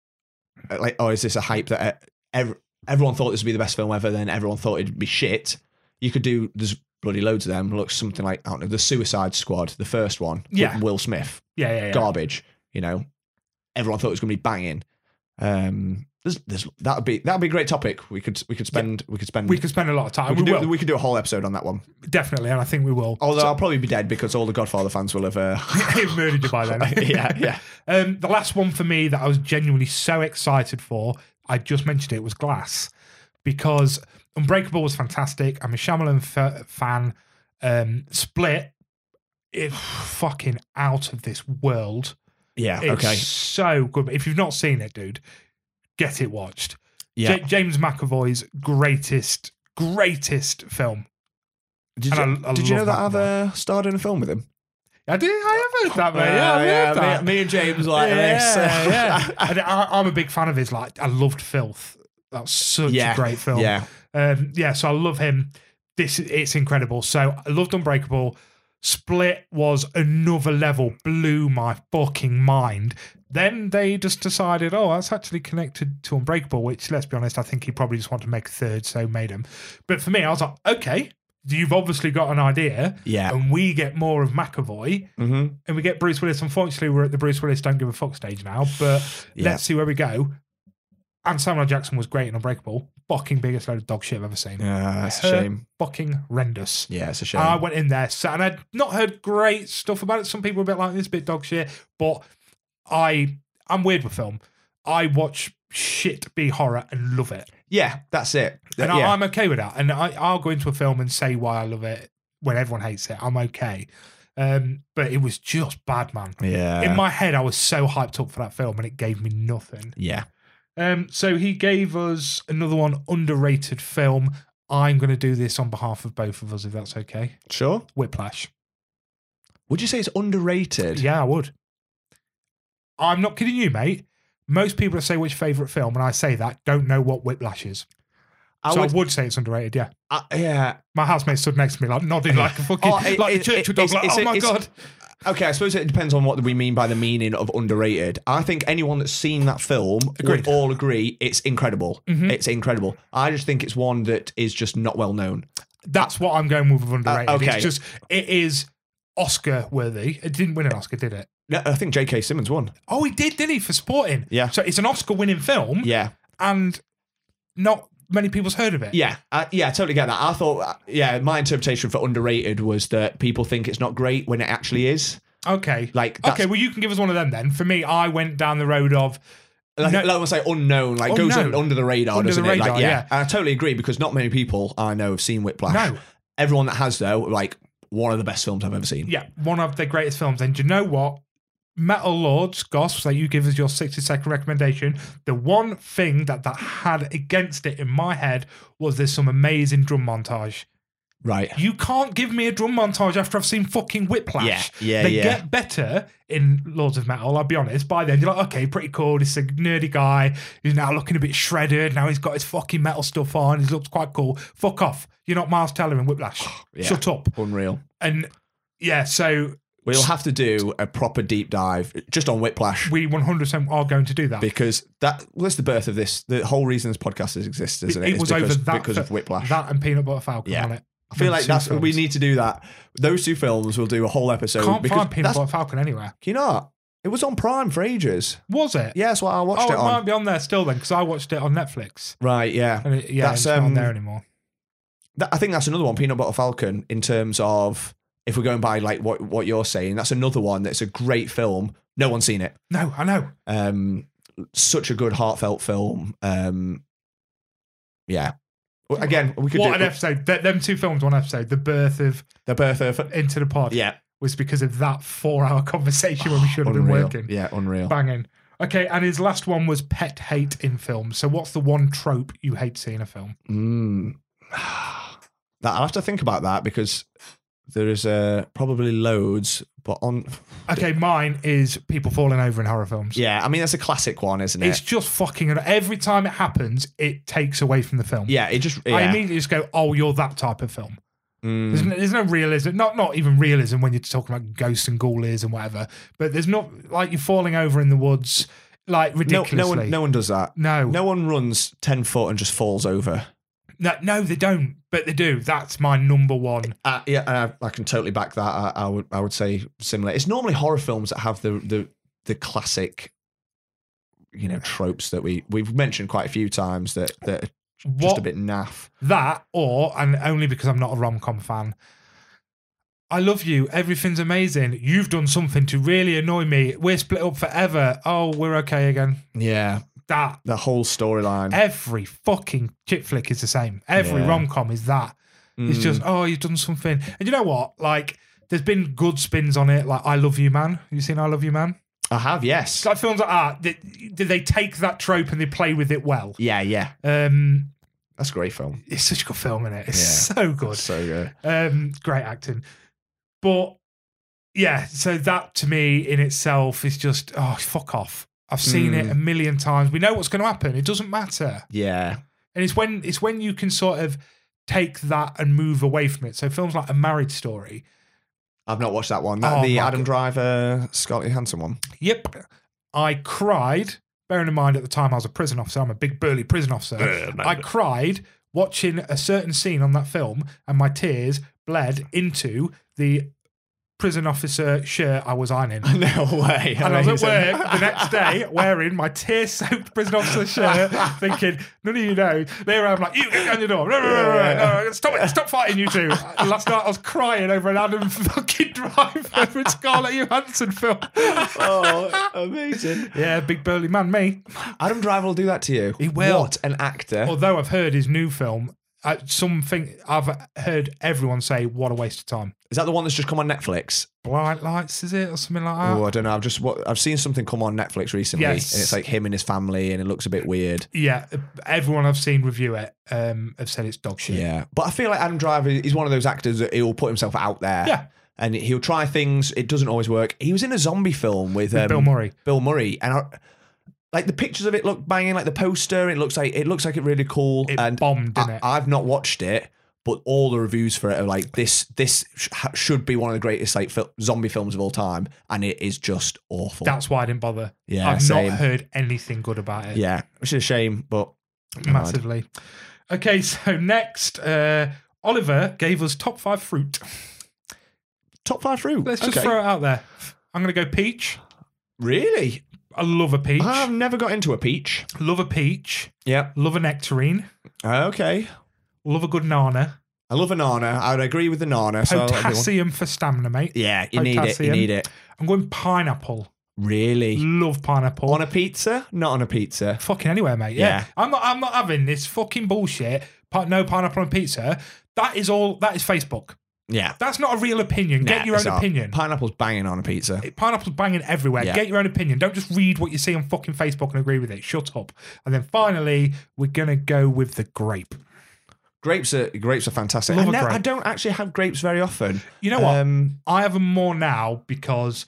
B: like, oh, is this a hype that uh, ev- everyone thought this would be the best film ever? Then everyone thought it'd be shit. You could do there's bloody loads of them. Look, something like I don't know, the Suicide Squad, the first one. with
A: Yeah.
B: Will Smith,
A: Yeah, yeah, yeah.
B: garbage. You know, everyone thought it was going to be banging. Um, there's, there's, that would be that would be a great topic. We could we could spend we could spend
A: We could spend a lot of time.
B: we
A: We,
B: could, do,
A: will,
B: we could do a whole episode on that one.
A: definitely, and I think we will. [laughs]
B: Although I'll probably be dead because all the Godfather fans will have. Uh,
A: They've murdered you by then.
B: [laughs] yeah, yeah.
A: Um, the last one for me that I was genuinely so excited for, I just mentioned it, was Glass. Because Unbreakable was fantastic. I'm a Shyamalan f- fan. Um, Split is fucking out of this world.
B: Yeah.
A: It's
B: okay.
A: so good. If you've not seen it, dude, get it watched.
B: Yeah.
A: Ja- James McAvoy's greatest, greatest film.
B: Did
A: and
B: you,
A: I- I
B: did you know
A: love
B: that
A: that
B: I've uh, starred in a film with him?
A: I did. I have heard that, mate. Yeah, I heard that.
B: Me, and James like "Oh,
A: yeah,
B: [laughs]
A: yeah. And I, I'm a big fan of his. Like, I loved Filth. That's such a great film.
B: Yeah,
A: Um, yeah, so I love him. This it's incredible. So I loved Unbreakable. Split was another level, blew my fucking mind. Then they just decided, oh, that's actually connected to Unbreakable, which let's be honest, I think he probably just wanted to make a third, so made him. But for me, I was like, okay, you've obviously got an idea,
B: yeah.
A: and we get more of McAvoy
B: hmm
A: and we get Bruce Willis. Unfortunately, we're at the Bruce Willis don't give a fuck stage now, but
B: Yeah.
A: let's see where we go. And Samuel L. Jackson was great in Unbreakable. Fucking biggest load of dog shit I've ever seen.
B: Yeah, that's a
A: Uh,
B: shame.
A: Fucking horrendous.
B: Yeah, it's a shame.
A: And I went in there, sat, and I'd not heard great stuff about it. Some people were a bit like this, bit dog shit, but I, I'm weird with film. I watch shit be horror and love it,
B: yeah, that's it.
A: and
B: yeah.
A: I, I'm okay with that. And I, I'll go into a film and say why I love it when everyone hates it. I'm okay, um, but it was just bad, man
B: yeah.
A: in my head, I was so hyped up for that film, and it gave me nothing.
B: yeah.
A: Um, so he gave us another one underrated film. I'm going to do this on behalf of both of us, if that's okay.
B: Sure.
A: Whiplash.
B: Would you say it's underrated?
A: Yeah, I would. I'm not kidding you, mate. Most people that say which favorite film, and I say that, don't know what Whiplash is.
B: I
A: so
B: would.
A: I would say it's underrated. Yeah,
B: I- yeah. [laughs]
A: my housemate stood next to me, like nodding, like a fucking
B: Oh, it-
A: like a
B: it-
A: church
B: it-
A: dog.
B: it's-
A: Like,
B: it's-
A: oh my
B: it's-
A: god!
B: Okay, I suppose it depends on what we mean by the meaning of underrated. I think anyone that's seen that film
A: Agreed. Mm-hmm.
B: would all agree it's incredible. It's incredible. I just think it's one that is just not well known.
A: That's what I'm going with with underrated.
B: Uh, okay.
A: It's just it is Oscar worthy. It didn't win an Oscar, did it?
B: No, I think J.K. Simmons won.
A: Oh, he did, did he? For Sporting.
B: Yeah.
A: So it's an Oscar winning film,
B: Yeah,
A: and not many people's heard of it.
B: yeah, I, yeah. I totally get that. I thought, uh, yeah, my interpretation for underrated was that people think it's not great when it actually is.
A: Okay.
B: Like, that's,
A: okay. Well, you can give us one of them then. For me, I went down the road of
B: like,
A: No.
B: like almost like unknown, like goes
A: Unknown.
B: un- under the radar,
A: Under the
B: doesn't it?
A: radar,
B: Like, yeah.
A: yeah.
B: And I totally agree because not many people I know have seen Whiplash.
A: No.
B: Everyone that has though, like one of the best films I've ever seen.
A: yeah, one of the greatest films. And do you know what? Metal Lords, Goss, that you give us your 60 second recommendation. The one thing that that had against it in my head was there's some amazing drum montage.
B: Right.
A: You can't give me a drum montage after I've seen fucking Whiplash.
B: Yeah, yeah,
A: they
B: yeah.
A: get better in Lords of Metal, I'll be honest. By then, you're like, okay, pretty cool. This is a nerdy guy. He's now looking a bit shredded. Now he's got his fucking metal stuff on. He looks quite cool. Fuck off. You're not Miles Teller in Whiplash.
B: [sighs] Yeah.
A: Shut up.
B: Unreal.
A: And yeah, so
B: We'll have to do a proper deep dive just on Whiplash
A: we 100% are going to do that.
B: because that was the birth of this. The whole reason this podcast has existed, isn't it?
A: It
B: It's
A: was
B: because,
A: over that
B: because of Whiplash.
A: That and Peanut Butter Falcon
B: Yeah.
A: on it.
B: I feel like that's we need to do that. Those two films, we'll do a whole episode.
A: Can't
B: because
A: find Peanut
B: that's-
A: Butter Falcon anywhere.
B: You know, what? it was on Prime for ages.
A: Was it?
B: Yeah, that's what I watched
A: Oh,
B: it
A: it
B: on.
A: might be on there still then because I watched it on Netflix.
B: Right. Yeah.
A: And it, yeah,
B: That's,
A: it's not on
B: um,
A: there anymore.
B: That, I think that's another one, Peanut Butter Falcon, in terms of if we're going by like what what you're saying, that's another one that's a great film. No one's seen it.
A: No, I know.
B: Um, such a good heartfelt film. Um, yeah. Well, Again, we could
A: What an
B: do
A: episode. Th- them two films, one episode. The birth of
B: the birth of
A: Into the Pod
B: yeah,
A: was because of that four hour [laughs] conversation when we should have been
B: unreal.
A: working.
B: Yeah, unreal.
A: Banging. Okay, and his last one was pet hate in films. So, what's the one trope you hate seeing a film?
B: Mm. [sighs] That I'll have to think about that because there is uh, probably loads, but on
A: Okay, mine is people falling over in horror films.
B: yeah, I mean that's a classic one, isn't it?
A: It's just fucking. Every time it happens, it takes away from the film.
B: yeah, it just yeah.
A: I immediately just go, "Oh, you're that type of film."
B: Mm.
A: There's, no, there's no realism, not not even realism when you're talking about ghosts and ghoulies and whatever. But there's not like you're falling over in the woods, like
B: no,
A: ridiculously.
B: no one, no one does that.
A: no, no,
B: No one runs 10 foot and just falls over.
A: no, they don't, but they do. That's my number one.
B: Uh, yeah, and I, I can totally back that. I, I would I would say similar. It's normally horror films that have the the the classic you know tropes that we we've mentioned quite a few times that that are just
A: What
B: a bit naff.
A: that or and only because I'm not a rom com fan. I love you. Everything's amazing. You've done something to really annoy me. We're split up forever. Oh, we're okay again.
B: Yeah,
A: That
B: the whole storyline.
A: every fucking chick flick is the same. Every
B: Mm. Yeah.
A: rom com is that. It's
B: Mm.
A: just, oh, you've done something. And you know what? Like, there's been good spins on it, like I Love You Man. You seen I Love You Man?
B: I have yes.
A: It's like films like that. Did they, take that trope and they play with it well?
B: Yeah, yeah.
A: Um,
B: That's a great film.
A: it's such a good film, is it? It's
B: Yeah.
A: so good.
B: So good.
A: Um, great acting. But yeah, so that to me in itself is just, oh, fuck off. I've seen it
B: Mm.
A: a million times. We know what's going to happen. It doesn't matter.
B: Yeah.
A: And it's when it's when you can sort of take that and move away from it. So films like A Married Story,
B: I've not watched that one. That,
A: Oh,
B: the
A: my
B: Adam
A: God.
B: Driver, Scotty Hanson
A: [laughs]
B: one.
A: Yep. I cried, bearing in mind at the time I was a prison officer, I'm a big burly prison officer. I cried watching a certain scene on that film, and my tears bled into the prison officer shirt I was ironing.
B: no way.
A: And I was
B: [laughs] Amazing.
A: at work the next day wearing my tear soaked prison officer shirt, thinking, none of you know. There I'm like, you get down your door. No, no, no, no, no, no, Stop it. Stop fighting, you two. Last night I was crying over an Adam fucking [laughs] drive over a Scarlett Johansson film.
B: oh, amazing.
A: Yeah, big burly man, me.
B: Adam Driver will do that to you.
A: He will.
B: What an actor.
A: Although I've heard his new film, uh, something I've heard everyone say, what a waste of time.
B: Is that the one that's just come on Netflix?
A: Blind Lights, is it, or something like that?
B: oh, I don't know. I've just what, I've seen something come on Netflix recently,
A: Uh, Yes.
B: and it's like him and his family, and it looks a bit weird.
A: Yeah, e, everyone I've seen review it um, have said it's dog shit.
B: Yeah, but I feel like Adam Driver is one of those actors that he'll put himself out there.
A: Yeah.
B: and he'll try things. It doesn't always work. He was in a zombie film with, um,
A: Bill Murray.
B: Bill Murray, and I, like the pictures of it look banging. Like the poster, it looks like it looks like it really cool.
A: It
B: and
A: bombed, didn't
B: I,
A: it?
B: I've not watched it, But all the reviews for it are like this. This sh- ha- should be one of the greatest like fil- zombie films of all time, and it is just awful.
A: That's why I didn't bother.
B: yeah,
A: I've
B: same.
A: not heard anything good about it.
B: yeah, which is a shame, but
A: massively. Okay, [laughs] so next, uh, Oliver gave us top five fruit.
B: top five fruit.
A: Let's just
B: Okay.
A: throw it out there. I'm going to go peach.
B: really.
A: I love a peach.
B: I've never got into a peach.
A: love a peach.
B: Yeah.
A: Love a nectarine.
B: Okay.
A: Love a good nana.
B: I love a nana. I would agree with the nana. So I'll have one.
A: Potassium for stamina, mate.
B: yeah, you need it. You
A: Potassium.
B: need it.
A: I'm going pineapple.
B: Really.
A: Love pineapple.
B: On a pizza? Not on a pizza.
A: fucking anywhere, mate. Yeah.
B: Yeah.
A: I'm not. I'm not having this fucking bullshit. Pi- no pineapple on pizza. That is all. That is Facebook.
B: Yeah.
A: That's not a real opinion. Get
B: Nah,
A: your
B: it's
A: own
B: not.
A: opinion.
B: Pineapple's banging on a pizza.
A: Pineapple's banging everywhere.
B: Yeah.
A: Get your own opinion. Don't just read what you see on fucking Facebook and agree with it. Shut up. And then finally, we're gonna go with the grape.
B: Grapes are grapes are fantastic.
A: Love
B: I,
A: a
B: ne-
A: grape.
B: I don't actually have grapes very often.
A: You know what?
B: Um,
A: I have them more now because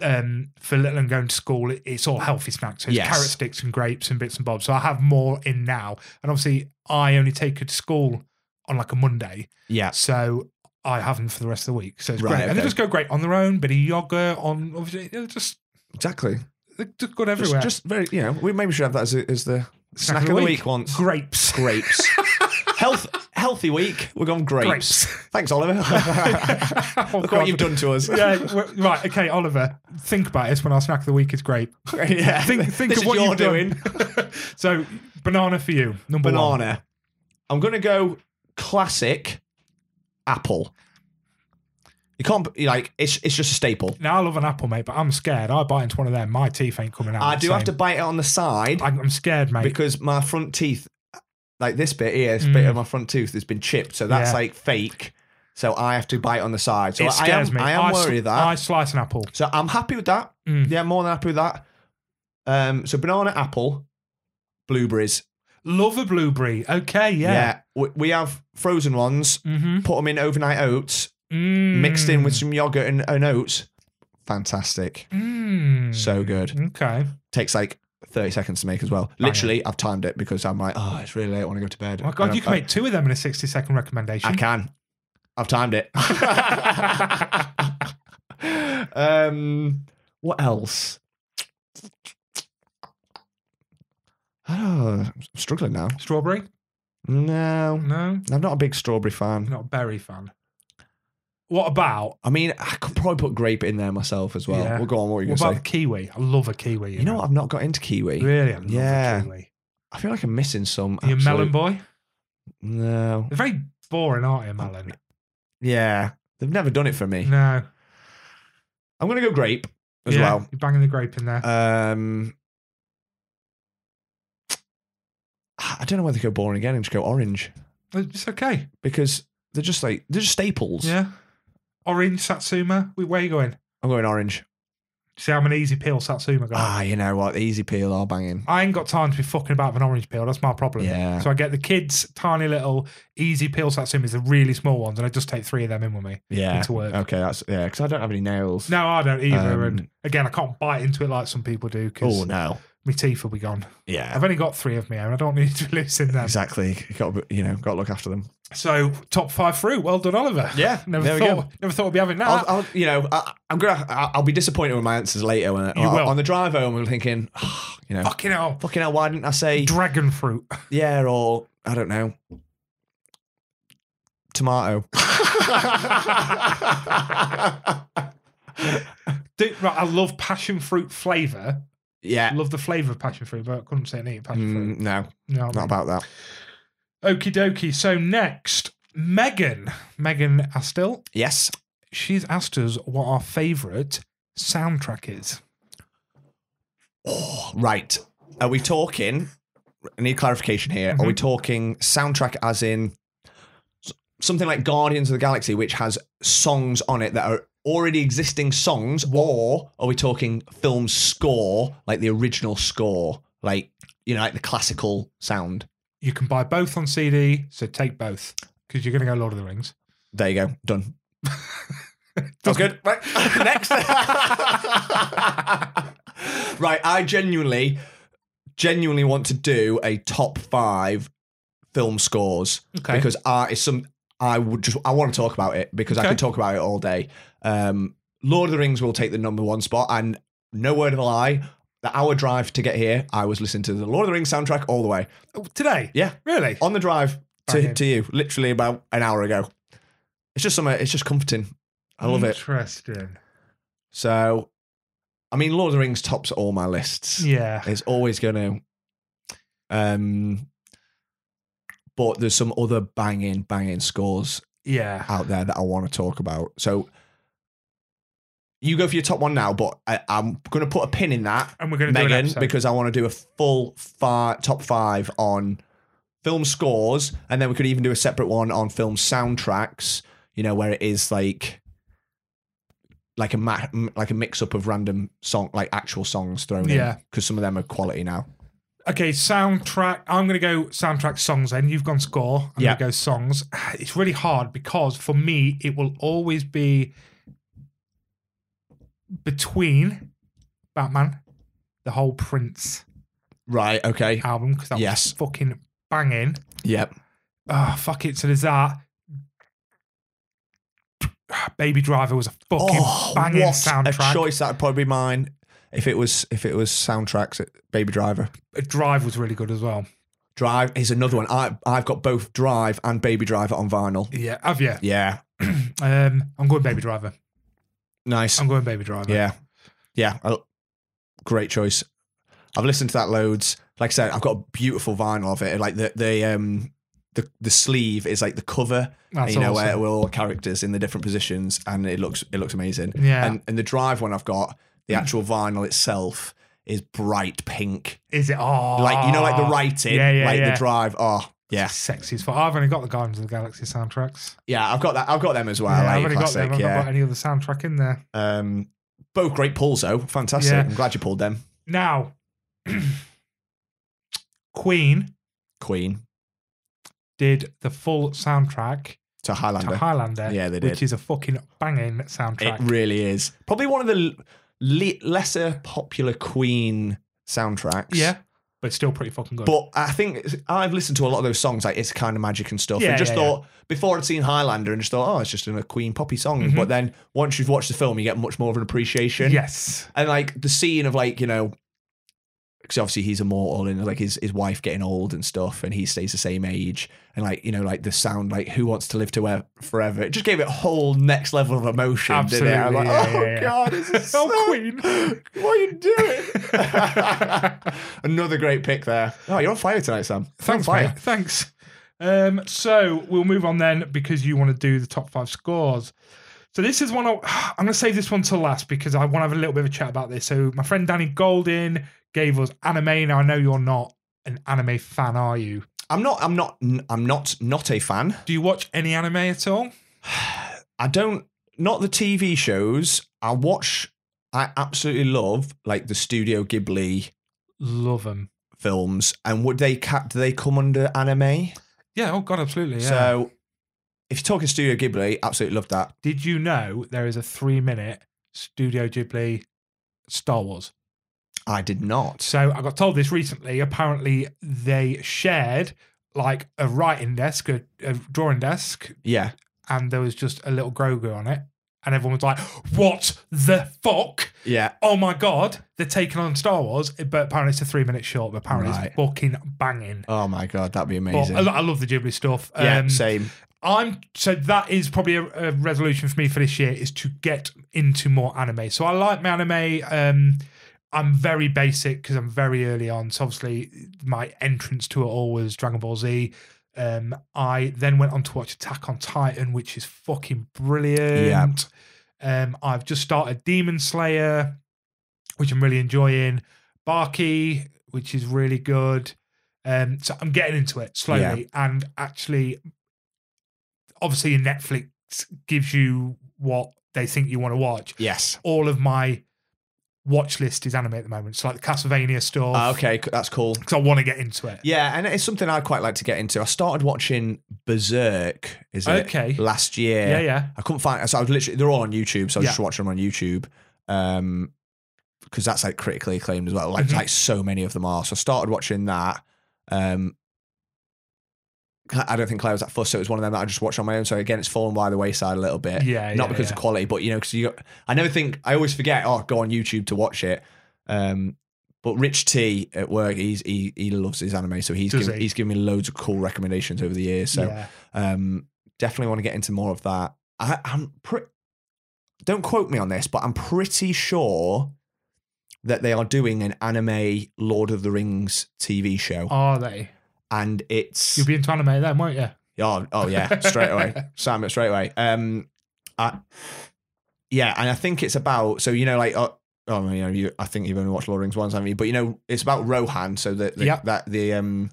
A: um, for little and going to school, it- it's all healthy snacks. So it's
B: Yes.
A: carrot sticks and grapes and bits and bobs. So I have more in now. And obviously, I only take her to school on like a Monday.
B: yeah.
A: So I have them for the rest of the week. So it's
B: Right,
A: great. And they
B: okay.
A: just go great on their own, bit of yogurt, on obviously, they're just,
B: Exactly.
A: they're just good
B: Just,
A: everywhere.
B: just very you know, we maybe should have that as, a, as the snack, of the week,
A: [laughs]
B: once.
A: Grapes.
B: grapes. Health healthy week. We're going grapes.
A: Grapes.
B: [laughs]
A: [laughs]
B: Thanks, Oliver.
A: Oh,
B: Look
A: God.
B: what you've done to us.
A: Yeah, w- right. Okay, Oliver. Think about this when our snack of the week is grape.
B: [laughs]
A: [laughs]
B: Yeah.
A: Think, think
B: This
A: of
B: is
A: what
B: your
A: you're doing. [laughs] so, banana for you, number one.
B: Banana. I'm gonna go classic apple. You can't you like it's it's just a staple.
A: Now I love an apple, mate, but I'm scared. I bite into one of them, my teeth ain't coming out.
B: I
A: the
B: do have to
A: same.
B: bite it on the side
A: I- I'm scared, mate.
B: because my front teeth, like this bit here, this bit
A: Mm.
B: of my front tooth has been chipped, so that's
A: Yeah.
B: like fake. So I have to bite on the side. So
A: it
B: I
A: scares
B: am,
A: me.
B: I am
A: sl-
B: worried of that.
A: I slice an apple.
B: so I'm happy with that.
A: Mm.
B: Yeah, more than happy with that. Um, so banana, apple, blueberries.
A: Love a blueberry. Okay, yeah.
B: We, we have frozen ones.
A: Mm-hmm.
B: Put them in overnight oats,
A: Mm.
B: mixed in with some yogurt and, and oats. Fantastic.
A: Mm.
B: So good.
A: Okay.
B: Takes like 30 seconds to make as well.
A: Bang
B: Literally, I've timed it because I'm like, oh, it's really late. I want to go to bed.
A: My
B: And
A: God,
B: I'm-
A: you can make two of them in a 60 second recommendation.
B: I can. I've timed it. [laughs] um, what else? I don't know. I'm struggling now.
A: Strawberry?
B: No,
A: No.
B: I'm not a big strawberry fan.
A: not a berry fan. What about
B: I mean, I could probably put grape in there myself as well.
A: Yeah.
B: Well, go on. What were you
A: what
B: going
A: about the
B: to say?
A: kiwi? I love a kiwi.
B: You know what? I've not got into kiwi.
A: Really, I love
B: Yeah.
A: a kiwi.
B: I feel like I'm missing some.
A: Are you a
B: absolute-
A: melon boy?
B: No.
A: They're very boring, aren't you, melon?
B: Yeah, they've never done it for me.
A: No.
B: I'm going to go grape as
A: Yeah,
B: well.
A: You're banging the grape in there.
B: Um, I don't know whether to go born again and just go orange
A: it's okay.
B: because they're just like they're just staples.
A: Yeah. Orange Satsuma. Wait, Where are you going?
B: I'm going orange.
A: See, I'm an easy peel Satsuma guy.
B: Ah, you know what? The easy peel are banging.
A: I ain't got time to be fucking about with an orange peel. That's my problem.
B: Yeah.
A: So I get the kids' tiny little easy peel Satsumas, the really small ones, and I just take three of them in with me
B: Yeah.
A: to work.
B: Okay, that's yeah. Because I don't have any nails.
A: No, I don't either.
B: Um,
A: and again, I can't bite into it like some people do because
B: Oh no.
A: my teeth will be gone.
B: Yeah.
A: I've only got three of my own. I don't need to be losing them.
B: Exactly. You got to, you know got to look after them.
A: So top five through. Well done, Oliver.
B: Yeah.
A: [laughs] Never
B: there we
A: thought.
B: go.
A: Never thought we'd be having that.
B: I'll, I'll, you know, I, I'm gonna. I'll I'll be disappointed with my answers later. When
A: You will.
B: on the drive home, I'm thinking, "Ah," you know,
A: Fucking hell.
B: fucking hell, why didn't I say
A: Dragon fruit. [laughs]
B: Yeah, or I don't know. Tomato.
A: Dude, right, I love passion fruit flavour.
B: yeah.
A: Love the flavour of passion fruit, but I couldn't say and eat passion
B: Mm,
A: fruit.
B: no,
A: No.
B: not about that.
A: Okie dokie. So next, Megan. Megan Astill.
B: Yes.
A: She's asked us what our favourite soundtrack is.
B: Oh, right. Are we talking? I need clarification here. Are we talking soundtrack as in s- something like Guardians of the Galaxy, which has songs on it that are already existing songs, or are we talking film score, like the original score, like you know, like the classical sound?
A: You can buy both on CD, so take both because you're going to go Lord of the Rings.
B: There you go. [laughs] Done. That's good.
A: [laughs]
B: Right. [laughs] Next. right. I genuinely, genuinely want to do a top five film scores
A: Okay.
B: because art is some. I would just I want to talk about it because I
A: Okay.
B: could talk about it all day. Um, Lord of the Rings will take the number one spot, and no word of a lie, the hour drive to get here, I was listening to the Lord of the Rings soundtrack all the way.
A: Oh, Today?
B: Yeah,
A: Really?
B: on the drive to,
A: Banging.
B: to you, literally about an hour ago. It's just something. It's just comforting. I love
A: Mm.
B: it.
A: Interesting.
B: So, I mean, Lord of the Rings tops all my lists.
A: Yeah.
B: It's always going to. Um, but there's some other banging, banging scores
A: Yeah.
B: out there that I want to talk about. So you go for your top one now, but I, I'm going to put a pin in that,
A: And we're going to do an
B: Megan,
A: episode.
B: because I want to do a full fi- top five on film scores, and then we could even do a separate one on film soundtracks. You know, where it is like like a ma- m- like a mix up of random song, like actual songs thrown
A: Yeah.
B: in, because some of them are quality now.
A: okay, soundtrack. I'm going to go soundtrack songs then. You've gone score. I'm
B: Yeah.
A: going to go songs. [sighs] It's really hard because for me, it will always be between Batman, the whole Prince
B: Right. Okay.
A: album, because that
B: Yes.
A: was fucking banging.
B: Yep.
A: Oh, fuck it. So there's that. [sighs] Baby Driver was a fucking
B: Oh.
A: banging
B: what
A: soundtrack.
B: a choice! That'd probably be mine if it was if it was soundtracks. At Baby Driver.
A: Drive was really good as well.
B: Drive is another one. I I've got both Drive and Baby Driver on vinyl.
A: Yeah, have you?
B: Yeah,
A: [clears throat] Um, I'm going Baby Driver.
B: nice.
A: I'm going Baby Driver.
B: Yeah, yeah. I- great choice. I've listened to that loads. Like I said, I've got a beautiful vinyl of it. Like the the um the the sleeve is like the cover.
A: That's
B: you know uh,
A: awesome.
B: where we're all characters in the different positions, and it looks it looks amazing.
A: Yeah. Hmm.
B: And and the Drive one I've got the actual vinyl itself is bright pink.
A: Is it? Oh,
B: Like you know, like the writing,
A: Yeah, yeah,
B: like
A: yeah.
B: the Drive. Oh, yeah.
A: Sexy as fuck. I've only got the Guardians of the Galaxy soundtracks.
B: Yeah, I've got that. I've got them as well.
A: yeah,
B: like
A: I've only
B: classic,
A: got them. I've
B: yeah.
A: not got any other soundtrack in there.
B: Um, both great pulls though. Fantastic.
A: Yeah.
B: I'm glad you pulled them.
A: Now, [clears throat] Queen
B: Queen
A: did the full soundtrack
B: to
A: to
B: Highlander.
A: Highlander.
B: Yeah, they
A: Which
B: did.
A: is a fucking banging
B: it
A: soundtrack.
B: really is probably one of the le- lesser popular Queen soundtracks.
A: yeah, but it's still pretty fucking good.
B: But I think it's- I've listened to a lot of those songs, like it's kind of magic and stuff.
A: Yeah,
B: and just
A: yeah,
B: thought before I'd seen Highlander, and just thought, oh, it's just a Queen poppy song.
A: Mhm.
B: But then once you've watched the film, you get much more of an appreciation.
A: yes,
B: and like the scene of like you know because obviously he's immortal and like his, his wife getting old and stuff and he stays the same age and like you know like the sound like who wants to live to where forever it just gave it a whole next level of emotion didn't it? i'm like
A: Absolutely, yeah,
B: oh
A: yeah, yeah.
B: god this
A: [laughs]
B: is
A: Oh,
B: so-
A: Queen.
B: [laughs] what are you doing [laughs] another great pick there oh you're on fire tonight sam You're on
A: Thanks,
B: fire
A: mate. Thanks. Um, so we'll move on then because you want to do the top five scores. So this is one I'll, [sighs] I'm going to save this one to last because I want to have a little bit of a chat about this. So my friend Danny Golden gave us anime. Now I know you're not an anime fan, are you?
B: i'm not i'm not i'm not not a fan
A: Do you watch any anime at all?
B: I don't not the TV shows. I watch I absolutely love like the Studio Ghibli
A: Love them.
B: films and would they cat do they come under anime?
A: Yeah. Oh God, absolutely. Yeah.
B: So if you're talking Studio Ghibli, absolutely love that.
A: Did you know there is a three-minute Studio Ghibli Star Wars?
B: I did not.
A: So I got told this recently. Apparently, they shared like a writing desk, a, a drawing desk,
B: Yeah.
A: and there was just a little Grogu on it. And everyone was like, what the fuck?
B: Yeah.
A: Oh my God, they're taking on Star Wars. But apparently, it's a three minute short, but apparently,
B: Right.
A: it's fucking banging.
B: Oh my god, that'd be
A: But
B: amazing.
A: I, lo- I love the Ghibli stuff.
B: yeah,
A: Um,
B: same.
A: I'm so that is probably a, a resolution for me for this year is to get into more anime. So I like my anime. Um, I'm very basic because I'm very early on. So obviously my entrance to it all was Dragon Ball Z. Um, I then went on to watch Attack on Titan, which is fucking brilliant. Um, I've just started Demon Slayer, which I'm really enjoying. Barky, which is really good. Um, so I'm getting into it slowly, and actually, obviously, Netflix gives you what they think you want to watch.
B: Yes.
A: All of my watch list is anime at the moment, so like the Castlevania stuff.
B: Ah, okay, c- that's cool.
A: because I want to get into it.
B: Yeah, and it's something I quite like to get into. I started watching Berserk, is it?
A: Okay.
B: Last year.
A: Yeah, yeah.
B: I couldn't find. So I was literally they're all on YouTube. So I was
A: Yeah.
B: just watching them on YouTube. Um, because that's like critically acclaimed as well. Like
A: Mhm.
B: like so many of them are. So I started watching that. Um, I don't think Claire was that fussed, so it was one of them that I just watched on my own. So again, it's fallen by the wayside a little bit.
A: Yeah,
B: not
A: yeah,
B: because
A: yeah.
B: of quality, but you know, because you. Got, I never think I always forget. Oh, go on YouTube to watch it. Um, but Rich T at work, he's he he loves his anime, so he's
A: Does
B: given,
A: he?
B: he's given me loads of cool recommendations over the years. So
A: yeah.
B: um, definitely want to get into more of that. I, I'm pretty. Don't quote me on this, but I'm pretty sure that they are doing an anime Lord of the Rings TV show,
A: Are they?
B: and it's
A: Oh. You'll be into anime then, won't you?
B: oh, oh yeah, straight away, Sam, straight away. Um, I, yeah, and I think it's about so you know like uh, oh you know you I think you've only watched Lord of the Rings once, haven't you? But you know it's about Rohan, so that the,
A: Yep.
B: that the um.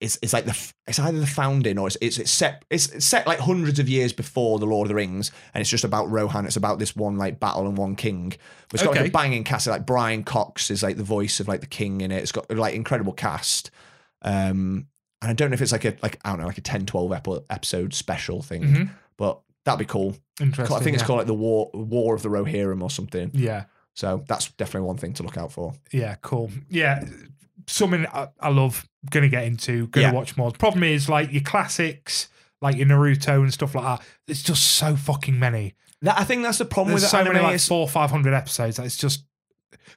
B: It's, it's like the f- it's either the founding or it's it's, it's set it's, it's set like hundreds of years before the Lord of the Rings and it's just about Rohan it's about this one like battle and one king but it's got like
A: Okay.
B: a banging cast like Brian Cox is like the voice of like the king in it it's got like incredible cast um and I don't know if it's like a like I don't know like a 10 12 epi- episode special thing
A: hmm
B: but that'd be cool
A: Interesting.
B: Mm-hmm. I think it's
A: yeah.
B: called like the war war of the Rohirrim or something
A: Yeah.
B: so that's definitely one thing to look out for
A: Yeah, cool. Yeah, something I, I love. Gonna get into. Gonna
B: Yeah.
A: watch more. The problem is like your classics, like your Naruto and stuff like that. There's just so fucking many.
B: that, I think that's the problem
A: There's
B: with
A: so
B: anime
A: many, like
B: is-
A: four, five hundred episodes. That it's just.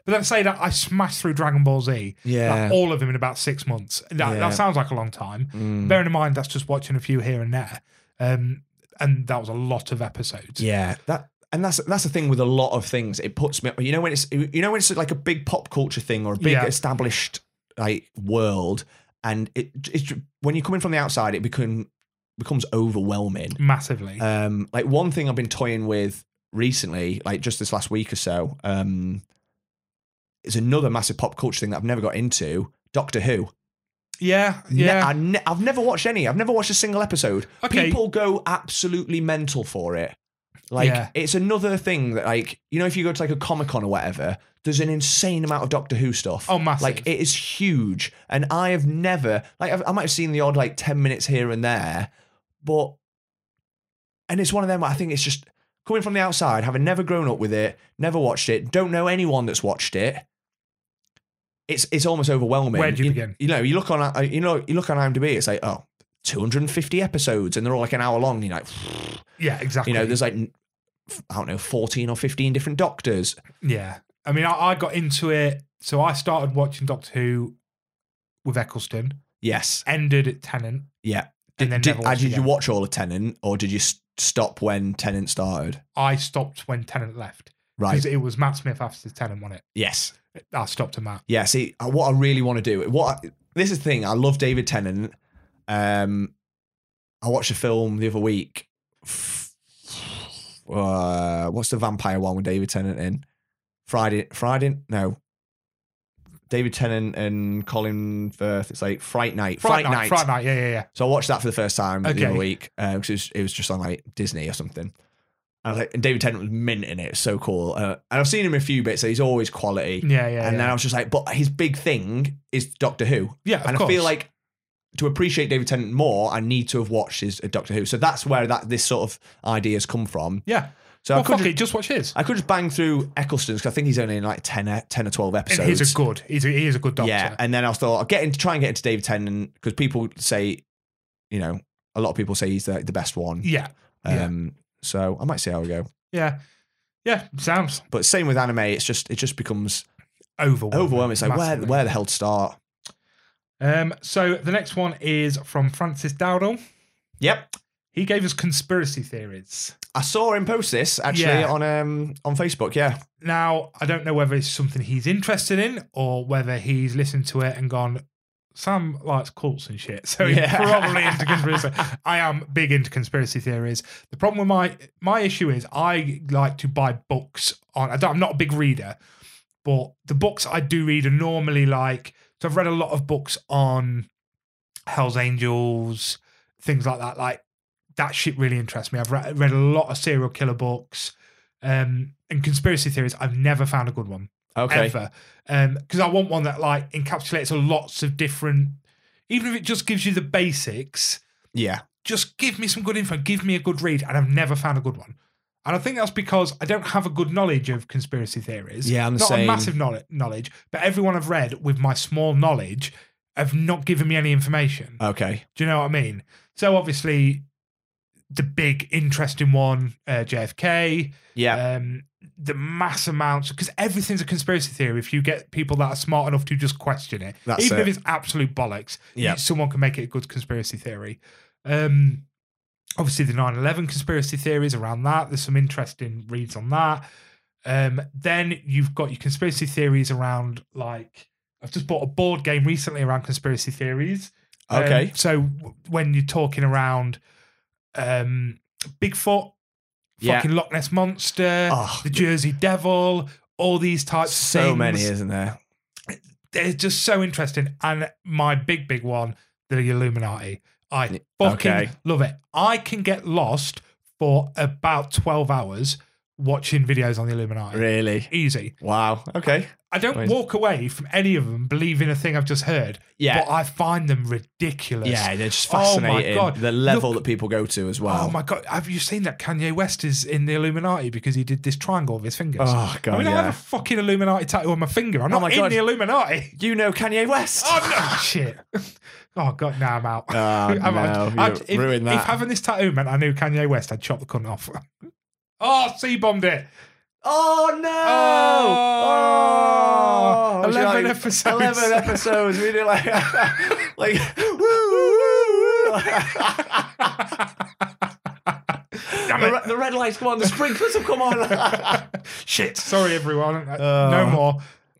A: But let's say that I smashed through Dragon Ball Z,
B: yeah
A: like all of them in about six months. That,
B: Yeah.
A: that sounds like a long time.
B: Mm.
A: Bearing in mind that's just watching a few here and there, um, and that was a lot of episodes.
B: Yeah, that and that's that's the thing with a lot of things. It puts me, you know, when it's you know when it's like a big pop culture thing or a big
A: Yeah.
B: established like world, and it it's when you come in from the outside, it become becomes overwhelming.
A: massively.
B: Um, like one thing I've been toying with recently, like just this last week or so, um, is another massive pop culture thing that I've never got into. Doctor Who.
A: yeah,
B: Ne-
A: yeah.
B: I ne- I've never watched any. I've never watched a single episode.
A: Okay.
B: People go absolutely mental for it. Like
A: Yeah.
B: it's another thing that like you know if you go to like a comic con or whatever, there's an insane amount of Doctor Who stuff.
A: oh, massive.
B: Like it is huge, and I have never like I've, I might have seen the odd like ten minutes here and there, but and it's one of them. I think it's just coming from the outside, having never grown up with it, never watched it, don't know anyone that's watched it. It's it's almost overwhelming.
A: Where do you begin?
B: You know, you look on uh, you know you look on IMDb. It's like oh. 250 episodes and they're all like an hour long and you're like
A: yeah, exactly.
B: you know there's like i don't know 14 or 15 different doctors
A: Yeah. I mean, I, I got into it. So I started watching Doctor Who with Eccleston,
B: yes
A: ended at Tennant.
B: Yeah.
A: And then
B: did,
A: never
B: uh,
A: watched
B: did you
A: again.
B: watch all of Tenant, or did you s- stop when Tenant started?
A: I stopped when Tennant left
B: Right.
A: because it was Matt Smith after Tennant won it.
B: yes.
A: I stopped at Matt.
B: Yeah. See, uh, what I really want to do. What I, this is the thing. I love David Tennant. Um, I watched a film the other week. Uh, what's the vampire one with David Tennant in? Friday. Friday. No. David Tennant and Colin Firth. It's like Fright Night.
A: Friday night, Friday night. Yeah, yeah, yeah.
B: So I watched that for the first time the
A: Okay.
B: other week because it, was, it was just on like Disney or something. And, I was like, and David Tennant was mint in it. It's so cool. Uh, and I've seen him in a few bits, so he's always
A: Yeah,
B: quality.
A: Mm, yeah.
B: and
A: yeah.
B: then I was just like, but his big thing is Doctor Who.
A: yeah, of
B: and I
A: course.
B: feel like to appreciate David Tennant more, I need to have watched his uh, Doctor Who. So that's where that this sort of ideas come from.
A: Yeah.
B: So
A: well,
B: I could
A: fuck
B: just,
A: it. Just watch his.
B: I could just bang through Eccleston's because I think he's only in like 10, or- 10 or 12
A: And
B: episodes.
A: he's a good, he's a, he is a good doctor.
B: Yeah, and then I thought I'll get into try and get into David Tennant because people say, you know, a lot of people say he's the, the best one.
A: Yeah. yeah.
B: Um, so I might see how we go.
A: Yeah. Yeah. Sounds
B: But same with anime, it's just it just becomes
A: overwhelming.
B: overwhelming. It's like where
A: massively.
B: where the hell to start?
A: Um, so the next one is from Francis Dowdle.
B: Yep,
A: He gave us conspiracy theories.
B: I saw him post this actually
A: Yeah.
B: on um on Facebook. Yeah,
A: Now, I don't know whether it's something he's interested in or whether he's listened to it and gone, Sam likes cults and shit. [laughs] So he's
B: Yeah.
A: probably into conspiracy. I am big into conspiracy theories. The problem with my my issue is I like to buy books on I don't, I'm not a big reader, but the books I do read are normally like so I've read a lot of books on Hell's Angels, things like that. Like that shit really interests me. I've re- read a lot of serial killer books um, and conspiracy theories. I've never found a good one
B: okay,
A: ever because I want one that like encapsulates lots of different. Even if it just gives you the basics,
B: yeah,
A: just give me some good info, give me a good read, and I've never found a good one. And I think that's because I don't have a good knowledge of conspiracy theories.
B: Yeah, I'm the
A: not
B: same.
A: a massive knowledge, knowledge, but everyone I've read with my small knowledge have not given me any information.
B: Okay.
A: Do you know what I mean? So obviously, the big interesting one, uh, JFK,
B: Yeah.
A: um, the mass amounts because everything's a conspiracy theory. If you get people that are smart enough to just question it,
B: That's
A: even
B: it.
A: if it's absolute bollocks,
B: Yeah.
A: someone can make it a good conspiracy theory. Um, obviously, the 9 11 conspiracy theories around that, there's some interesting reads on that. Um, then you've got your conspiracy theories around, like, I've just bought a board game recently around conspiracy theories. Um,
B: Okay.
A: so w- when you're talking around um, Bigfoot,
B: Yeah.
A: fucking Loch Ness Monster,
B: Oh,
A: the Jersey Devil, all these types of
B: so
A: things.
B: many, isn't there?
A: They're just so interesting. And my big, big one, the Illuminati. I fucking
B: okay.
A: love it. I can get lost for about 12 hours watching videos on the Illuminati.
B: Really?
A: Easy.
B: Wow. Okay.
A: I don't
B: Amazing.
A: walk away from any of them believing a thing I've just heard,
B: Yeah.
A: but I find them ridiculous.
B: yeah, they're just
A: Oh my
B: fascinating.
A: God.
B: The level
A: Look-
B: that people go to as well.
A: Oh my god! Have you seen that Kanye West is in the Illuminati because he did this triangle with his fingers?
B: Oh, God,
A: I mean, I
B: yeah.
A: have a fucking Illuminati tattoo on my finger. I'm
B: Oh
A: not
B: my
A: in
B: God.
A: the Illuminati.
B: You know Kanye West.
A: Oh no! [laughs] shit! Oh god! Now I'm out.
B: [laughs] Oh,
A: [laughs] I'm out.
B: no,
A: I'd-
B: you
A: if,
B: ruined
A: if
B: that.
A: having this tattoo meant I knew Kanye West, I'd chop the cunt off. [laughs] Oh, C bombed it. [laughs]
B: oh no!
A: Oh!
B: Oh!
A: 11
B: Johnny,
A: episodes.
B: Eleven episodes. We did
A: [laughs]
B: like, [laughs] like, woo, woo, woo.
A: Damn
B: the,
A: it.
B: re- the red lights come on. The sprinklers have come on.
A: [laughs] Shit. Sorry, everyone. Uh,
B: Oh.
A: no more.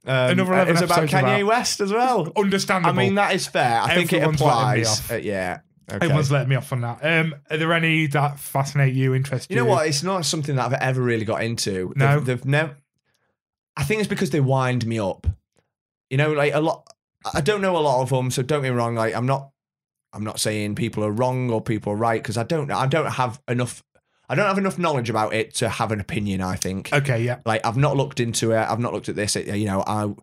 A: Another 11
B: Um, It's about
A: episodes
B: Kanye
A: about-
B: West as well. I
A: Understandable.
B: mean, that is fair. I think it
A: Everyone's letting me
B: applies.
A: off.
B: Uh, yeah. Okay.
A: Everyone's letting me off on that. Um, are there any that fascinate you, interest
B: You
A: you?
B: know what? It's not something that I've ever really got into.
A: No?
B: They've, they've never. I think it's because they wind me up. You know, like a lot. I don't know a lot of them, so don't get me wrong. Like I'm not. I'm not saying people are wrong or people are right because I don't. I don't have enough. I don't have enough knowledge about it to have an opinion. I think.
A: Okay, yeah.
B: Like I've not looked into it. I've not looked at this. It, you know, I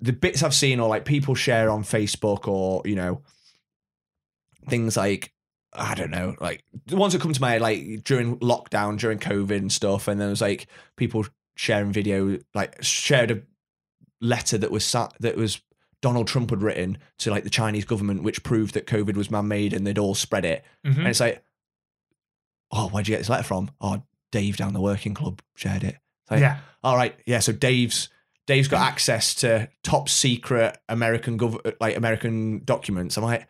B: the bits I've seen or like people share on Facebook or you know things like I don't know, like the ones that come to my head like during lockdown, during COVID and stuff, and there was like people sharing video, like shared a letter that was sat that was Donald Trump had written to like the Chinese government, which proved that COVID was man made and they'd all spread it.
A: Mhm.
B: And it's like, oh, where'd you get this letter from? Oh, Dave down the working club shared it. It's like,
A: yeah.
B: all right, yeah. So Dave's Dave's got access to top secret American gov like American documents. I'm like,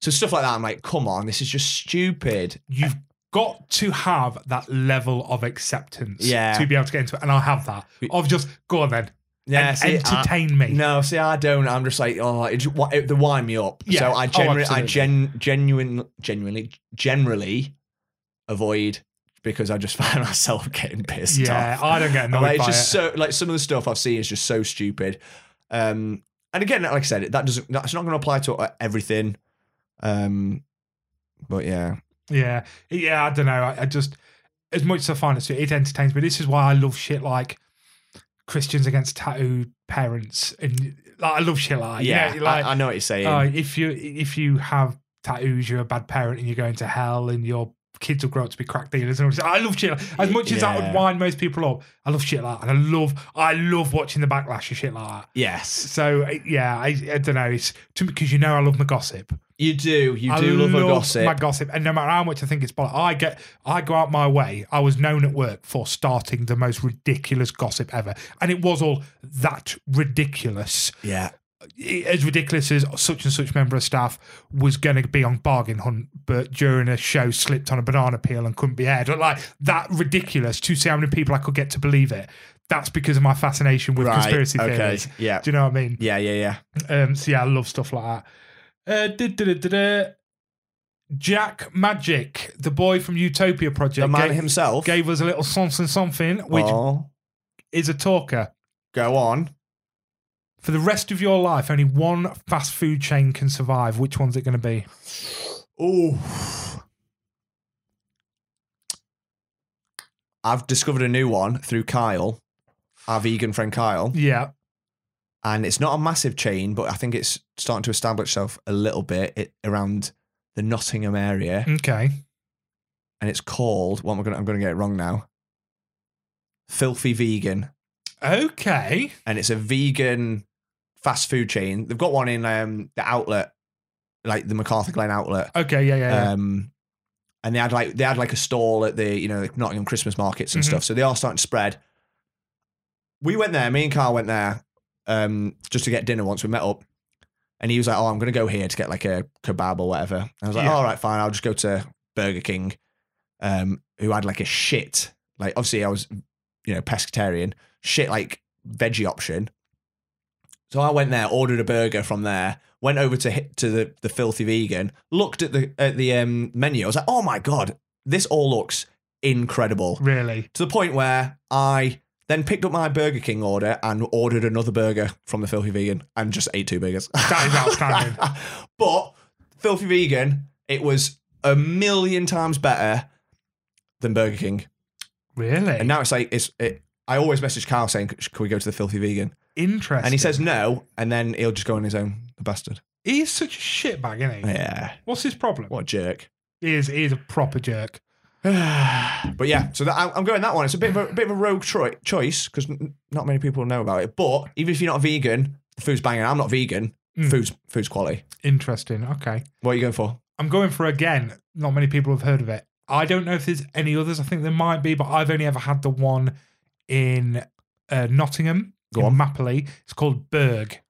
B: so stuff like that. I'm like, come on, this is just stupid.
A: You've got to have that level of acceptance
B: Yeah.
A: to be able to get into it. And I'll have that. Of just, go on then.
B: Yeah,
A: and
B: see, I-
A: entertain me.
B: no, see, I don't. I'm just like, oh, it, just- it, they wind me up.
A: Yeah.
B: So I
A: Oh,
B: generally, I
A: absolutely.
B: gen, genuine, genuinely, generally avoid because I just [laughs] find myself getting pissed
A: yeah,
B: off.
A: I don't get annoyed
B: [laughs] like, it's
A: by
B: just
A: it.
B: so like some of the stuff I've seen is just so stupid. Um, and again, like I said, that doesn't that's not going to apply to uh, everything. Um, but yeah,
A: Yeah, yeah. I don't know. I, I just as much as I find it, it entertains me. This is why I love shit like Christians against tattooed parents, and like I love shit like
B: yeah,
A: Uh, You know, like
B: I, I know what you're saying.
A: uh, if you if you have tattoos, you're a bad parent, and you're going to hell, and your kids will grow up to be crack dealers. And all this. I love shit. Like, as much as that
B: Yeah.
A: would wind most people up, I love shit like, that. and I love I love watching the backlash of shit like that.
B: yes,
A: So uh, yeah, I, I don't know. It's to because you know I love my gossip.
B: you do. You
A: I
B: do love, a gossip.
A: My gossip, and no matter how much I think it's bollocks, I get, I go out my way. I was known at work for starting the most ridiculous gossip ever, and it was all that ridiculous,
B: yeah,
A: as ridiculous as such and such member of staff was going to be on bargain hunt, but during a show slipped on a banana peel and couldn't be aired. Like that ridiculous to see how many people I could get to believe it. That's because of my fascination with
B: right.
A: conspiracy
B: okay.
A: theories.
B: Yeah,
A: Do you know what I mean?
B: yeah, yeah, yeah.
A: Um, so yeah, I love stuff like that. Uh, duh, duh, duh, duh, duh. Jack Magic, the boy from Utopia Project,
B: The man
A: gave,
B: himself.
A: gave us a little something something, which
B: Oh,
A: is a talker.
B: go on.
A: For the rest of your life, only one fast food chain can survive. Which one's it going to be?
B: Oh. I've discovered a new one through Kyle, our vegan friend Kyle.
A: Yeah,
B: and it's not a massive chain, but I think it's starting to establish itself a little bit it, around the Nottingham area,
A: okay.
B: and it's called. What am I going? I'm going to get it wrong now. Filthy Vegan,
A: Okay.
B: and it's a vegan fast food chain. They've got one in um, the outlet, like the MacArthur Glen outlet.
A: Okay, yeah, yeah, yeah.
B: Um, and they had like they had like a stall at the you know like Nottingham Christmas markets and
A: Mhm.
B: stuff. So they are starting to spread. We went there. Me and Carl went there um, just to get dinner once we met up. And he was like, "Oh, I'm going to go here to get like a kebab or whatever." And I was like,
A: Yeah.
B: "All right, fine. I'll just go to Burger King, um, who had like a shit like obviously I was you know pescatarian shit like veggie option. So I went there, ordered a burger from there, went over to hit to the the filthy vegan, looked at the at the um, menu. I was like, oh my god, this all looks incredible.
A: really.
B: To the point where I then picked up my Burger King order and ordered another burger from the filthy vegan and just ate two burgers.
A: That is outstanding.
B: [laughs] but filthy vegan, it was a million times better than Burger King.
A: Really?
B: And now it's like it's. It, I always message Carl saying, "Can we go to the filthy vegan?"
A: Interesting.
B: And he says no, and then he'll just go on his own. The bastard.
A: he's such a shitbag, isn't he?
B: Yeah,
A: What's his problem?
B: what a jerk. [sighs]
A: He is he is a proper jerk.
B: but yeah, so that, I'm I'm going that one. It's a bit of a bit of a rogue troi- choice because not many people know about it. But even if you're not vegan, the food's banging. I'm not vegan.
A: Mm.
B: Food's food's quality.
A: Interesting. Okay.
B: What are you going for?
A: I'm going for again. Not many people have heard of it. I don't know if there's any others. I think there might be, but I've only ever had the one in uh, Nottingham,
B: Go
A: in
B: on.
A: Mapley. It's called Berg.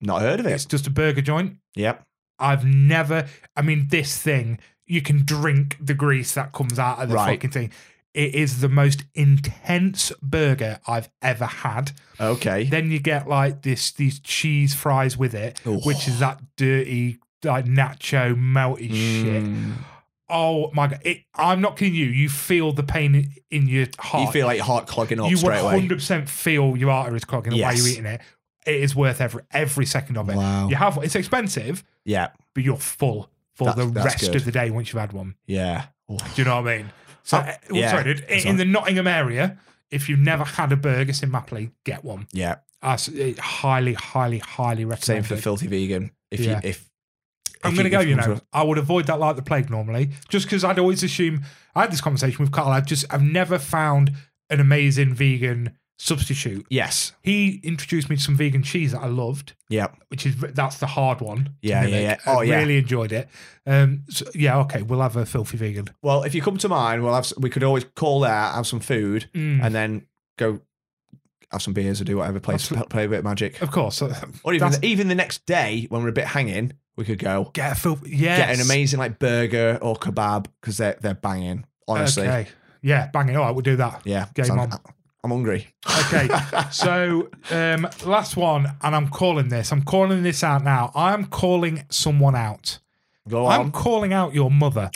B: Not heard of
A: It's
B: it.
A: just a burger joint.
B: Yep.
A: I've never. I mean, this thing you can drink the grease that comes out of the
B: Right.
A: fucking thing. It is the most intense burger I've ever had.
B: Okay.
A: Then you get like this these cheese fries with it,
B: Oh.
A: which is that dirty like nacho melty shit.
B: Mm.
A: Oh my god! It, I'm not kidding you. You feel the pain in, in your heart.
B: You feel like your heart clogging up
A: you
B: straight away.
A: 100 percent feel your arteries clogging up while
B: Yes.
A: you're eating it. It is worth every every second of it.
B: Wow.
A: You have it's expensive,
B: Yeah.
A: but you're full for
B: That's-
A: the
B: that's
A: rest
B: good.
A: of the day once you've had one.
B: Yeah. Oh.
A: Do you know what I mean? So,
B: Oh,
A: uh,
B: yeah.
A: sorry, dude, in,
B: That's
A: in the Nottingham area, if you've never had a burger in Mapley, get one.
B: Yeah.
A: I s- uh, highly, highly, highly
B: Same
A: recommend.
B: for
A: it.
B: filthy vegan. If
A: Yeah.
B: you if
A: I'm
B: if
A: going to go,
B: if
A: you
B: comes
A: know, I would avoid that like the plague normally, just because I'd always assume. I had this conversation with Carl. I've just, I've never found an amazing vegan substitute.
B: Yes.
A: He introduced me to some vegan cheese that I loved,
B: Yeah.
A: which is that's the hard one. to
B: Yeah, yeah,
A: mimic.
B: yeah. Oh,
A: I
B: yeah.
A: really enjoyed it. Um, so, yeah, okay, we'll have a filthy vegan.
B: Well, if you come to mine, we'll have. s- We could always call there, have some food,
A: Mm,
B: and then go have some beers or do whatever. Play
A: Absolute-
B: play a bit of magic,
A: of course, uh,
B: or even
A: that's-
B: even the next day when we're a bit hanging, we could go
A: get a filthy. Yes.
B: get an amazing like burger or kebab because they're they're banging. Honestly,
A: Okay. Yeah, bang it. All right, we'll do that.
B: yeah.
A: Game
B: I'm,
A: on.
B: I'm hungry. [laughs]
A: Okay. So, um, last one, and I'm calling this. I'm calling this out now. I'm calling someone out.
B: go
A: I'm
B: on.
A: calling out your mother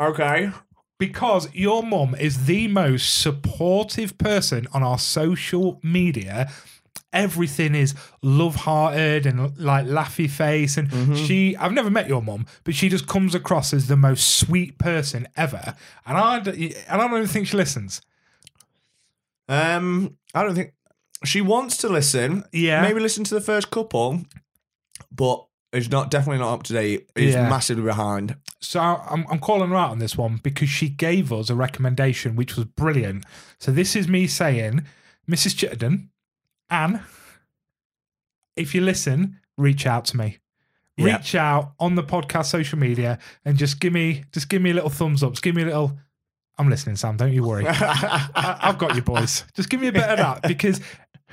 B: okay.
A: because your mum is the most supportive person on our social media. Everything is love hearted and like laughy face. And she, I've never met your mum, but she just comes across as the most sweet person ever. And I, d- and I don't even think she listens.
B: Um, I don't think she wants to listen.
A: Yeah.
B: Maybe listen to the first couple, but it's not definitely not up to date. It's
A: Yeah. [laughs]
B: massively behind.
A: So I'm, I'm calling her out on this one because she gave us a recommendation which was brilliant. So this is me saying, Mrs. Chittenden, Anne, if you listen, reach out to me.
B: Yeah.
A: Reach out on the podcast social media and just give me just give me a little thumbs up. Just give me a little I'm listening, Sam, don't you
B: [laughs]
A: worry. I, I've got you boys. Just give me a bit of that because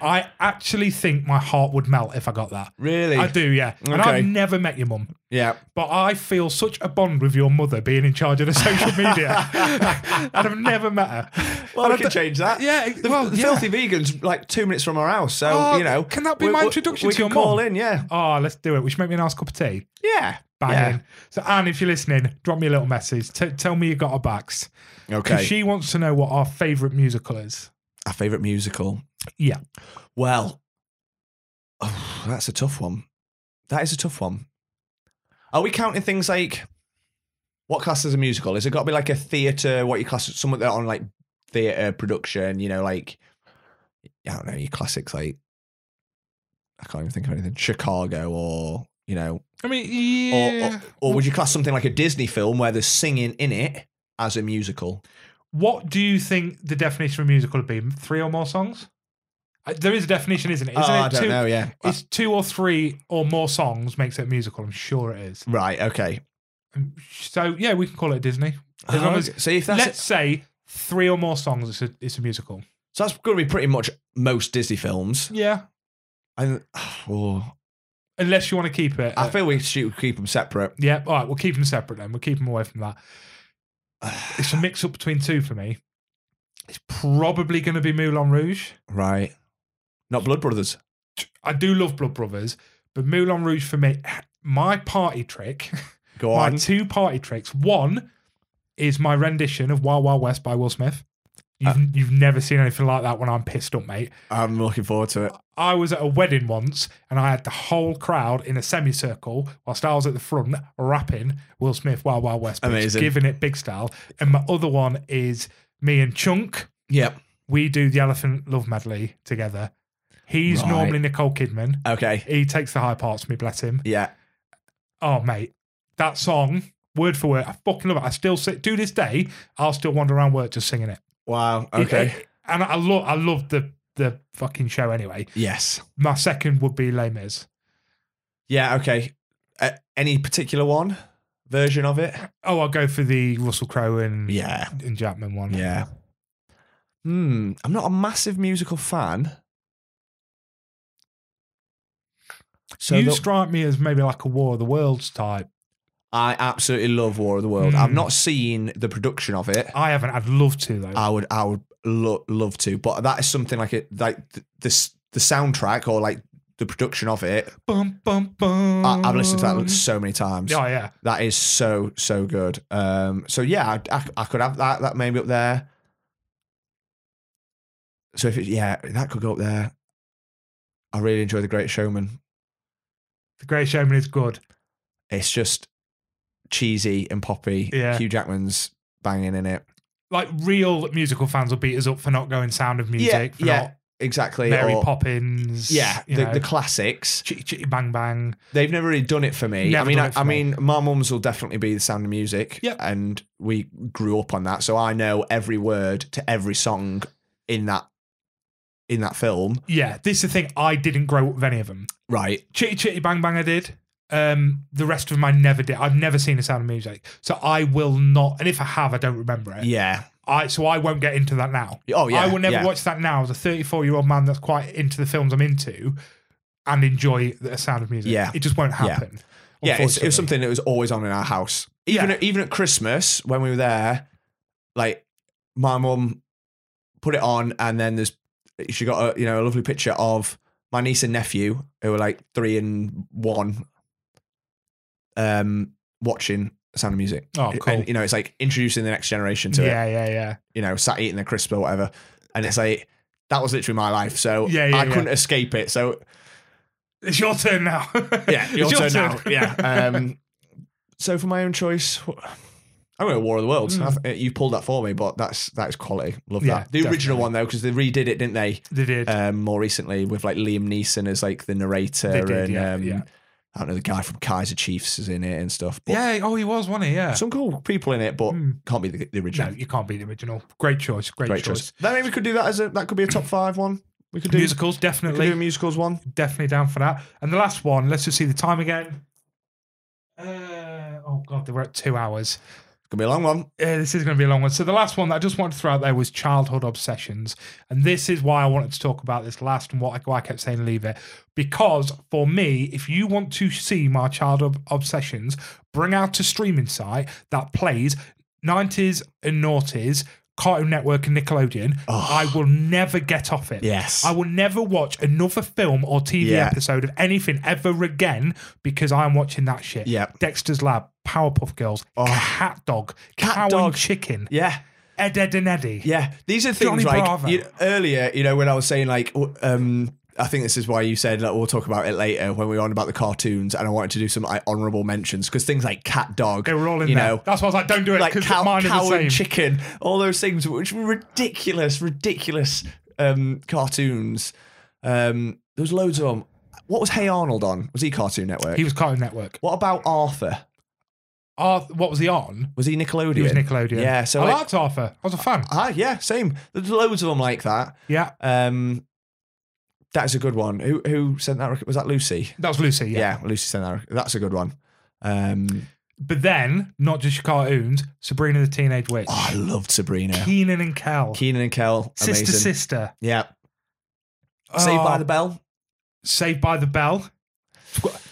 A: I actually think my heart would melt if I got that.
B: Really?
A: I do, yeah. And I've
B: Okay.
A: never met your mum
B: Yeah.
A: but I feel such a bond with your mother being in charge of the
B: [laughs]
A: social media, [laughs] and I've never met her.
B: Well,
A: And
B: we
A: I
B: can
A: don't-
B: change that.
A: Yeah,
B: The,
A: well,
B: the
A: yeah.
B: filthy vegans like two minutes from our house, so
A: Oh,
B: you know.
A: can that be
B: we-
A: my
B: we-
A: introduction
B: we
A: to
B: can
A: your
B: call
A: mum?
B: in, yeah,
A: Oh, let's do it. Which make me a nice cup of tea.
B: yeah,
A: Banging. So, Anne, if you're listening, drop me a little message. T- tell me you got our backs.
B: Yeah.
A: Because
B: Okay.
A: she wants to know what our favourite musical is.
B: Our favorite musical.
A: Yeah.
B: Well, oh, that's a tough one. That is a tough one. Are we counting things like what class is a musical? Is it got to be like a theatre? What you class someone that on like theatre production? You know, like I don't know, your classics like I can't even think of anything. Chicago or you know
A: I mean,
B: Or-
A: yeah.
B: Or, or would you class something like a Disney film where there's singing in it as a musical?
A: what do you think the definition of a musical would be? Three or more songs? Uh, There is a definition, isn't it? Isn't
B: oh,
A: it
B: I don't
A: two,
B: know. Yeah.
A: It's two or three or more songs makes it a musical. I'm sure it is.
B: right. Okay.
A: Um, So yeah, we can call it Disney. As long
B: Oh,
A: as-
B: okay. so if that's
A: Let's say three or more songs. It's a it's a musical.
B: so that's going to be pretty much most Disney films.
A: Yeah,
B: I, [sighs] oh,
A: unless you want to keep it.
B: I feel we should keep them separate. [sighs]
A: yeah. All right, we'll keep them separate then. We'll keep them away from that. It's a mix up between two for me. It's probably going to be Moulin Rouge.
B: Right. Not Blood Brothers.
A: I do love Blood Brothers, but Moulin Rouge for me, my party trick,
B: Go
A: my
B: on.
A: two party tricks. One is my rendition of Wild Wild West by Will Smith. You've,
B: Uh.
A: you've never seen anything like that when I'm pissed up, mate.
B: I'm looking forward to it.
A: I was at a wedding once and I had the whole crowd in a semicircle whilst I was at the front rapping Will Smith Wild Wild West, bitch,
B: Amazing.
A: giving it big style. And my other one is me and Chunk.
B: Yep.
A: We do the Elephant Love Medley together. He's
B: Right.
A: normally Nicole Kidman.
B: Okay.
A: He takes the high parts, me bless him.
B: Yeah.
A: Oh, mate, that song, word for word, I fucking love it. I still sit to this day. I'll still wander around work just singing it.
B: Wow.
A: It-
B: Okay.
A: it- and I love, I love the the fucking show anyway.
B: yes.
A: My second would be Les Mis.
B: Yeah. Okay. Uh, any particular one version of it?
A: Oh, I'll go for the Russell Crowe and
B: Yeah.
A: and Jackman one.
B: Yeah. Hmm. I'm not a massive musical fan. So
A: you
B: the-
A: strike me as maybe like a War of the Worlds type.
B: I absolutely love War of the World. I've
A: Hmm. Oh.
B: not seen the production of it.
A: I haven't. I'd love to though.
B: I would I would lo- love to, but that is something like it like th- this the soundtrack or like the production of it.
A: bum bum bum.
B: I, I've listened to that so many times.
A: Oh Hmm. yeah.
B: That is so so good. Um, so yeah, I, I, I could have that that maybe up there. So if it, yeah, that could go up there. I really enjoy The Great Showman.
A: The Great Showman is good.
B: It's just cheesy and poppy.
A: Yeah.
B: Hugh Jackman's banging in it.
A: Like real musical fans will beat us up for not going Sound of Music, for
B: yeah,
A: not
B: Exactly.
A: Mary
B: or-
A: Poppins.
B: Yeah,
A: you
B: the,
A: know,
B: the classics.
A: Chitty Chitty Bang Bang.
B: They've never really done it for me.
A: Never
B: I mean,
A: done
B: I,
A: it for
B: I
A: me.
B: mean, my mum's will definitely be the sound of music.
A: Yep.
B: And we grew up on that. So I know every word to every song in that in that film.
A: Yeah, this is the thing. I didn't grow up with any of them.
B: Right.
A: Chitty Chitty Bang Bang, I did. Um, the rest of them I never did. I've never seen a Sound of Music, so I will not. And if I have, I don't remember it.
B: Yeah.
A: I so I won't get into that now.
B: Oh yeah.
A: I will never
B: yeah.
A: watch that now as a 34 year old man that's quite into the films I'm into and enjoy the sound of music.
B: Yeah.
A: It just won't
B: Yeah.
A: happen.
B: Yeah, it's, it was
A: unfortunately.
B: something that was always on in our house. Even
A: Yeah.
B: at, even at Christmas when we were there, like my mum put it on, and then there's she got a you know a lovely picture of my niece and nephew who were like three and one, um, watching Sound of Music.
A: Oh, cool.
B: And you know, it's like introducing the next generation to it.
A: yeah, yeah, yeah.
B: You know, sat eating their crisp or whatever, and it's like that was literally my life. So
A: Yeah, yeah,
B: I
A: yeah.
B: couldn't escape it. So
A: It's your turn now. [laughs]
B: yeah,
A: It's
B: your, turn, now. Yeah. Um, so for my own choice, wh- I'm going to War of the Worlds.
A: Mm.
B: I th- you pulled that for me, but that's that is quality. Love
A: Yeah,
B: that. The original
A: definitely.
B: one though, because they redid it, didn't they?
A: [laughs] They did.
B: Um, more recently with like Liam Neeson as like the narrator
A: They did,
B: and
A: yeah,
B: um,
A: yeah.
B: I don't know the guy from Kaiser Chiefs is in it and stuff. But
A: yeah. Oh, he was, wasn't he? Yeah.
B: some cool people in it, but
A: Mm.
B: can't be the, the
A: no,
B: original.
A: you can't be the original. Great choice. Great,
B: Great
A: choice.
B: choice. That maybe we could do that as a that could be a top five one. We could do
A: Musicals,
B: we could do a
A: definitely.
B: musicals one.
A: Definitely down for that. And the last one, let's just see the time again. Uh, oh, God, they were at two hours.
B: Gonna be a long one.
A: uh, this is going to be a long one. So the last one that I just wanted to throw out there was childhood obsessions, and this is why I wanted to talk about this last and what I, why I kept saying leave it because for me, if you want to see my childhood obsessions, bring out a streaming site that plays nineties and noughties Cartoon Network and Nickelodeon.
B: Oh.
A: I will never get off it.
B: Yes.
A: I will never watch another film or TV
B: Yeah.
A: episode of anything ever again because I'm watching that shit.
B: Yeah.
A: Dexter's Lab, Powerpuff Girls,
B: Oh.
A: Cat Dog,
B: Cat
A: Cow
B: Dog.
A: and Chicken,
B: Yeah.
A: Ed, Ed and Eddie.
B: Yeah, these are things
A: Johnny Bravo.
B: like you, earlier. You know, when I was saying like, w- um, I think this is why you said like, we'll talk about it later when we were on about the cartoons, and I wanted to do some like honourable mentions because things like cat dog,
A: They were all in
B: you
A: there.
B: know.
A: That's why I was like, don't do it
B: Like
A: because
B: cow,
A: mine
B: cow
A: are the same.
B: and chicken, all those things, which were ridiculous, ridiculous um, cartoons. Um, there was loads of them. What was Hey Arnold on? Was he Cartoon Network?
A: He was Cartoon Network.
B: what about Arthur?
A: Arth- what was he on?
B: Was he Nickelodeon?
A: He was Nickelodeon.
B: Yeah, so
A: I
B: like-
A: liked Arthur. I was a fan.
B: Ah, yeah, same. There's loads of them like that.
A: yeah.
B: Um, That is a good one. Who who sent that? rec- Was that Lucy?
A: That was Lucy, yeah.
B: Yeah, Lucy sent that. rec- That's a good one. Um,
A: But then, not just your cartoons, Sabrina the Teenage Witch,
B: oh, I loved Sabrina.
A: Keenan and Kel,
B: Keenan and Kel,
A: Sister
B: amazing.
A: Sister,
B: Yeah. Saved by
A: Oh,
B: the Bell.
A: Saved by the Bell.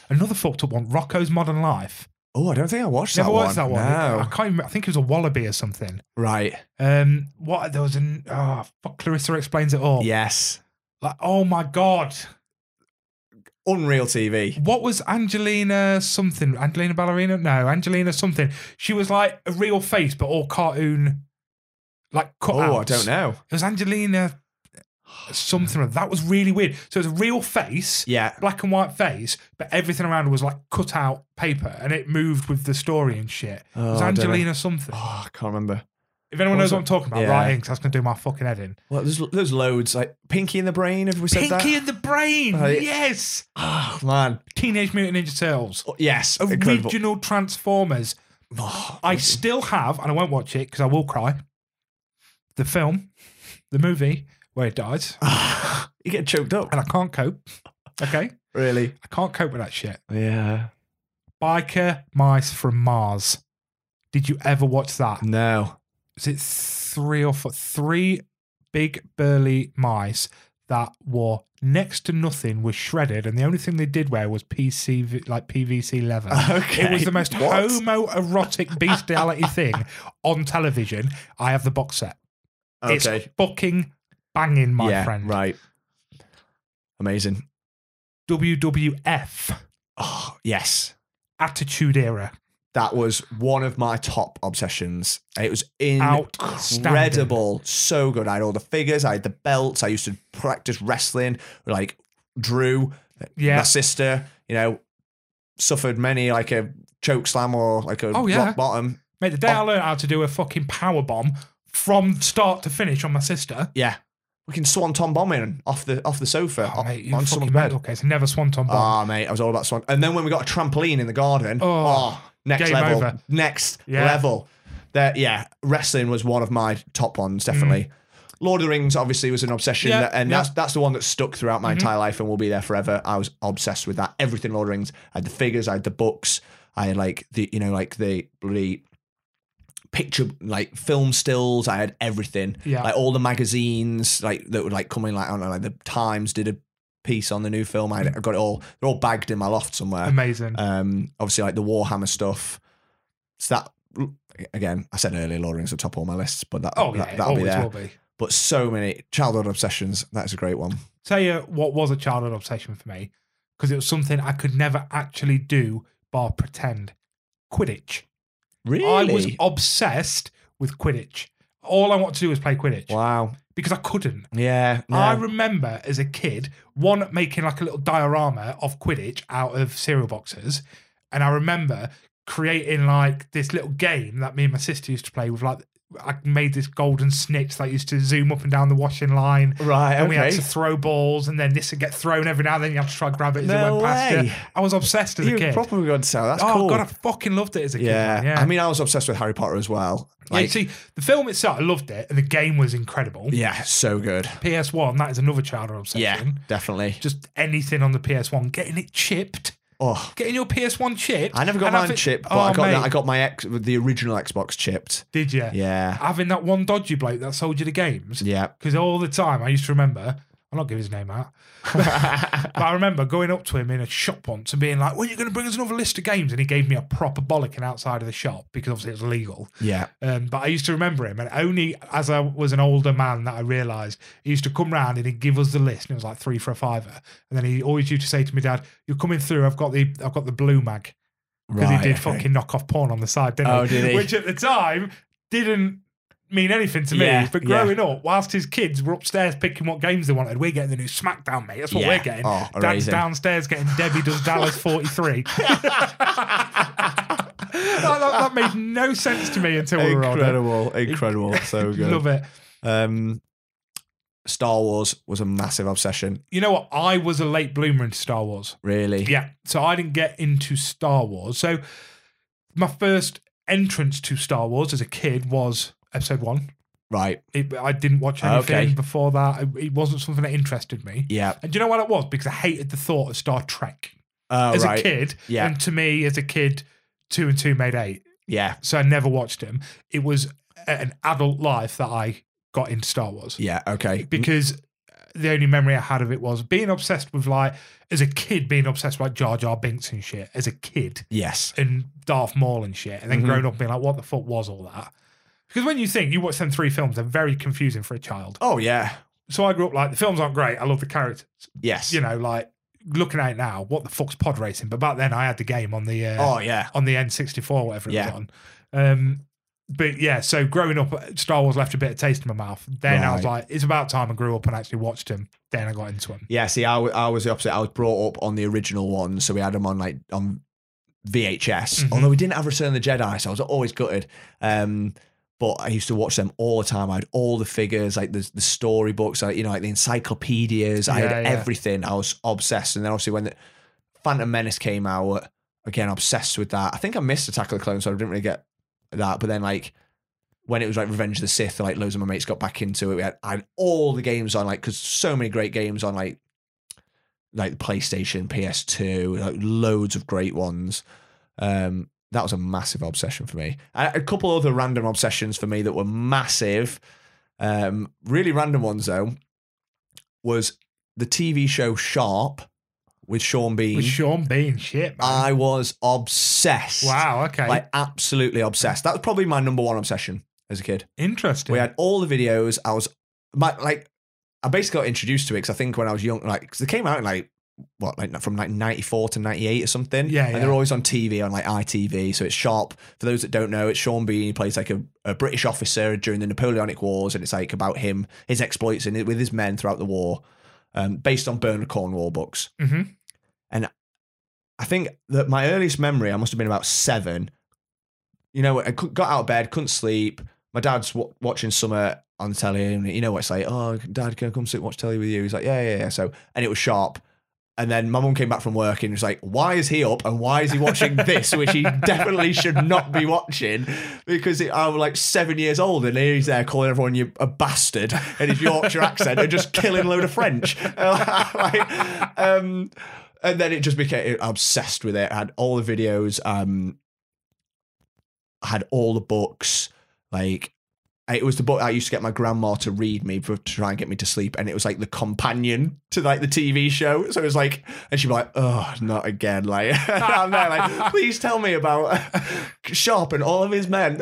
A: Another fucked up one, Rocco's Modern Life.
B: Oh, I don't think I watched
A: Never
B: that
A: watched
B: one.
A: that one.
B: No.
A: I can't. Remember, I think it was a wallaby or something.
B: Right.
A: Um, what there was an oh fuck, Clarissa explains it all.
B: Yes.
A: Like, oh my god,
B: Unreal TV.
A: what was Angelina something? Angelina Ballerina? No, Angelina something. She was like a real face, but all cartoon, like cut
B: Oh, I don't know.
A: It was Angelina something. That was really weird. So it was a real face,
B: Yeah.
A: black and white face, but everything around her was like cut out paper, and it moved with the story and shit. It was
B: Oh, I don't know.
A: Angelina something.
B: Oh, I can't remember.
A: If anyone
B: What
A: knows
B: was
A: what
B: it?
A: I'm talking about,
B: Yeah.
A: right in, because that's going to do my fucking head in.
B: Well, there's there's loads like Pinky in the Brain. Have we said that?
A: Pinky and the Brain,
B: Oh, yeah.
A: yes.
B: Oh man.
A: Teenage Mutant Ninja Turtles,
B: Oh, Yes. Incredible.
A: original Transformers.
B: Oh,
A: I still have, and I won't watch it because I will cry. The film, the movie where it dies,
B: [sighs] you get choked up.
A: and I can't cope. Okay,
B: Really?
A: I can't cope with that shit.
B: Yeah.
A: Biker Mice from Mars. Did you ever watch that?
B: No.
A: Is it three or four? Three big burly mice that were next to nothing were shredded, and the only thing they did wear was PCV, like PVC leather.
B: Okay.
A: It was the most
B: What?
A: homoerotic
B: [laughs]
A: bestiality thing on television. I have the box set. It's
B: Okay.
A: fucking banging, my
B: yeah.
A: friend.
B: Right. Amazing.
A: WWF
B: Oh yes.
A: Attitude Era.
B: That was one of my top obsessions. It was
A: Outstanding.
B: incredible, so good. I had all the figures, I had the belts. I used to practice wrestling, like Drew,
A: Yeah.
B: my sister. You know, suffered many like a choke slam or like a
A: Oh, yeah.
B: rock bottom.
A: Mate, the day I learned how to do a fucking power bomb from start to finish on my sister.
B: Yeah, we can swan tom bombing off the off the sofa
A: Oh,
B: o-
A: mate, you're
B: on
A: fucking
B: someone's
A: mental
B: bed.
A: case. Never swanton bomb.
B: Ah, mate, I was all about swan. And then when we got a trampoline in the garden,
A: Oh,
B: oh, next
A: game
B: level,
A: over.
B: next
A: Yeah.
B: level. That yeah, wrestling was one of my top ones, definitely. Lord of the Rings obviously was an obsession,
A: Mm. Yeah,
B: that, and
A: yeah. Mm-hmm.
B: that's that's the one that stuck throughout my entire life and will be there forever. I was obsessed with that. Everything Lord of the Rings. I had the figures, I had the books, I had like the you know like the bloody picture like film stills. I had everything.
A: Yeah.
B: Like all the magazines like that would like come in like I don't know like the Times did a piece on the new film. I,
A: Mm.
B: I got it all. They're all bagged in my loft somewhere.
A: Amazing.
B: Um, obviously, like the Warhammer stuff. So that again, I said earlier, Lord of the Rings are top of all my lists, but that,
A: oh, yeah,
B: that
A: it
B: that'll
A: always
B: be there.
A: will be.
B: But so many childhood obsessions. That is a great one.
A: Tell you uh, what was a childhood obsession for me, because it was something I could never actually do bar pretend. Quidditch. I was obsessed with Quidditch. All I wanted to do was play Quidditch
B: wow.
A: because I couldn't.
B: Yeah. no.
A: I remember as a kid, one making like a little diorama of Quidditch out of cereal boxes. And I remember creating like this little game that me and my sister used to play with. Like, I made this golden snitch that used to zoom up and down the washing line.
B: right.
A: And we had
B: Okay.
A: to throw balls, and then this would get thrown every now and then. You have to try and grab it as it
B: No
A: went past you.
B: way.
A: I was obsessed as a
B: You
A: kid.
B: probably got to sell. That's
A: oh
B: cool.
A: god, I fucking loved it as a
B: yeah.
A: kid. man. Yeah,
B: I mean, I was obsessed with Harry Potter as well.
A: Yeah, you
B: Like, yeah,
A: see, the film itself, I loved it, and the game was incredible.
B: so good.
A: PS1, that is another childhood obsession.
B: Yeah, definitely.
A: Just anything on the PS1, getting it chipped,
B: Oh,
A: getting your PS1 chipped.
B: I never got
A: and
B: mine
A: having-
B: chipped, but
A: Oh,
B: I got that.
A: mate,
B: I got my ex, the original Xbox chipped.
A: Did you?
B: Yeah.
A: [laughs] Having that one dodgy bloke that sold you the games.
B: Yeah.
A: [laughs] Because all the time I used to remember, I'll not give his name out, but I remember going up to him in a shop once and being like, When are you going to bring us another list of games? And he gave me a proper bollocking outside of the shop because obviously it was legal.
B: yeah.
A: Um, but I used to remember him, and only as I was an older man that I realised he used to come round and he'd give us the list, and it was like three for a fiver. And then he always used to say to me, "Dad, you're coming through. I've got the I've got the blue mag because
B: Right,
A: he did
B: okay.
A: fucking knock off porn on the side, didn't
B: Oh,
A: he?
B: did he?
A: Which at the time didn't mean anything to me.
B: Yeah,
A: but
B: yeah.
A: growing up, whilst his kids were upstairs picking what games they wanted, we're getting the new SmackDown, mate. That's what
B: Yeah.
A: we're getting.
B: Oh,
A: Dad's
B: amazing.
A: downstairs getting Debbie Does Dallas
B: [laughs]
A: 43. that, [laughs] that- that made no sense to me until we were older. [laughs]
B: incredible, incredible, so good.
A: Love it.
B: Um, Star Wars was a massive obsession,
A: You know what? I was a late bloomer into Star Wars.
B: really.
A: Yeah. So I didn't get into Star Wars. So my first entrance to Star Wars as a kid was episode one.
B: Right.
A: It, I didn't watch anything
B: Ah, Okay.
A: before that. It, it wasn't something that interested me.
B: Yeah.
A: And do you know what it was? Because I hated the thought of Star Trek
B: Uh,
A: as
B: right.
A: a kid.
B: Yeah.
A: And to me, as a kid, two and two made eight.
B: Yeah.
A: So I never watched them. It was a- an adult life that I got into Star Wars
B: Yeah. Okay.
A: because uh, the only memory I had of it was being obsessed with like as a kid being obsessed with like Jar Jar Binks and shit as a kid
B: yes.
A: and Darth Maul and shit, and then
B: Mhm.
A: growing up being like, what the fuck was all that? Because when you think you watch them three films, they're very confusing for a child.
B: Oh yeah.
A: So I grew up like the films aren't great. I love the characters.
B: Yes.
A: You know, like looking at it now, what the fuck's pod racing? But back then I had the game on the uh,
B: Oh yeah.
A: on the N64, whatever it was
B: Yeah.
A: on. Um, but yeah, so growing up, Star Wars left a bit of taste in my mouth. Then I was like, it's about time I grew up and actually watched them. Then I got into them.
B: Yeah. See, I wa- I was the opposite. I was brought up on the original one, so we had them on like on VHS.
A: Mhm.
B: Although we didn't have Return of the Jedi, so I was always gutted. Um, but I used to watch them all the time. I had all the figures, like the the storybooks, like, you know, like the encyclopedias. I
A: Yeah,
B: had
A: yeah.
B: everything. I was obsessed. And then obviously when the Phantom Menace came out, again obsessed with that. I think I missed Attack of the Clones, so I didn't really get that. But then like when it was like Revenge of the Sith, like loads of my mates got back into it. We had I had all the games on, like because so many great games on like like the PlayStation, PS2, like loads of great ones. Um, that was a massive obsession for me. A, a couple other random obsessions for me that were massive, um, really random ones though, was the TV show Sharp with Sean Bean.
A: With Sean Bean, shit, man.
B: I was obsessed.
A: wow, okay.
B: Ah, Like absolutely obsessed. That was probably my number one obsession as a kid.
A: Interesting.
B: We had all the videos. I was my like I basically got introduced to it because I think when I was young, like 'cause they came out in like what like from like 94 to 98 or something
A: Yeah,
B: and
A: yeah.
B: they're always on tv on like itv so it's sharp for those that don't know it's sean bean he plays like a, a british officer during the napoleonic wars and it's like about him his exploits and with his men throughout the war um based on bernard cornwall books
A: Mhm.
B: I think that my earliest memory, I must have been about seven. You know, I cou- got out of bed, couldn't sleep. My dad's w- watching summer on the telly, and you know what it's like. Oh, dad, can I come sit and watch telly with you? He's like, yeah, yeah, yeah. So, and it was sharp. And then my mum came back from work and was like, why is he up and why is he watching this, which he definitely should not be watching because it, I'm like seven years old and he's there calling everyone you a bastard in his Yorkshire accent and just killing a load of French. [laughs] Like, um, and then it just became obsessed with it. I had all the videos, um, I had all the books. Like it was the book I used to get my grandma to read me for, to try and get me to sleep, and it was like the companion to like the TV show. So it was like, and she'd be like, "Oh, not again!" Like [laughs] I'm there, like, please tell me about [laughs] Sharp and all of his men. [laughs]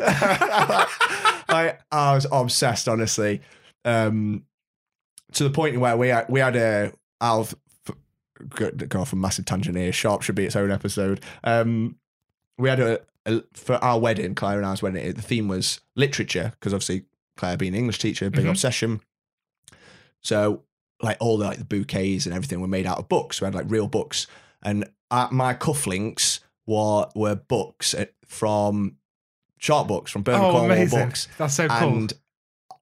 B: I, I was obsessed, honestly, um, to the point where we had, we had a I'll f- go go off a massive tangent here. Sharp should be its own episode. Um, we had a, a- for our wedding, Claire and ours wedding. The theme was literature because obviously Claire being an English teacher, big
A: Mhm.
B: obsession. So like all the like the bouquets and everything were made out of books. We had like real books, and uh, my cufflinks were were books uh, from sharp books from Bernard
A: oh,
B: Cornwall
A: amazing.
B: books
A: That's so cool.
B: and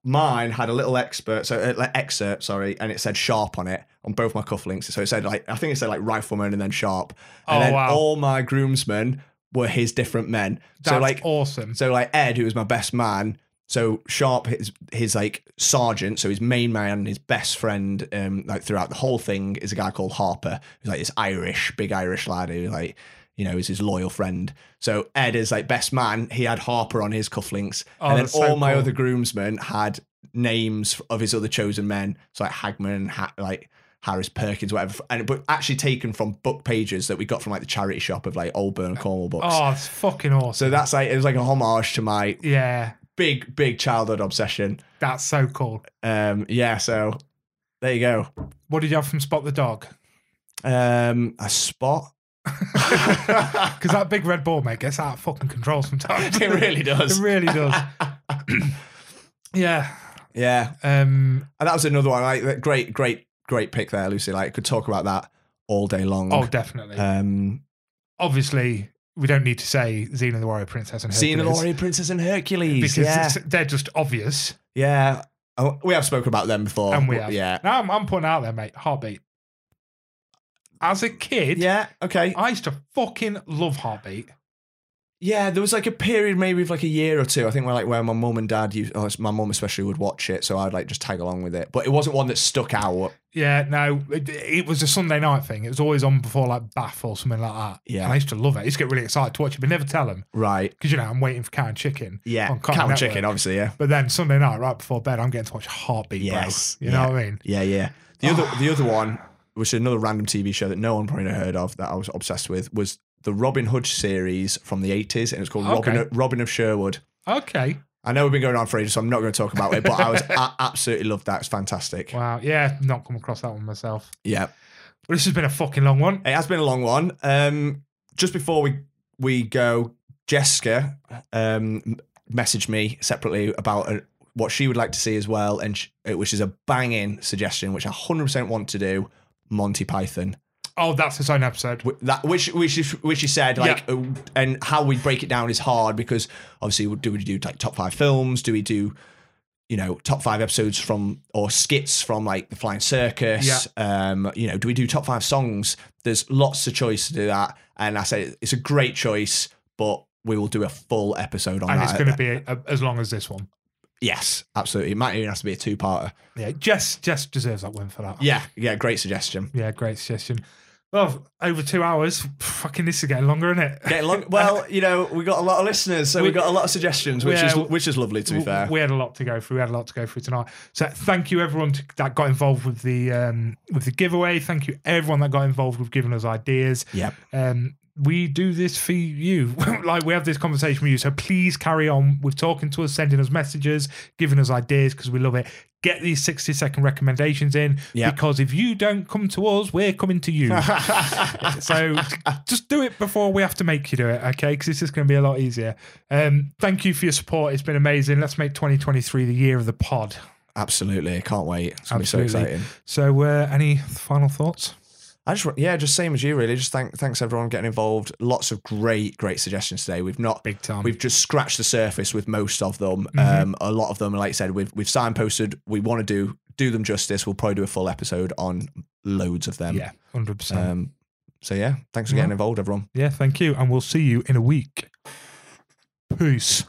B: mine had a little expert, so uh, like excerpt, sorry, and it said sharp on it on both my cufflinks. So it said like I think it said like rifleman and then sharp, and
A: Oh,
B: then
A: wow.
B: all my groomsmen were his different men.
A: That's
B: so like
A: awesome.
B: so like Ed, who was my best man. So Sharp, his his like sergeant, so his main man, his best friend, um, like throughout the whole thing is a guy called Harper, who's like this Irish, big Irish lad who like, you know, is his loyal friend. So Ed is like best man. He had Harper on his cufflinks,
A: Oh,
B: and then
A: that's so
B: all my
A: cool.
B: other groomsmen had names of his other chosen men, so like Hagman, ha- like Harris Perkins, whatever, and but actually taken from book pages that we got from like the charity shop of like Old Burn Cornwall books.
A: Oh, it's fucking awesome.
B: So that's like it was like a homage to my
A: yeah,
B: big, big childhood obsession.
A: that's so cool.
B: Um, yeah, so there you go.
A: What did you have from Spot the Dog?
B: Um, a
A: [laughs]
B: spot. it
A: Because that big red ball, mate, gets out of fucking control
B: [laughs]
A: sometimes.
B: really does.
A: It really
B: [coughs]
A: does. yeah.
B: yeah,
A: Um,
B: and that was another one. Like, that- great, great, great pick there, Lucy. Like, could talk about that all day long.
A: oh, definitely.
B: um,
A: Obviously, we don't need to say Xena the Warrior Princess and
B: Xena the
A: Hercules,
B: Warrior Princess and Hercules.
A: because
B: yeah,
A: it's- they're just obvious.
B: yeah. Oh, we have spoken about them before.
A: And we have.
B: Yeah,
A: Now I'm, I'm putting out there, mate. Heartbeat. As a kid,
B: yeah. Okay.
A: I used to fucking love Heartbeat.
B: Yeah, there was like a period maybe of like a year or two, I think, where like where my mum and dad used, oh, it's- my mum especially would watch it, so I'd like just tag along with it. But it wasn't one that stuck out.
A: Yeah, no, it, it was a Sunday night thing. It was always on before like Bath or something like that.
B: Yeah.
A: and I used to love it. I used to get really excited to watch it, but never tell them
B: Right.
A: because you know I'm waiting for Cow and Chicken.
B: Yeah.
A: on Cartoon
B: Cow and
A: Network.
B: chicken, obviously, yeah.
A: But then Sunday night, right before bed, I'm getting to watch Heartbeat.
B: Yes,
A: bro. you know what I mean.
B: Yeah, yeah. The other the other one, which is another random TV show that no one probably heard of that I was obsessed with, was the Robin Hood series from the eighties, and it's called
A: Okay.
B: Robin Robin of Sherwood.
A: Okay,
B: I know we've been going on for ages, so I'm not going to talk about it, but
A: [laughs]
B: I was I absolutely loved that. It's fantastic.
A: wow, yeah, not come across that one myself.
B: Yeah.
A: But this has been a fucking long one.
B: It has been a long one. Um, just before we we go, Jessica um, m- messaged me separately about uh what she would like to see as well, and sh- uh, which is a banging suggestion, which I hundred percent want to do. Monty Python,
A: Oh, that's its own episode.
B: Wh- that which which is, which she said like, uh, and how we break it down is hard because obviously we- do we do like top five films? Do we do you know top five episodes from or skits from like the Flying Circus? Um, you know, do we do top five songs? There's lots of choice to do that, and I say it's a great choice, but we will do a full episode on
A: And
B: that.
A: it's going to be a, as long as this one.
B: yes, absolutely. It might even have to be a two-parter.
A: Yeah, Jess, Jess deserves that win for that.
B: Yeah, yeah, great suggestion.
A: yeah, great suggestion. Well, over two hours. Fucking, this is getting longer, isn't it?
B: Getting long, well, you know, we got a lot of listeners, so we,
A: We-
B: got a lot of suggestions, which
A: Yeah,
B: is which is lovely to be
A: W-
B: fair.
A: We had a lot to go through. We had a lot to go through tonight. So thank you everyone to, that got involved with the um, with the giveaway. Thank you everyone that got involved with giving us ideas.
B: Yep.
A: Um, we do this for you. [laughs] like we have this conversation with you. So please carry on with talking to us, sending us messages, giving us ideas because we love it. Get these 60 second recommendations in
B: Yep.
A: because if you don't come to us, we're coming to
B: [laughs]
A: you. so just do it before we have to make you do it, okay? Because this is going to be a lot easier. Um, thank you for your support. It's been amazing. Let's make 2023 the year of the pod.
B: Absolutely, I can't wait. It's gonna be so
A: Absolutely.
B: exciting.
A: So, uh, any final thoughts?
B: I just yeah, just same as you really. Just thank thanks everyone getting involved. Lots of great great suggestions today. We've not
A: Big time.
B: We've just scratched the surface with most of them. Um, a lot of them, like I said, we've we've signposted. We want to do do them justice. We'll probably do a full episode on loads of them.
A: yeah, 100%.
B: Um, so yeah, thanks for getting involved, everyone.
A: yeah, thank you. And we'll see you in a week. Peace.